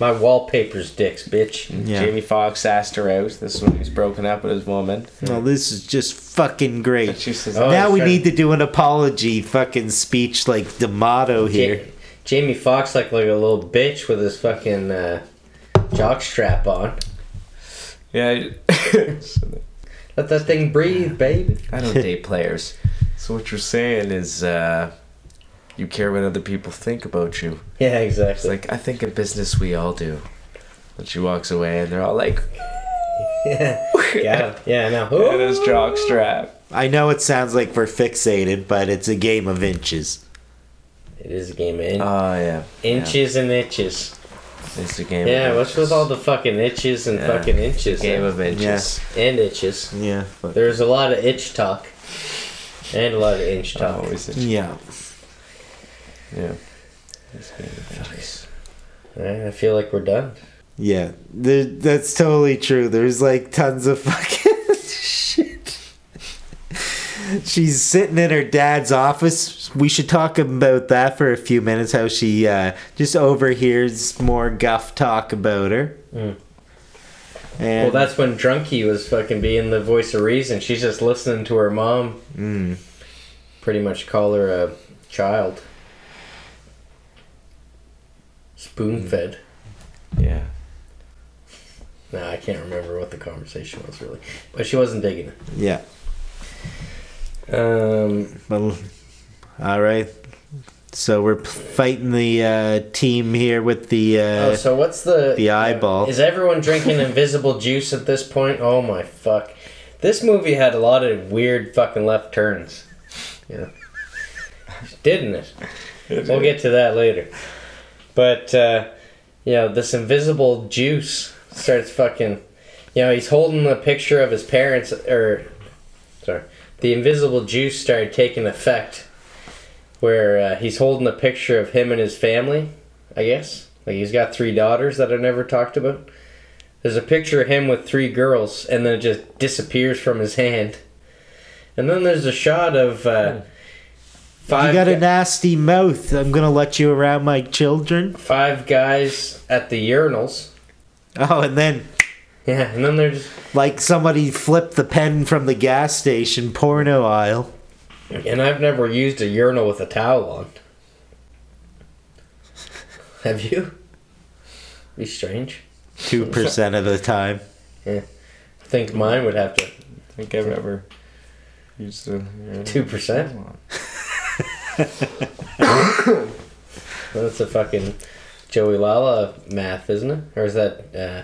Speaker 1: My wallpaper's dicks, bitch.
Speaker 2: Yeah.
Speaker 3: Jamie Foxx asked her out. This is when he was broken up with his woman.
Speaker 2: No, this is just fucking great.
Speaker 3: And she says,
Speaker 1: Oh,
Speaker 2: now we
Speaker 1: sure.
Speaker 2: need to do an apology fucking speech like D'Amato here.
Speaker 1: Ja- Jamie Foxx looked like a little bitch with his fucking uh, jock strap on.
Speaker 3: Yeah,
Speaker 1: Let that thing breathe, baby.
Speaker 3: I don't date players. So what you're saying is uh, you care what other people think about you.
Speaker 1: Yeah,
Speaker 3: It's
Speaker 1: exactly.
Speaker 3: like I think in business we all do. And she walks away, and they're all like,
Speaker 1: yeah, yeah, yeah. I know.
Speaker 3: "It is jockstrap."
Speaker 2: I know it sounds like we're fixated, but it's a game of inches.
Speaker 1: It is a game of in-
Speaker 3: Oh yeah,
Speaker 1: inches and itches.
Speaker 3: Yeah. It's a game.
Speaker 1: Yeah,
Speaker 3: of
Speaker 1: what's with all the fucking itches and
Speaker 3: Yeah.
Speaker 1: fucking inches
Speaker 3: game
Speaker 1: and,
Speaker 3: of inches?
Speaker 1: and itches?
Speaker 2: Yeah. But
Speaker 1: There's a lot of itch talk and a lot of inch talk.
Speaker 3: Always a-
Speaker 2: yeah.
Speaker 3: yeah. It's game of inches.
Speaker 1: Alright, I feel like we're done.
Speaker 2: Yeah. There, that's totally true. There's like tons of fucking shit. She's sitting in her dad's office. We should talk about that for a few minutes. How she uh, just overhears more guff talk about her.
Speaker 1: Mm. Well,
Speaker 2: And
Speaker 1: that's when Drunky was fucking being the voice of reason. She's just listening to her mom
Speaker 2: Mm.
Speaker 1: pretty much call her a child. Spoon fed.
Speaker 3: Yeah.
Speaker 1: No, I can't remember what the conversation was really. But she wasn't digging
Speaker 2: yeah.
Speaker 1: it. Um,
Speaker 2: Well, all right. So we're p- fighting the uh, team here with the. Uh,
Speaker 1: Oh, so what's the
Speaker 2: the eyeball.
Speaker 1: Is everyone drinking invisible juice at this point? Oh my fuck! This movie had a lot of weird fucking left turns. Yeah, didn't it? We'll get to that later. But uh, you know, this invisible juice starts fucking. You know, he's holding a picture of his parents, or sorry, the invisible juice started taking effect, where uh, he's holding a picture of him and his family. I guess. Like he's got three daughters that I never talked about. There's a picture of him with three girls, and then it just disappears from his hand. And then there's a shot of uh, five.
Speaker 2: you got
Speaker 1: gu-
Speaker 2: a nasty mouth. I'm gonna let you around my children.
Speaker 1: five guys at the urinals.
Speaker 2: Oh, and then
Speaker 1: Yeah, and then they're just
Speaker 2: like somebody flipped the pen from the gas station porno aisle.
Speaker 1: and I've never used a urinal with a towel on. Have you? Be strange.
Speaker 2: Two percent of the time.
Speaker 1: I think mine would have to
Speaker 3: I think I've ever used to.
Speaker 1: two percent. That's a fucking Joey Lala math, isn't it? Or is that uh,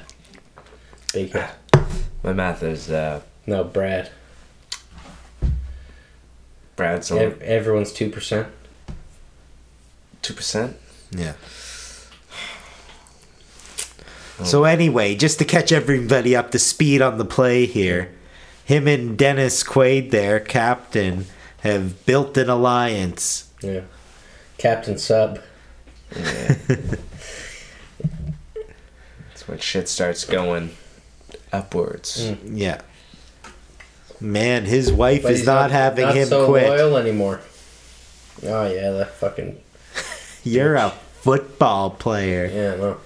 Speaker 1: Big
Speaker 2: Ah.
Speaker 1: Head?
Speaker 3: My math is uh,
Speaker 1: No, Brad.
Speaker 3: Brad.
Speaker 2: Oh.
Speaker 3: So
Speaker 1: Ev- everyone's two percent.
Speaker 3: two percent.
Speaker 2: Yeah. So anyway, just to catch everybody up to speed on the play here, him and Dennis Quaid, their captain, have built an alliance.
Speaker 1: Yeah. Captain Sub.
Speaker 3: That's when shit starts going upwards.
Speaker 1: Mm.
Speaker 2: Yeah. Man, his wife
Speaker 1: But
Speaker 2: is not, having
Speaker 1: not
Speaker 2: him
Speaker 1: so
Speaker 2: quit.
Speaker 1: loyal anymore. Oh yeah, that fucking
Speaker 2: You're a football player.
Speaker 1: yeah no.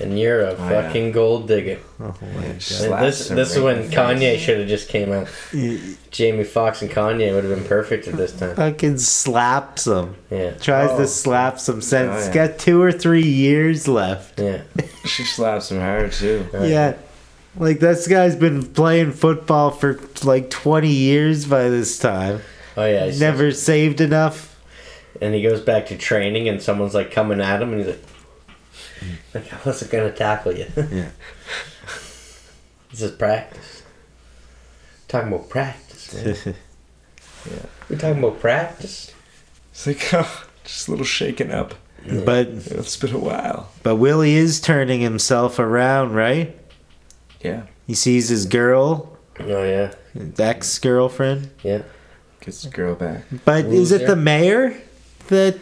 Speaker 1: And you're a
Speaker 3: Oh, yeah.
Speaker 1: fucking gold digger.
Speaker 2: Oh my
Speaker 3: Yeah,
Speaker 2: god.
Speaker 3: just slaps
Speaker 1: this
Speaker 3: him
Speaker 1: this is
Speaker 3: right
Speaker 1: when
Speaker 3: in the face.
Speaker 1: Kanye should have just came out.
Speaker 2: He
Speaker 1: Jamie Foxx and Kanye would have been perfect at this time.
Speaker 2: fucking slaps him.
Speaker 1: Yeah.
Speaker 2: Tries
Speaker 3: Oh.
Speaker 2: to slap some sense.
Speaker 3: Oh, yeah.
Speaker 2: He's got two or three years left.
Speaker 1: Yeah.
Speaker 3: She slaps him hard too.
Speaker 1: Right.
Speaker 2: Yeah. Like this guy's been playing football for like 20 years by this time.
Speaker 1: Oh yeah. he's-
Speaker 2: Never saved enough.
Speaker 1: And he goes back to training, and someone's like coming at him, and he's like, "Like I wasn't gonna tackle you.
Speaker 2: Yeah.
Speaker 1: this is practice. Talking about practice, man. We're talking about practice.
Speaker 3: It's like, oh, just a little shaken up.
Speaker 2: but
Speaker 3: It's been a while.
Speaker 2: but Willie is turning himself around, right?
Speaker 3: Yeah,
Speaker 2: He sees his girl,
Speaker 1: Oh yeah.
Speaker 2: ex-girlfriend.
Speaker 1: Yeah.
Speaker 3: gets the girl back.
Speaker 2: But is it
Speaker 1: Loser.
Speaker 2: the mayor that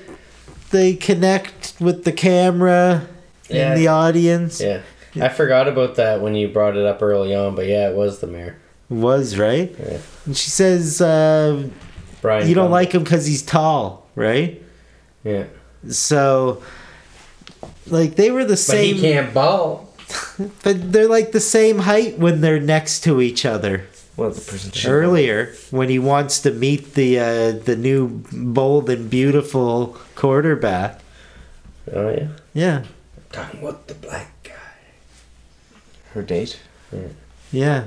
Speaker 2: they connect with the camera
Speaker 1: Yeah.
Speaker 2: and the audience?
Speaker 1: Yeah. I forgot about that when you brought it up early on, but yeah, it was the mayor.
Speaker 2: Was right.
Speaker 1: Yeah.
Speaker 2: And she says, uh,
Speaker 1: Brian.
Speaker 2: "You don't
Speaker 1: Gumble.
Speaker 2: like him because he's tall, right?"
Speaker 1: Yeah.
Speaker 2: So, like, they were the
Speaker 1: But
Speaker 2: same,
Speaker 1: he can't ball.
Speaker 2: but they're like the same height when they're next to each other.
Speaker 3: Well, the person she-
Speaker 2: Earlier, when he wants to meet the uh, the new bold and beautiful quarterback,
Speaker 1: Oh yeah.
Speaker 2: yeah,
Speaker 1: Talking about the black guy.
Speaker 3: her date.
Speaker 2: Yeah.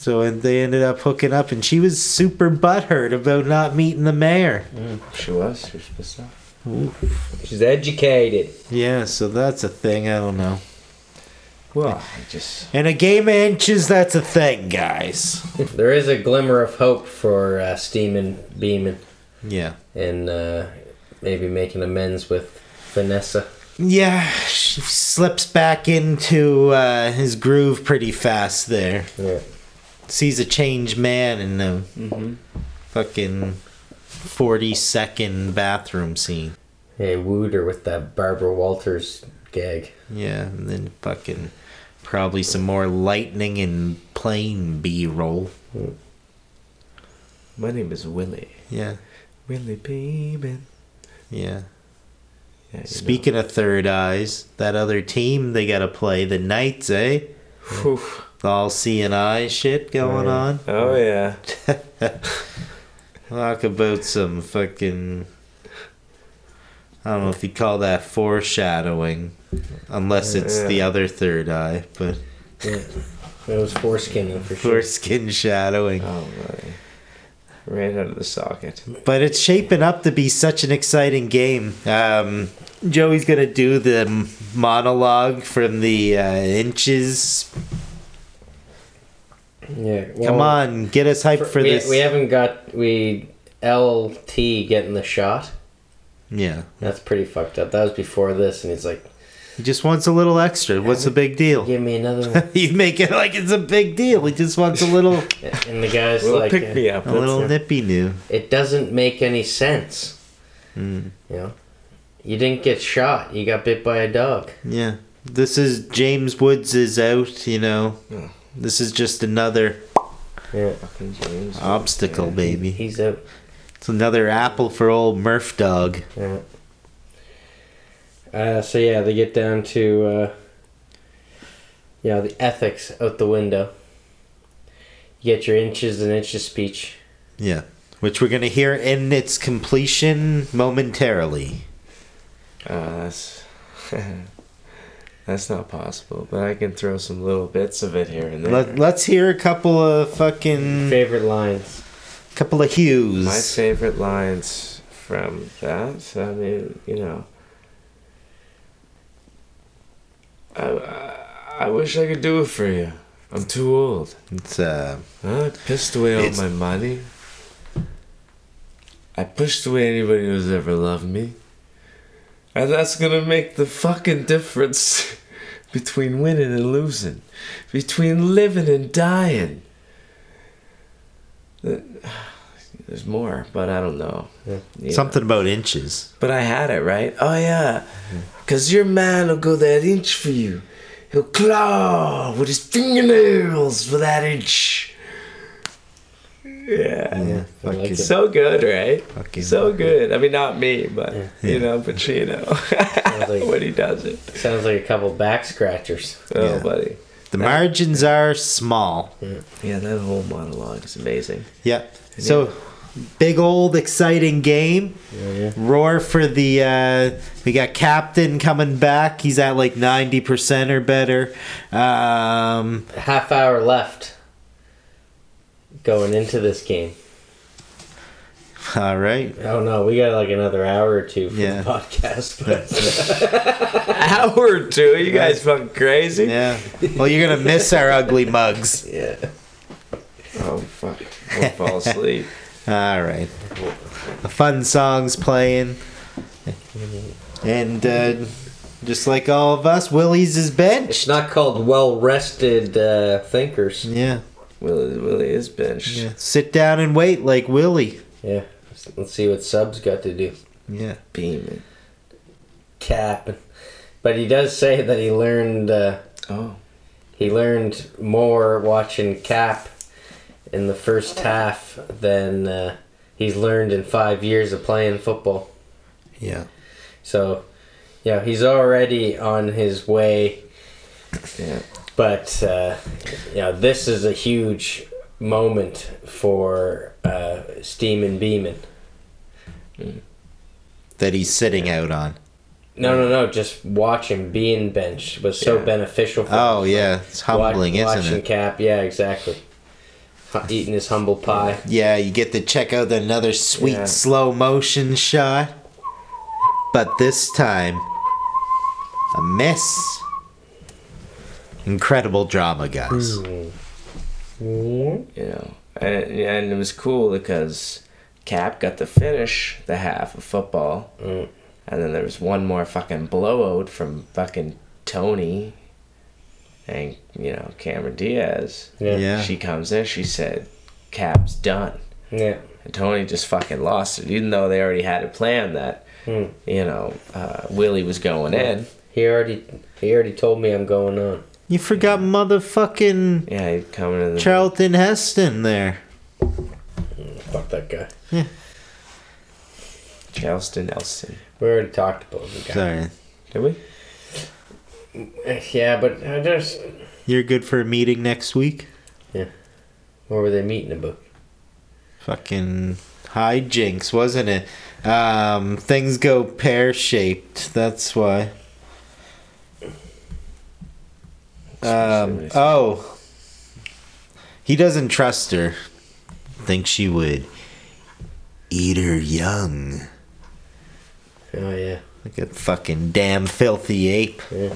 Speaker 2: So and they ended up hooking up, and she was super butthurt about not meeting the mayor.
Speaker 3: She was. She was pissed off.
Speaker 1: She's educated.
Speaker 2: Yeah, so that's a thing. I don't know.
Speaker 3: Well, I just
Speaker 2: And a gay man choose that's a thing, guys.
Speaker 1: there is a glimmer of hope for uh, Steeman Beeman
Speaker 2: Yeah.
Speaker 1: and uh, maybe making amends with Vanessa.
Speaker 2: Yeah, she slips back into uh, his groove pretty fast there.
Speaker 1: Yeah.
Speaker 2: Sees a changed man in the
Speaker 3: mm-hmm.
Speaker 2: fucking 40 second bathroom scene.
Speaker 1: Hey, wooed her with that Barbara Walters gag.
Speaker 2: Yeah, and then fucking probably some more lightning and plain B roll.
Speaker 3: my name is Willie.
Speaker 2: Yeah,
Speaker 3: Willie Beeman.
Speaker 2: yeah.
Speaker 3: Yeah, you know.
Speaker 2: Speaking of third eyes, that other team they gotta play the Knights, eh?
Speaker 3: Whew.
Speaker 2: All C and I shit going on.
Speaker 3: Oh yeah.
Speaker 2: Talk about some fucking. I don't know if you call that foreshadowing, unless it's the
Speaker 3: Yeah.
Speaker 2: other third eye, but
Speaker 1: Yeah. It was foreskin for sure.
Speaker 2: foreskin shadowing.
Speaker 3: Oh my. Right out of the socket.
Speaker 2: But it's shaping up to be such an exciting game. Um, Joey's gonna do the m- monologue from the uh, inches.
Speaker 1: Yeah. well,
Speaker 2: Come on, get us hyped for,
Speaker 1: we,
Speaker 2: this.
Speaker 1: We haven't got we LT getting the shot.
Speaker 2: yeah,
Speaker 1: That's pretty fucked up. That was before this, and he's like,
Speaker 2: he just wants a little extra. What's the big deal?
Speaker 1: "Give me another one,"
Speaker 2: You make it like it's a big deal. He just wants a little,
Speaker 1: and the guy's
Speaker 3: Little
Speaker 1: like,
Speaker 3: pick me up.
Speaker 2: a little
Speaker 3: That's-
Speaker 2: nippy new.
Speaker 1: it doesn't make any sense. You know, you didn't get shot. You got bit by a dog.
Speaker 2: Yeah, this is James Woods is out. You know,
Speaker 3: Yeah.
Speaker 2: this is just another
Speaker 1: Yeah,
Speaker 3: Fucking James.
Speaker 2: Oh. obstacle, baby.
Speaker 1: he's out.
Speaker 2: It's another apple for old Murph Dog.
Speaker 1: Yeah. Uh, so yeah, they get down to uh, you know the ethics out the window. You get your inches and inches speech.
Speaker 2: Yeah. Which we're going to hear in its completion momentarily.
Speaker 3: Uh, that's that's not possible. But I can throw some little bits of it here and there.
Speaker 2: Let, let's hear a couple of fucking.
Speaker 1: Favorite lines.
Speaker 2: couple of
Speaker 3: My
Speaker 2: hues.
Speaker 3: favorite lines from that. I mean, you know, I, I I wish I could do it for you. I'm too old.
Speaker 2: It's, uh,
Speaker 3: I pissed away all
Speaker 2: It's-
Speaker 3: my money. I pushed away anybody who's ever loved me. And that's gonna make the fucking difference between winning and losing, between living and dying. The- There's more, but I don't know. Yeah.
Speaker 2: Something about inches.
Speaker 3: But I had it right. Oh yeah, cause your man will go that inch for you. He'll claw with his fingernails for that inch. Yeah.
Speaker 2: Mm. Yeah.
Speaker 1: I like
Speaker 2: fucking-
Speaker 1: it.
Speaker 3: So good, right?
Speaker 2: Fucking
Speaker 3: so
Speaker 2: love it.
Speaker 3: good. I mean, not me, but
Speaker 2: Yeah.
Speaker 3: you know, Pacino
Speaker 1: like-
Speaker 3: when he does it.
Speaker 1: Sounds like a couple back scratchers.
Speaker 3: Oh,
Speaker 2: Yeah.
Speaker 3: buddy.
Speaker 2: The margins are small.
Speaker 3: Yeah, that whole monologue is amazing.
Speaker 2: Yeah. So big old exciting game.
Speaker 1: yeah.
Speaker 2: Roar for the uh we got Captain coming back. He's at like 90% or better. Um
Speaker 1: Half hour left going into this game.
Speaker 2: all right.
Speaker 1: Oh no, we got like another hour or two for
Speaker 2: Yeah.
Speaker 1: the podcast. But
Speaker 3: Hour or Oh, two? You guys fucking crazy?
Speaker 2: Yeah. Well, you're going to miss our ugly mugs.
Speaker 1: yeah,
Speaker 3: Oh fuck! I'll fall asleep.
Speaker 2: All right. A fun song's playing. And uh just like all of us, Willie's is
Speaker 1: it's
Speaker 2: benched.
Speaker 1: not called well rested uh, thinkers.
Speaker 2: Yeah.
Speaker 3: Willie, Willie is benched.
Speaker 2: yeah. Sit down and wait like Willie.
Speaker 1: Yeah, let's, let's see what subs got to do.
Speaker 2: Yeah.
Speaker 3: Beaming.
Speaker 1: Cap, but he does say that he learned uh,
Speaker 3: Oh.
Speaker 1: he learned more watching Cap in the first half than uh, he's learned in five years of playing football.
Speaker 2: Yeah.
Speaker 1: So, yeah, he's already on his way,
Speaker 3: Yeah.
Speaker 1: but uh, yeah, this is a huge moment for uh, Steam and Beeman.
Speaker 2: That he's sitting out on.
Speaker 1: No, no, no, just watching being benched was so
Speaker 3: Yeah.
Speaker 1: beneficial for
Speaker 2: Oh yeah, it's humbling,
Speaker 1: Wa-
Speaker 2: isn't
Speaker 1: watching
Speaker 2: it?
Speaker 1: Cap, yeah, exactly. Hu- Eating his humble pie.
Speaker 2: Yeah, you get to check out another sweet
Speaker 3: Yeah.
Speaker 2: slow motion shot, but this time a miss. Incredible drama, guys.
Speaker 3: You know, and, and it was cool because Cap got to finish the half of football, and then there was one more fucking blowout from fucking Tony, and you know Cameron Diaz.
Speaker 1: Yeah.
Speaker 2: Yeah.
Speaker 3: She comes in, she said, "Cap's done."
Speaker 1: Yeah.
Speaker 3: And Tony just fucking lost it, even though they already had it planned that, you know, uh, Willie was going in.
Speaker 1: He already he already told me I'm going on.
Speaker 2: You forgot motherfucking
Speaker 3: Yeah, he'd come into the.
Speaker 2: Charlton Heston there.
Speaker 1: Fuck that guy.
Speaker 3: Charleston Elson.
Speaker 1: We already talked about the guy. Eh,
Speaker 2: Sorry.
Speaker 3: Did we?
Speaker 1: Yeah, but I just
Speaker 2: You're good for a meeting next week?
Speaker 1: what were they meeting about?
Speaker 2: Fucking hijinks, wasn't it? Um, things go pear shaped. That's why. Um, oh, he doesn't trust her. Think she would eat her young.
Speaker 1: Oh yeah.
Speaker 2: Like a fucking damn filthy ape.
Speaker 1: Yeah.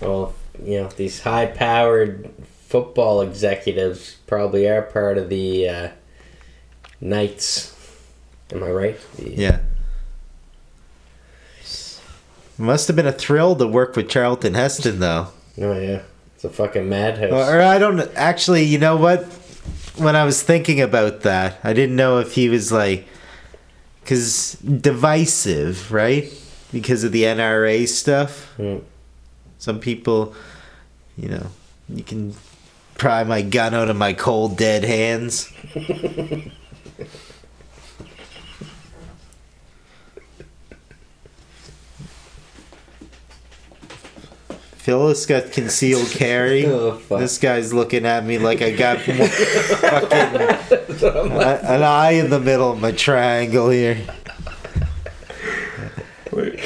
Speaker 1: Well, you know, these high powered football executives probably are part of the uh, Knights. Am I right? The-
Speaker 2: Yeah. Must have been a thrill to work with Charlton Heston, though.
Speaker 1: Oh, yeah. It's a fucking madhouse.
Speaker 2: Or, or I don't actually. You know what? When I was thinking about that, I didn't know if he was like, because divisive, right? Because of the NRA stuff.
Speaker 1: Hmm.
Speaker 2: Some people, you know, you can pry my gun out of my cold dead hands. Phyllis got concealed carry.
Speaker 1: Oh, fuck.
Speaker 2: This guy's looking at me like I got mo- fucking a- an eye in the middle of my triangle here.
Speaker 3: Wait.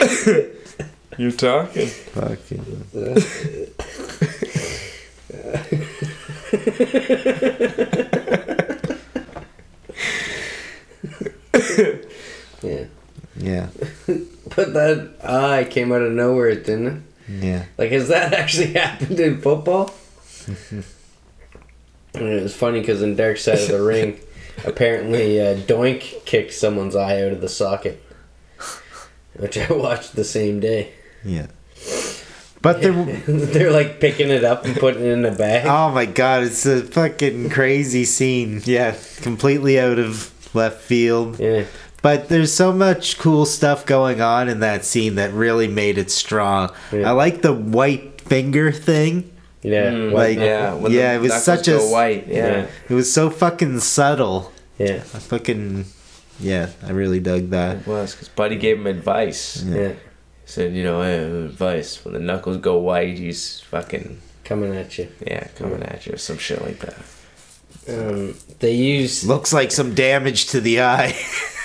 Speaker 3: You're talking.
Speaker 2: Fucking.
Speaker 1: yeah.
Speaker 2: Yeah.
Speaker 1: But that eye came out of nowhere, didn't it?
Speaker 2: Yeah.
Speaker 1: Like, has that actually happened in football? and it was funny because in Dark Side of the Ring, apparently uh, Doink kicked someone's eye out of the socket, which I watched the same day.
Speaker 2: Yeah. But the.
Speaker 1: They're like picking it up and putting it in a bag.
Speaker 2: Oh my god, it's a fucking crazy scene. Yeah. Completely out of left field.
Speaker 1: Yeah.
Speaker 2: But there's so much cool stuff going on in that scene that really made it strong.
Speaker 1: Yeah.
Speaker 2: I like the white finger thing.
Speaker 1: Yeah.
Speaker 3: Hmm.
Speaker 2: Like,
Speaker 3: Mm, yeah, when
Speaker 2: yeah,
Speaker 3: the
Speaker 2: it was
Speaker 3: knuckles
Speaker 2: such a
Speaker 3: go white. Yeah,
Speaker 2: It was so fucking subtle.
Speaker 1: Yeah.
Speaker 2: I fucking yeah, I really dug that.
Speaker 3: it was because Buddy gave him advice.
Speaker 2: Yeah.
Speaker 1: Yeah.
Speaker 3: Said, you know, eh, advice when the knuckles go white, he's fucking
Speaker 1: Coming at you.
Speaker 3: yeah coming at you or some shit like that.
Speaker 1: Um, they use.
Speaker 2: Looks like some damage to the eye.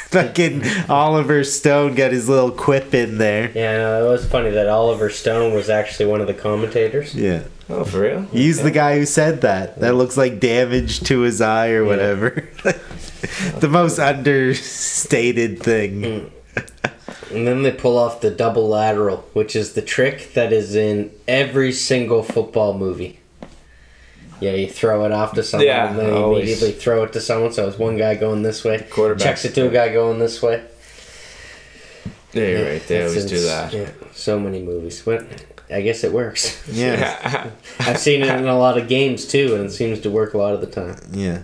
Speaker 2: fucking Oliver Stone got his little quip in there.
Speaker 1: Yeah, no, it was funny that Oliver Stone was actually one of the commentators.
Speaker 2: Yeah.
Speaker 3: Oh, for real?
Speaker 2: He's the guy who said that. That looks like damage to his eye or whatever. the most understated thing.
Speaker 1: And then they pull off the double lateral, which is the trick that is in every single football movie. Yeah, you throw it off to someone,
Speaker 3: Yeah,
Speaker 1: and then you
Speaker 3: always.
Speaker 1: immediately throw it to someone. So it's one guy going this way,
Speaker 3: Quarterback.
Speaker 1: checks it to a guy going this way.
Speaker 3: Yeah, you're right. They
Speaker 1: It's
Speaker 3: always do
Speaker 1: ins-
Speaker 3: that.
Speaker 1: Yeah, so many movies, but I guess it works.
Speaker 2: Yeah.
Speaker 1: I've seen it in a lot of games too, and it seems to work a lot of the time.
Speaker 2: Yeah.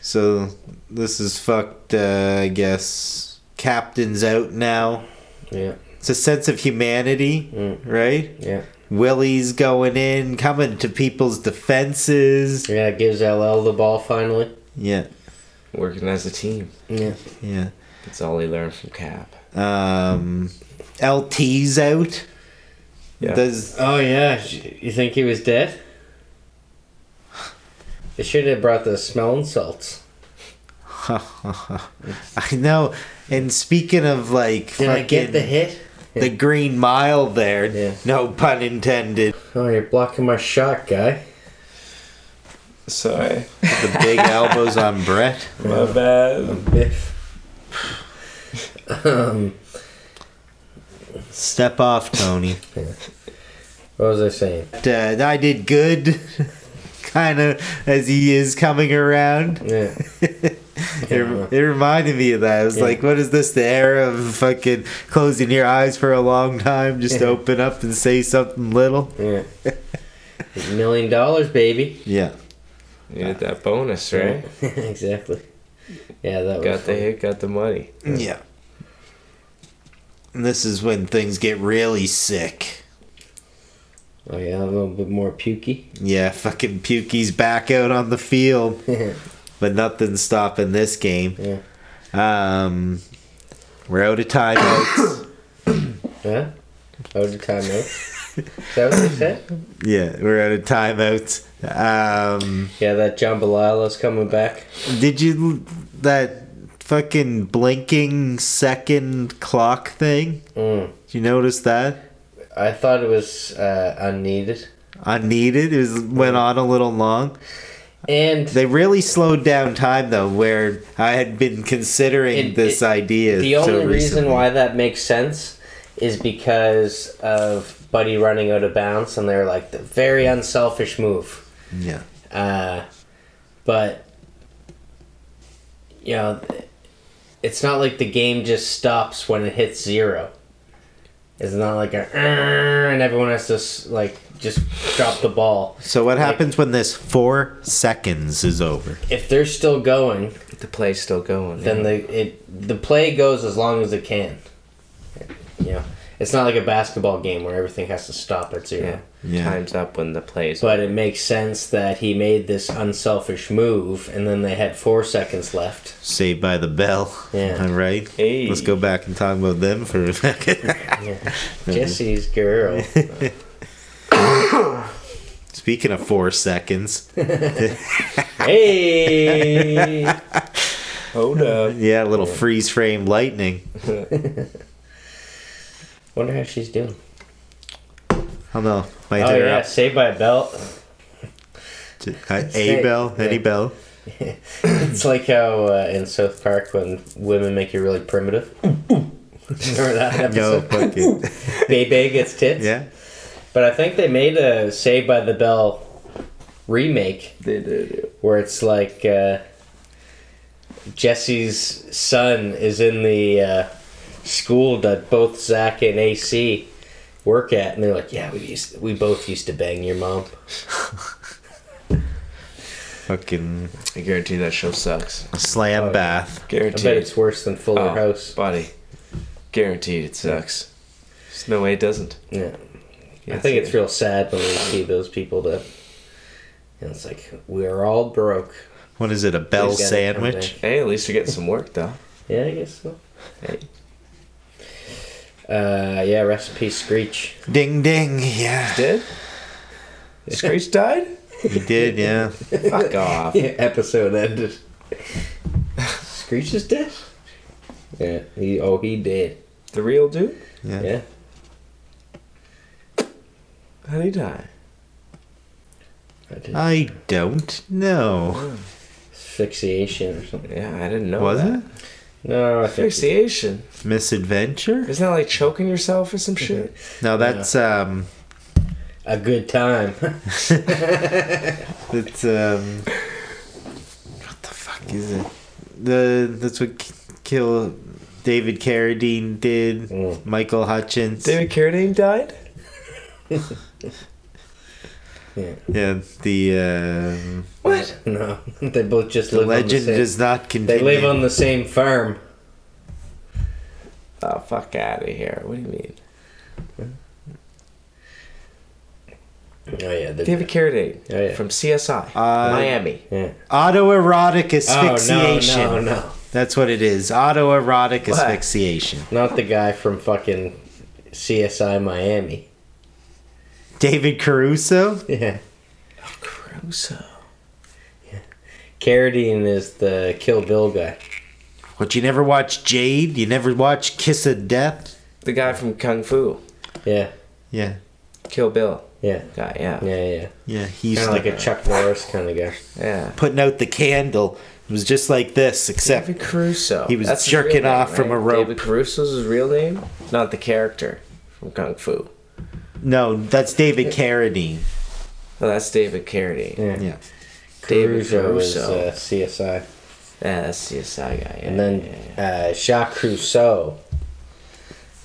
Speaker 2: So this is fucked uh, I guess captain's out now.
Speaker 1: Yeah,
Speaker 2: It's a sense of humanity, right?
Speaker 1: yeah,
Speaker 2: Willie's going in, coming to people's defenses.
Speaker 1: yeah. It gives LL the ball finally.
Speaker 2: Yeah,
Speaker 3: Working as a team.
Speaker 1: Yeah,
Speaker 2: yeah.
Speaker 3: That's all he learned from Cap.
Speaker 2: Um, LT's out.
Speaker 3: Yeah.
Speaker 2: Does
Speaker 1: Oh yeah, you think he was dead? They should have brought the smelling salts.
Speaker 2: I know? And speaking of like
Speaker 1: Did I get
Speaker 2: fucking
Speaker 1: the
Speaker 2: the,
Speaker 1: hit?
Speaker 2: Green Mile, there.
Speaker 1: Yeah.
Speaker 2: No pun intended.
Speaker 1: Oh, you're blocking my shot, guy.
Speaker 3: Sorry.
Speaker 2: The big elbows on Brett.
Speaker 3: My bad.
Speaker 1: Biff. um,
Speaker 2: Step off, Tony.
Speaker 1: what was I saying?
Speaker 2: Uh, I did good. kind of as he is coming around.
Speaker 1: Yeah,
Speaker 2: It, it reminded me of that. It was
Speaker 1: Yeah.
Speaker 2: like, what is this? The era of fucking closing your eyes for a long time, just to
Speaker 1: Yeah.
Speaker 2: open up and say something little.
Speaker 1: yeah. Million dollars, baby.
Speaker 2: Yeah.
Speaker 3: You did that bonus, right?
Speaker 1: exactly. Yeah, that was
Speaker 3: Got
Speaker 1: fun.
Speaker 3: the hit, got the money.
Speaker 2: Yeah. And this is when things get really sick.
Speaker 1: Oh yeah, a little bit more pukey.
Speaker 2: Yeah, fucking Pukey's back out on the field,
Speaker 1: yeah,
Speaker 2: but nothing's stopping this game. Um, we're out of timeouts.
Speaker 1: yeah. Over time, out. Is that what they said?
Speaker 2: yeah, we're out of timeouts. Um,
Speaker 1: Yeah, that John Belial's coming back.
Speaker 2: Did you that fucking blinking second clock thing?
Speaker 1: Mm.
Speaker 2: Did you notice that?
Speaker 1: I thought it was uh, unneeded.
Speaker 2: Unneeded. It was went on a little long.
Speaker 1: And
Speaker 2: They really slowed down time though, where I had been considering
Speaker 1: It-
Speaker 2: this
Speaker 1: it-
Speaker 2: idea.
Speaker 1: the
Speaker 2: so
Speaker 1: only reason
Speaker 2: recently.
Speaker 1: why that makes sense is because of Buddy running out of bounds, and they're like the very unselfish move.
Speaker 2: Yeah.
Speaker 1: Uh, but you know, it's not like the game just stops when it hits zero. It's not like a "Err," and everyone has to s- like just drop the ball.
Speaker 2: So what happens when this four seconds is over?
Speaker 1: If they're still going,
Speaker 3: The play's still going.
Speaker 1: then the it the play goes as long as it can. You know, it's not like a basketball game where everything has to stop at zero.
Speaker 3: yeah.
Speaker 2: Yeah.
Speaker 3: Time's up when the play's
Speaker 1: But it makes sense that he made this unselfish move, and then they had four seconds left.
Speaker 2: Saved by the Bell.
Speaker 1: Yeah.
Speaker 2: All right.
Speaker 3: Hey.
Speaker 2: Let's go back and talk about them for a second.
Speaker 1: Yeah. Jesse's girl.
Speaker 2: Speaking of four seconds.
Speaker 1: Hey!
Speaker 3: Hold up.
Speaker 2: Yeah, a little freeze frame lightning.
Speaker 1: Wonder how she's doing.
Speaker 2: Oh no, my
Speaker 1: Oh
Speaker 2: they're
Speaker 1: yeah,
Speaker 2: up
Speaker 1: saved by a belt.
Speaker 2: to- uh,
Speaker 1: Sick.
Speaker 2: a bell,
Speaker 1: Yeah.
Speaker 2: any bell.
Speaker 1: It's like how uh, in South Park when women make you really primitive. Remember that
Speaker 2: No,
Speaker 1: episode?
Speaker 2: fuck it.
Speaker 1: Bebe gets tits.
Speaker 2: Yeah,
Speaker 1: But I think they made a Saved by the Bell remake
Speaker 3: They did it.
Speaker 1: where it's like uh, Jesse's son is in the uh, school that both Zach and AC work at, and they're like, "Yeah, we used, we both used to bang your mom."
Speaker 2: Fucking
Speaker 3: I guarantee that show sucks.
Speaker 2: slam
Speaker 1: Oh, yeah.
Speaker 2: bath.
Speaker 1: I
Speaker 3: Guaranteed.
Speaker 1: bet it's worse than Fuller
Speaker 3: Oh,
Speaker 1: House.
Speaker 3: buddy. Guaranteed it sucks. There's no way it doesn't.
Speaker 1: Yeah. I
Speaker 3: Yes,
Speaker 1: think it's
Speaker 3: yeah.
Speaker 1: real sad when we see those people that. And it's like we're all broke.
Speaker 2: What is it? A bell
Speaker 1: Please get it from
Speaker 2: sandwich?
Speaker 3: Hey, at least you're getting some work though.
Speaker 1: Yeah, I guess so.
Speaker 3: Hey.
Speaker 1: Uh, yeah, recipe Screech.
Speaker 2: Ding ding. Yeah,
Speaker 3: Did? Screech died?
Speaker 2: he did. Yeah.
Speaker 3: Fuck off.
Speaker 1: Episode ended. Screech is dead. Yeah. He. Oh, he did.
Speaker 3: The real dude?
Speaker 2: Yeah.
Speaker 1: Yeah.
Speaker 3: How'd he die?
Speaker 1: I did.
Speaker 2: I don't know.
Speaker 1: Oh. Asphyxiation or something.
Speaker 3: Yeah, I didn't know.
Speaker 2: Was
Speaker 3: that.
Speaker 2: it
Speaker 1: No, I think
Speaker 3: Asphyxiation.
Speaker 2: misadventure?
Speaker 3: Isn't that like choking yourself or some shit?
Speaker 2: No, that's um,
Speaker 1: a good time.
Speaker 2: that's um, what the fuck is it? The that's what k- kill David Carradine did.
Speaker 1: Mm.
Speaker 2: Michael Hutchins.
Speaker 3: David Carradine died?
Speaker 1: yeah.
Speaker 2: Yeah, the um,
Speaker 3: What?
Speaker 1: No, they both just
Speaker 2: the
Speaker 1: live.
Speaker 2: legend
Speaker 1: on the same,
Speaker 2: does not continue.
Speaker 1: They live on the same farm.
Speaker 3: Oh, fuck out of here. What do you mean?
Speaker 1: Oh yeah. they're-
Speaker 3: David Carradine
Speaker 1: Oh, yeah.
Speaker 3: from CSI,
Speaker 2: Uh,
Speaker 3: Miami.
Speaker 1: Yeah.
Speaker 2: autoerotic
Speaker 1: Oh no
Speaker 2: asphyxiation.
Speaker 1: no no!
Speaker 2: That's what it is. Autoerotic
Speaker 3: What?
Speaker 2: asphyxiation.
Speaker 1: Not the guy from fucking CSI Miami.
Speaker 2: David Caruso.
Speaker 1: Yeah.
Speaker 3: Caruso.
Speaker 1: Carradine is the Kill Bill guy.
Speaker 2: What you never watch Jade? You never watch Kiss of Death?
Speaker 3: The guy from Kung Fu,
Speaker 1: Yeah.
Speaker 2: Yeah,
Speaker 3: Kill Bill.
Speaker 1: Yeah.
Speaker 3: Guy, yeah.
Speaker 1: Yeah yeah.
Speaker 2: yeah. He used
Speaker 1: Kind of like
Speaker 2: to
Speaker 1: a Chuck Norris kind of guy.
Speaker 3: Yeah.
Speaker 2: putting out the candle. It was just like this, except
Speaker 3: David Caruso.
Speaker 2: He was
Speaker 3: That's his
Speaker 2: jerking
Speaker 3: real name,
Speaker 2: off from
Speaker 3: right?
Speaker 2: a rope.
Speaker 3: David Caruso's his real name? Not the character from Kung Fu.
Speaker 2: no, that's David Carradine.
Speaker 3: Oh, that's David Carradine. Yeah,
Speaker 1: Yeah.
Speaker 2: Yeah,
Speaker 3: David
Speaker 1: Caruso is
Speaker 3: Caruso.
Speaker 1: uh, CSI,
Speaker 3: that's the CSI guy. Yeah,
Speaker 1: and then
Speaker 3: yeah, yeah.
Speaker 1: uh, Jacques Rousseau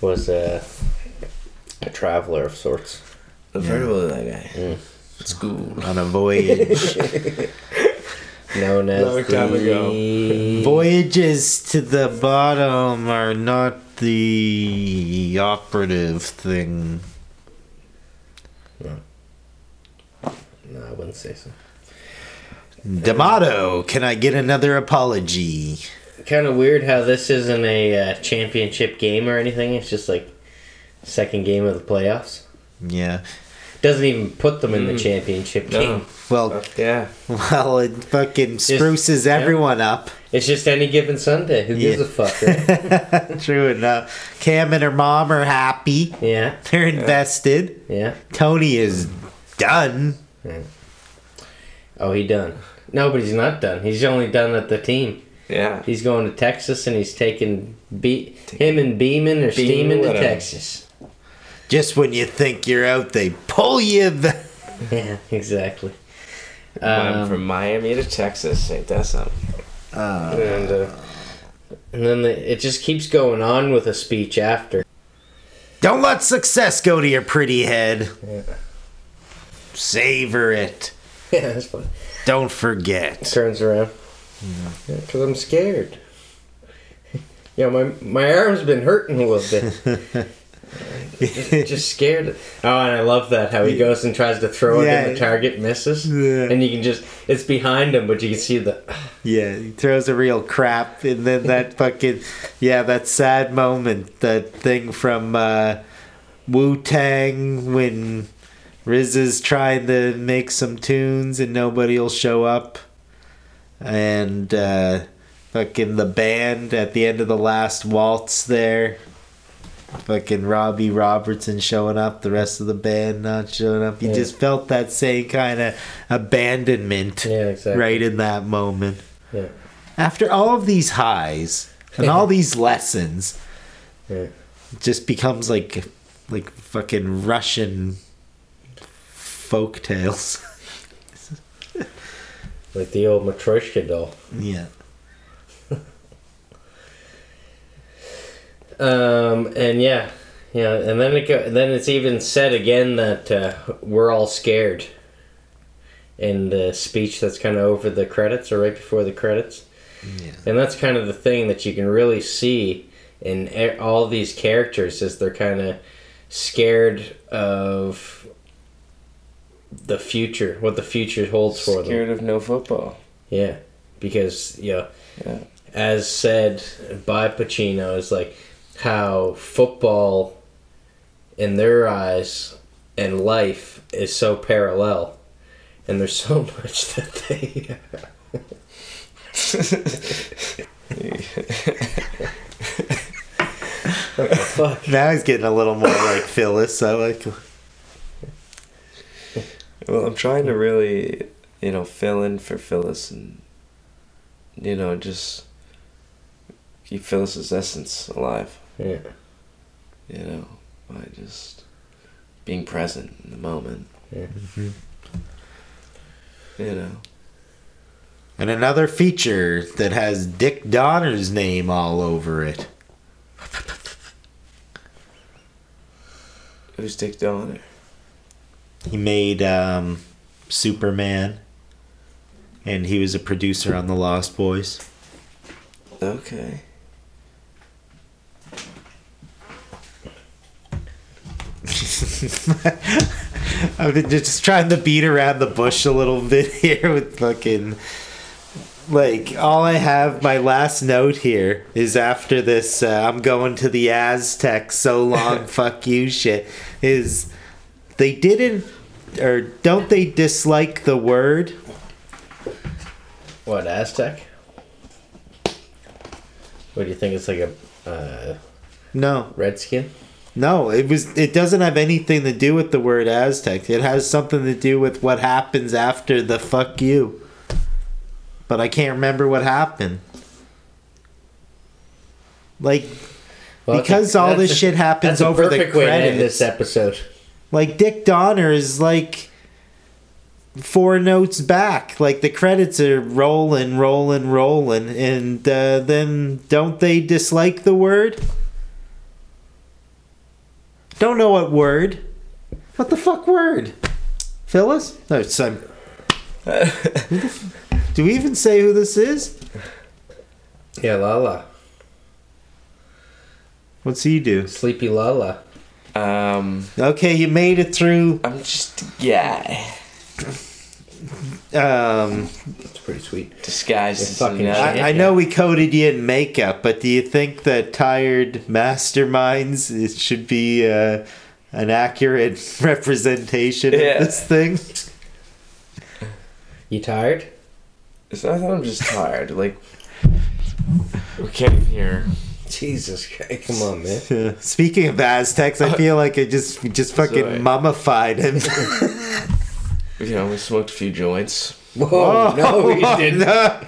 Speaker 1: was a a traveler of sorts.
Speaker 3: I've heard about that guy. It's cool.
Speaker 2: on a voyage.
Speaker 1: known as
Speaker 3: Long time
Speaker 1: the
Speaker 2: Voyages to the bottom are not the operative thing.
Speaker 1: No, I wouldn't say so.
Speaker 2: D'Amato, can I get another apology?
Speaker 1: Kind of weird how this isn't a uh, championship game or anything. It's just like second game of the playoffs.
Speaker 2: Yeah.
Speaker 1: Doesn't even put them in the championship
Speaker 3: Mm. No.
Speaker 1: game.
Speaker 2: Well,
Speaker 3: Yeah.
Speaker 1: Uh.
Speaker 2: well, it fucking spruces
Speaker 1: yeah.
Speaker 2: everyone up.
Speaker 1: It's just any given Sunday. Who gives
Speaker 2: Yeah.
Speaker 1: a fuck? Right?
Speaker 2: True enough. Cam and her mom are happy.
Speaker 1: yeah,
Speaker 2: They're invested.
Speaker 1: yeah.
Speaker 2: Tony is done.
Speaker 1: Oh, he done. No, but he's not done. He's only done at the team.
Speaker 3: Yeah.
Speaker 1: He's going to Texas and he's taking be- him and Beeman or Steeman to
Speaker 3: whatever.
Speaker 1: Texas.
Speaker 2: Just when you think you're out, they pull you. Th-
Speaker 1: Yeah, exactly.
Speaker 2: um,
Speaker 3: I'm from Miami to Texas. Ain't that something?
Speaker 1: and uh, and then the, it just keeps going on with a speech after.
Speaker 2: Don't let success go to your pretty head. Savor it.
Speaker 1: Yeah, that's fun.
Speaker 2: Don't forget.
Speaker 1: Turns around. Yeah, Cause I'm scared. Yeah, my my arm's been hurting a little bit. just, just scared. Oh, and I love that how he goes and tries to throw it
Speaker 2: Yeah.
Speaker 1: and the target misses,
Speaker 2: Yeah.
Speaker 1: and you can just it's behind him, but you can see the
Speaker 2: Yeah, he throws a real crap, and then that fucking yeah, that sad moment, that thing from uh, Wu Tang when Riz is trying to make some tunes and nobody'll show up, and uh, fucking the band at the end of the last waltz there. Fucking Robbie Robertson showing up, the rest of the band not showing up. You
Speaker 1: Yeah.
Speaker 2: just felt that same kind of abandonment
Speaker 1: yeah exactly
Speaker 2: right in that moment.
Speaker 1: Yeah.
Speaker 2: After all of these highs and all these lessons,
Speaker 1: Yeah.
Speaker 2: it just becomes like like fucking Russian folk tales.
Speaker 1: like the old Matryoshka doll.
Speaker 2: yeah.
Speaker 1: Um, and yeah, yeah, and then it go, then it's even said again that uh, we're all scared. and the speech that's kind of over the credits or right before the credits. And that's kind of the thing that you can really see in e- all these characters is they're kind of scared of the future, what the future holds for them.
Speaker 3: Scared of no football.
Speaker 1: Yeah, because you know,
Speaker 3: Yeah.
Speaker 1: as said by Pacino, is like how football, in their eyes, and life is so parallel, and there's so much that they. what the fuck?
Speaker 2: Now he's getting a little more like Phyllis. I like.
Speaker 3: Well, I'm trying to really, you know, fill in for Phyllis and, you know, just keep Phyllis's essence alive,
Speaker 1: Yeah.
Speaker 3: you know, by just being present in the moment.
Speaker 1: Yeah.
Speaker 3: You know,
Speaker 2: And another feature that has Dick Donner's name all over it.
Speaker 3: who's Dick Donner?
Speaker 2: He made um, Superman, and he was a producer on The Lost Boys.
Speaker 3: Okay.
Speaker 2: I've been just trying to beat around the bush a little bit here with fucking. Like, all I have, my last note here is after this, uh, I'm going to the Aztecs, so long, fuck you shit, is they didn't, or don't they dislike the word?
Speaker 1: What Aztec? What do you think? It's like a uh,
Speaker 2: No,
Speaker 1: redskin.
Speaker 2: no, it was, it doesn't have anything to do with the word Aztec. It has something to do with what happens after the fuck you. But I can't remember what happened. Like,
Speaker 1: Well,
Speaker 2: because
Speaker 1: that's a-
Speaker 2: all
Speaker 1: that's
Speaker 2: this
Speaker 1: a-
Speaker 2: shit happens
Speaker 1: That's a
Speaker 2: over the
Speaker 1: perfect way to end
Speaker 2: credits.
Speaker 1: this episode.
Speaker 2: Like Dick Donner is like four notes back. Like the credits are rolling, rolling, rolling, and uh, then don't they dislike the word? Don't know what word. What the fuck word? Phyllis? No, it's some. Do we even say who this is?
Speaker 1: Yeah, Lala.
Speaker 2: What's he do?
Speaker 1: Sleepy Lala.
Speaker 3: Um,
Speaker 2: Okay, you made it through.
Speaker 3: I'm just, yeah,
Speaker 2: Um,
Speaker 1: It's pretty sweet.
Speaker 3: disguised
Speaker 1: You're
Speaker 3: as
Speaker 1: fucking
Speaker 3: another-
Speaker 1: shit.
Speaker 2: I, I know we coded you in makeup, but do you think that tired masterminds it should be uh, an accurate representation
Speaker 3: Yeah.
Speaker 2: of this thing?
Speaker 1: You tired?
Speaker 3: It's not that I'm just tired. Like, we came here.
Speaker 1: Jesus Christ. Come on, man.
Speaker 2: Uh, Speaking of Aztecs,
Speaker 1: Uh,
Speaker 2: I feel like I just just fucking
Speaker 3: Sorry.
Speaker 2: mummified him.
Speaker 3: You know, we smoked a few joints.
Speaker 1: Whoa,
Speaker 2: Oh,
Speaker 1: no, we didn't.
Speaker 2: no.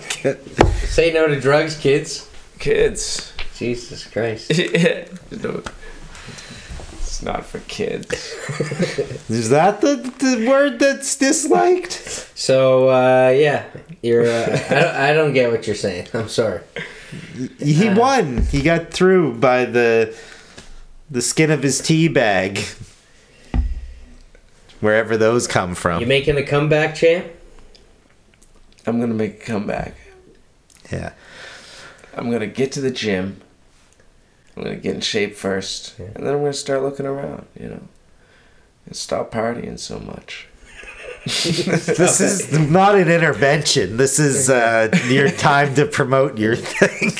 Speaker 1: Say no to drugs, kids.
Speaker 3: Kids.
Speaker 1: Jesus Christ.
Speaker 3: No, it's not for kids.
Speaker 2: Is that the, the word that's disliked?
Speaker 1: So, uh, yeah. You're, uh, I, don't, I don't get what you're saying. I'm sorry.
Speaker 2: He
Speaker 1: Uh.
Speaker 2: won. He got through by the the skin of his tea bag. Wherever those come from.
Speaker 1: You making a comeback, champ?
Speaker 3: I'm gonna make a comeback.
Speaker 2: yeah.
Speaker 3: I'm gonna get to the gym. I'm gonna get in shape first, and then I'm gonna start looking around. You know, and stop partying so much.
Speaker 2: This is not an intervention. This is uh, your time to promote your thing.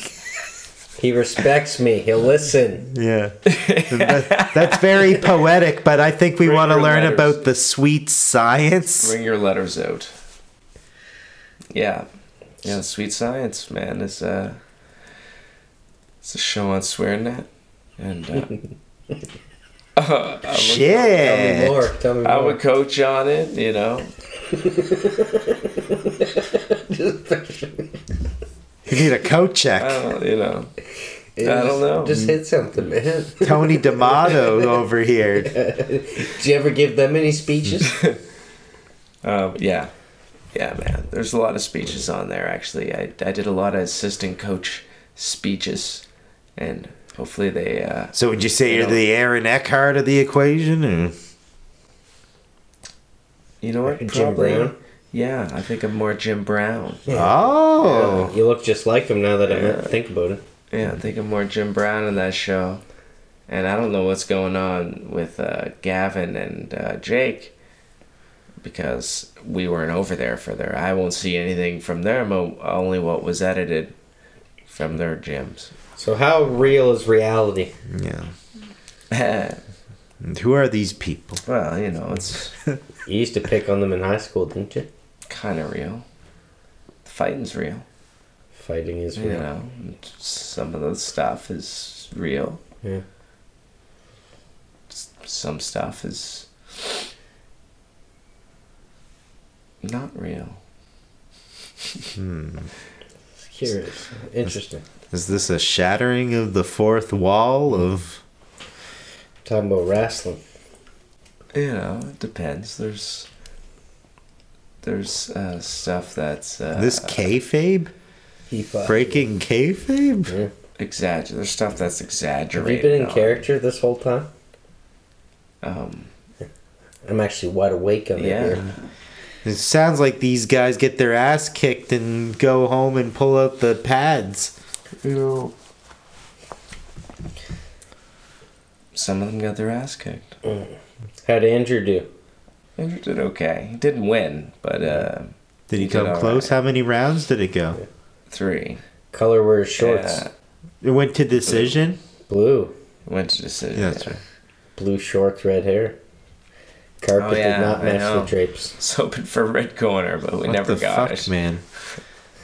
Speaker 1: He respects me. He'll listen.
Speaker 2: Yeah. That- that's very poetic, but I think we
Speaker 3: Bring
Speaker 2: want to
Speaker 3: your
Speaker 2: learn
Speaker 3: letters.
Speaker 2: about the sweet science.
Speaker 3: Bring your letters out. Yeah, yeah. Sweet science, man. It's a it's a show on SwearNet, and uh, uh, I'm a-
Speaker 1: Tell me
Speaker 2: Shit.
Speaker 1: more. Tell me more.
Speaker 3: I would coach on it, you know.
Speaker 2: You need a coat check.
Speaker 3: I don't, you know.
Speaker 1: It
Speaker 3: I don't
Speaker 1: just-
Speaker 3: know.
Speaker 1: Just hit something, man.
Speaker 2: Tony D'Amato over here.
Speaker 1: Did you ever give them any speeches?
Speaker 3: Um, yeah, yeah, man. There's a lot of speeches on there. Actually, I I did a lot of assistant coach speeches, and hopefully they. Uh,
Speaker 2: So would you say you're the Aaron Eckhart of the equation? Or?
Speaker 3: you know what?
Speaker 1: Jim Brown?
Speaker 3: Yeah, I think I'm more Jim Brown.
Speaker 2: Oh.
Speaker 1: You look just like him now that I
Speaker 3: Yeah.
Speaker 1: think about it.
Speaker 3: Yeah, I think I'm more Jim Brown in that show. And I don't know what's going on with uh, Gavin and uh, Jake because we weren't over there for their. I won't see anything from them, o- only what was edited from their gyms.
Speaker 1: So how real is reality?
Speaker 2: Yeah.
Speaker 3: well,
Speaker 2: And who are these people?
Speaker 3: you know, it's
Speaker 1: You used to pick on them in high school, didn't you?
Speaker 3: kind of real. The fighting's real.
Speaker 1: Fighting is
Speaker 3: You
Speaker 1: real.
Speaker 3: know, some of the stuff is real.
Speaker 1: Yeah.
Speaker 3: S- Some stuff is not real.
Speaker 1: Curious. Interesting.
Speaker 2: Is this a shattering of the fourth wall of
Speaker 1: Talking about wrestling.
Speaker 3: You know, it depends. There's there's uh, stuff that's uh,
Speaker 2: this kayfabe?
Speaker 1: He fought.
Speaker 2: Breaking kayfabe?
Speaker 1: Yeah.
Speaker 3: exagger. There's stuff that's
Speaker 1: Have
Speaker 3: exaggerated.
Speaker 1: you been in
Speaker 3: on.
Speaker 1: character this whole time?
Speaker 3: Um,
Speaker 1: I'm actually wide awake on
Speaker 3: Yeah.
Speaker 1: it here.
Speaker 2: It sounds like these guys get their ass kicked and go home and pull out the pads.
Speaker 3: you know, some of them got their ass kicked.
Speaker 1: How'd Andrew do?
Speaker 3: Andrew did okay. He didn't win, but uh,
Speaker 2: Did he
Speaker 3: He did
Speaker 2: come
Speaker 3: all
Speaker 2: close? How many rounds did it go?
Speaker 3: three
Speaker 1: Color were his shorts.
Speaker 3: Yeah,
Speaker 2: It went to decision.
Speaker 1: Blue.
Speaker 3: went to decision.
Speaker 2: Yeah, that's right.
Speaker 1: Blue shorts, red hair. Carpet
Speaker 3: Oh, yeah,
Speaker 1: did not
Speaker 3: I
Speaker 1: match the
Speaker 3: know.
Speaker 1: drapes.
Speaker 3: I was hoping for red corner, but we
Speaker 2: What
Speaker 3: never
Speaker 2: the
Speaker 3: got
Speaker 2: fuck,
Speaker 3: it.
Speaker 2: man?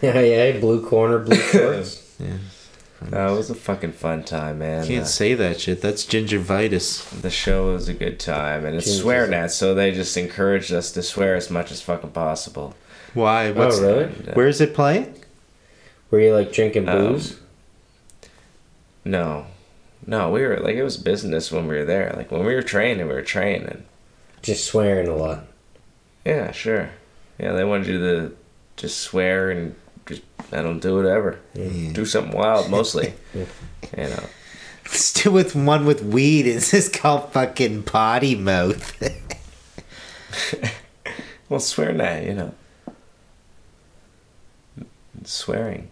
Speaker 1: yeah, yeah, blue corner, blue shorts.
Speaker 3: No, it was a fucking fun time, man.
Speaker 2: Can't
Speaker 3: Uh,
Speaker 2: say that shit. That's gingivitis.
Speaker 3: The show was a good time, and it's
Speaker 1: Jesus.
Speaker 3: swearing at, so they just encouraged us to swear as much as fucking possible.
Speaker 2: Why? What's
Speaker 1: oh, really?
Speaker 3: And, uh,
Speaker 2: Where's it playing?
Speaker 1: Were you like drinking
Speaker 3: Um,
Speaker 1: booze?
Speaker 3: No, no, we were like it was business when we were there. Like when we were training, we were training.
Speaker 1: Just swearing a lot.
Speaker 3: Yeah, sure. Yeah, they wanted you to just swear and just I don't do whatever, do something wild mostly. You know,
Speaker 2: Let's do with one with weed. Is this called fucking potty mouth?
Speaker 3: well, swearing at you know, swearing.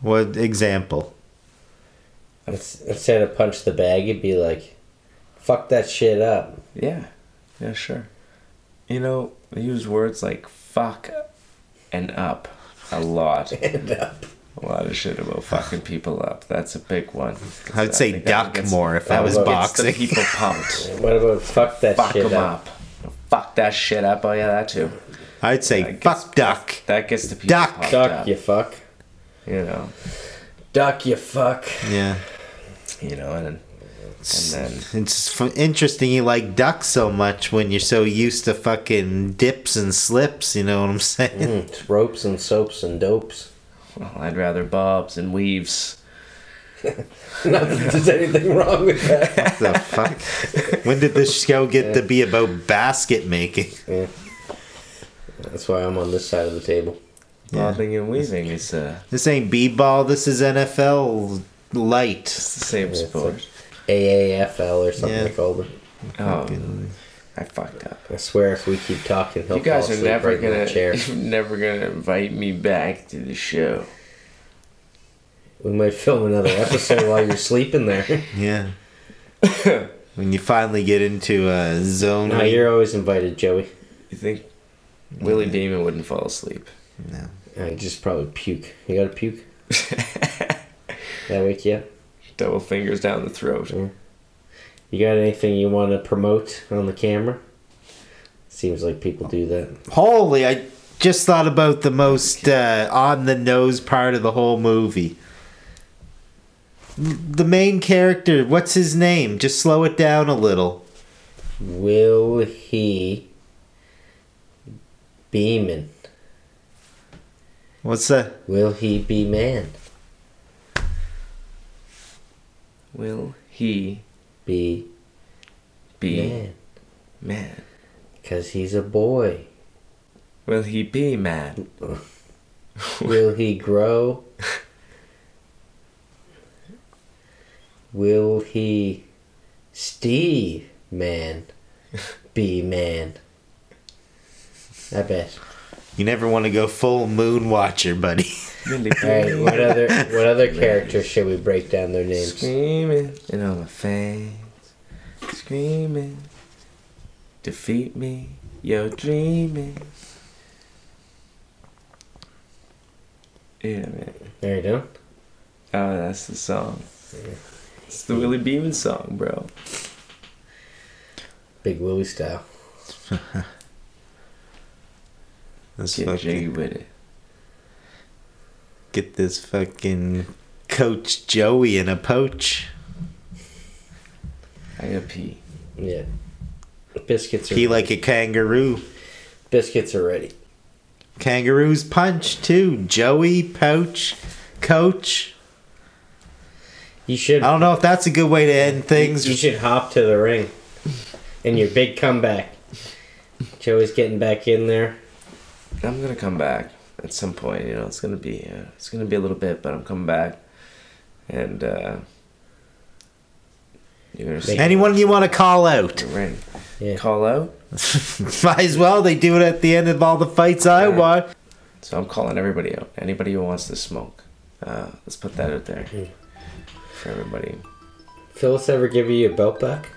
Speaker 2: what example?
Speaker 1: Ins- Instead of punch the bag, you'd be like, fuck that shit up.
Speaker 3: Yeah, yeah, sure. You know, they use words like fuck and up a lot.
Speaker 1: And up.
Speaker 3: A lot of shit about fucking people up. That's a big one. 'Cause I
Speaker 2: I'd say
Speaker 3: think that
Speaker 2: duck
Speaker 3: gets-
Speaker 2: more if I
Speaker 1: that
Speaker 2: was
Speaker 1: gets the
Speaker 3: gets the
Speaker 2: boxing.
Speaker 3: people pumped.
Speaker 1: What about fuck that
Speaker 3: fuck
Speaker 1: shit
Speaker 3: them
Speaker 1: up?
Speaker 3: up. Fuck that shit up. Oh yeah, that too.
Speaker 2: I'd
Speaker 3: I
Speaker 2: say
Speaker 3: guess-
Speaker 2: fuck duck.
Speaker 3: That gets the people
Speaker 2: Duck.
Speaker 3: pumped
Speaker 1: Duck,
Speaker 3: up.
Speaker 1: you fuck.
Speaker 3: You know,
Speaker 1: Duck, you fuck.
Speaker 2: Yeah.
Speaker 3: you know, and and then
Speaker 2: It's just f- interesting you like duck so much when you're so used to fucking dips and slips, you know what I'm saying?
Speaker 1: Mm, it's ropes and soaps and dopes.
Speaker 3: well, I'd rather bobs and weaves.
Speaker 1: Not that there's anything wrong with that.
Speaker 2: What the fuck? When did this show get to be about basket making?
Speaker 1: yeah. That's why I'm on this side of the table.
Speaker 2: Yeah.
Speaker 3: Bobbing and weaving is uh,
Speaker 2: This ain't b ball, this is NFL light.
Speaker 3: it's the same
Speaker 1: it's
Speaker 3: sport.
Speaker 1: AAFL or something
Speaker 2: Yeah.
Speaker 1: they called it.
Speaker 3: Oh, I fucked up.
Speaker 1: I swear if we keep talking, he'll
Speaker 3: You guys
Speaker 1: fall
Speaker 3: are
Speaker 1: asleep
Speaker 3: never
Speaker 1: right in
Speaker 3: gonna
Speaker 1: the chair.
Speaker 3: you're never gonna invite me back to the show.
Speaker 1: We might film another episode while you're sleeping there.
Speaker 2: Yeah. when you finally get into a zone.
Speaker 1: No,
Speaker 2: where you-
Speaker 1: you're always invited, Joey.
Speaker 3: You think Willie Beeman wouldn't fall asleep?
Speaker 2: No.
Speaker 1: I just probably puke. You gotta puke? that wake you up?
Speaker 3: Double fingers down the throat.
Speaker 1: You got anything you want to promote on the camera? Seems like people do that.
Speaker 2: Holy, I just thought about the most uh, on the nose part of the whole movie. The main character, what's his name? Just slow it down a little.
Speaker 1: Will he be man?
Speaker 2: What's that?
Speaker 1: Will he be man?
Speaker 3: Will he
Speaker 1: Be
Speaker 3: be
Speaker 1: man.
Speaker 3: man?
Speaker 1: Because he's a boy.
Speaker 3: Will he be man?
Speaker 1: Will he grow? Will he Steve man be man? I bet.
Speaker 2: You never want to go full moon watcher, buddy.
Speaker 3: Really
Speaker 1: All right, what other what other characters should we break down their names?
Speaker 3: Screaming in all my face. Screaming. Defeat me. You're dreaming. Yeah, man.
Speaker 1: There you go.
Speaker 3: Oh, that's the song. It's the Willie Beeman song, bro.
Speaker 1: Big Willie style.
Speaker 2: Let's
Speaker 3: Get jiggy
Speaker 2: fucking
Speaker 3: with it.
Speaker 2: get this fucking Coach Joey in a poach.
Speaker 3: I gotta pee.
Speaker 1: Yeah. Biscuits are
Speaker 2: He like a kangaroo.
Speaker 1: biscuits are ready.
Speaker 2: Kangaroo's punch too. Joey poach, coach.
Speaker 1: You should
Speaker 2: I don't know if that's a good way to end things.
Speaker 1: You, you should hop to the ring in your big comeback. Joey's getting back in there.
Speaker 3: I'm gonna come back at some point. You know, it's gonna be uh, it's gonna be a little bit, but I'm coming back, and uh, you're gonna see
Speaker 2: Anyone you want to call out?
Speaker 3: the ring.
Speaker 1: Yeah.
Speaker 3: Call out.
Speaker 2: Might as well. They do it at the end of all the fights I
Speaker 3: Yeah.
Speaker 2: watch.
Speaker 3: So I'm calling everybody out. Anybody who wants to smoke, uh,
Speaker 2: Mm.
Speaker 3: let's put that out there for everybody.
Speaker 1: Phyllis ever give you a belt back?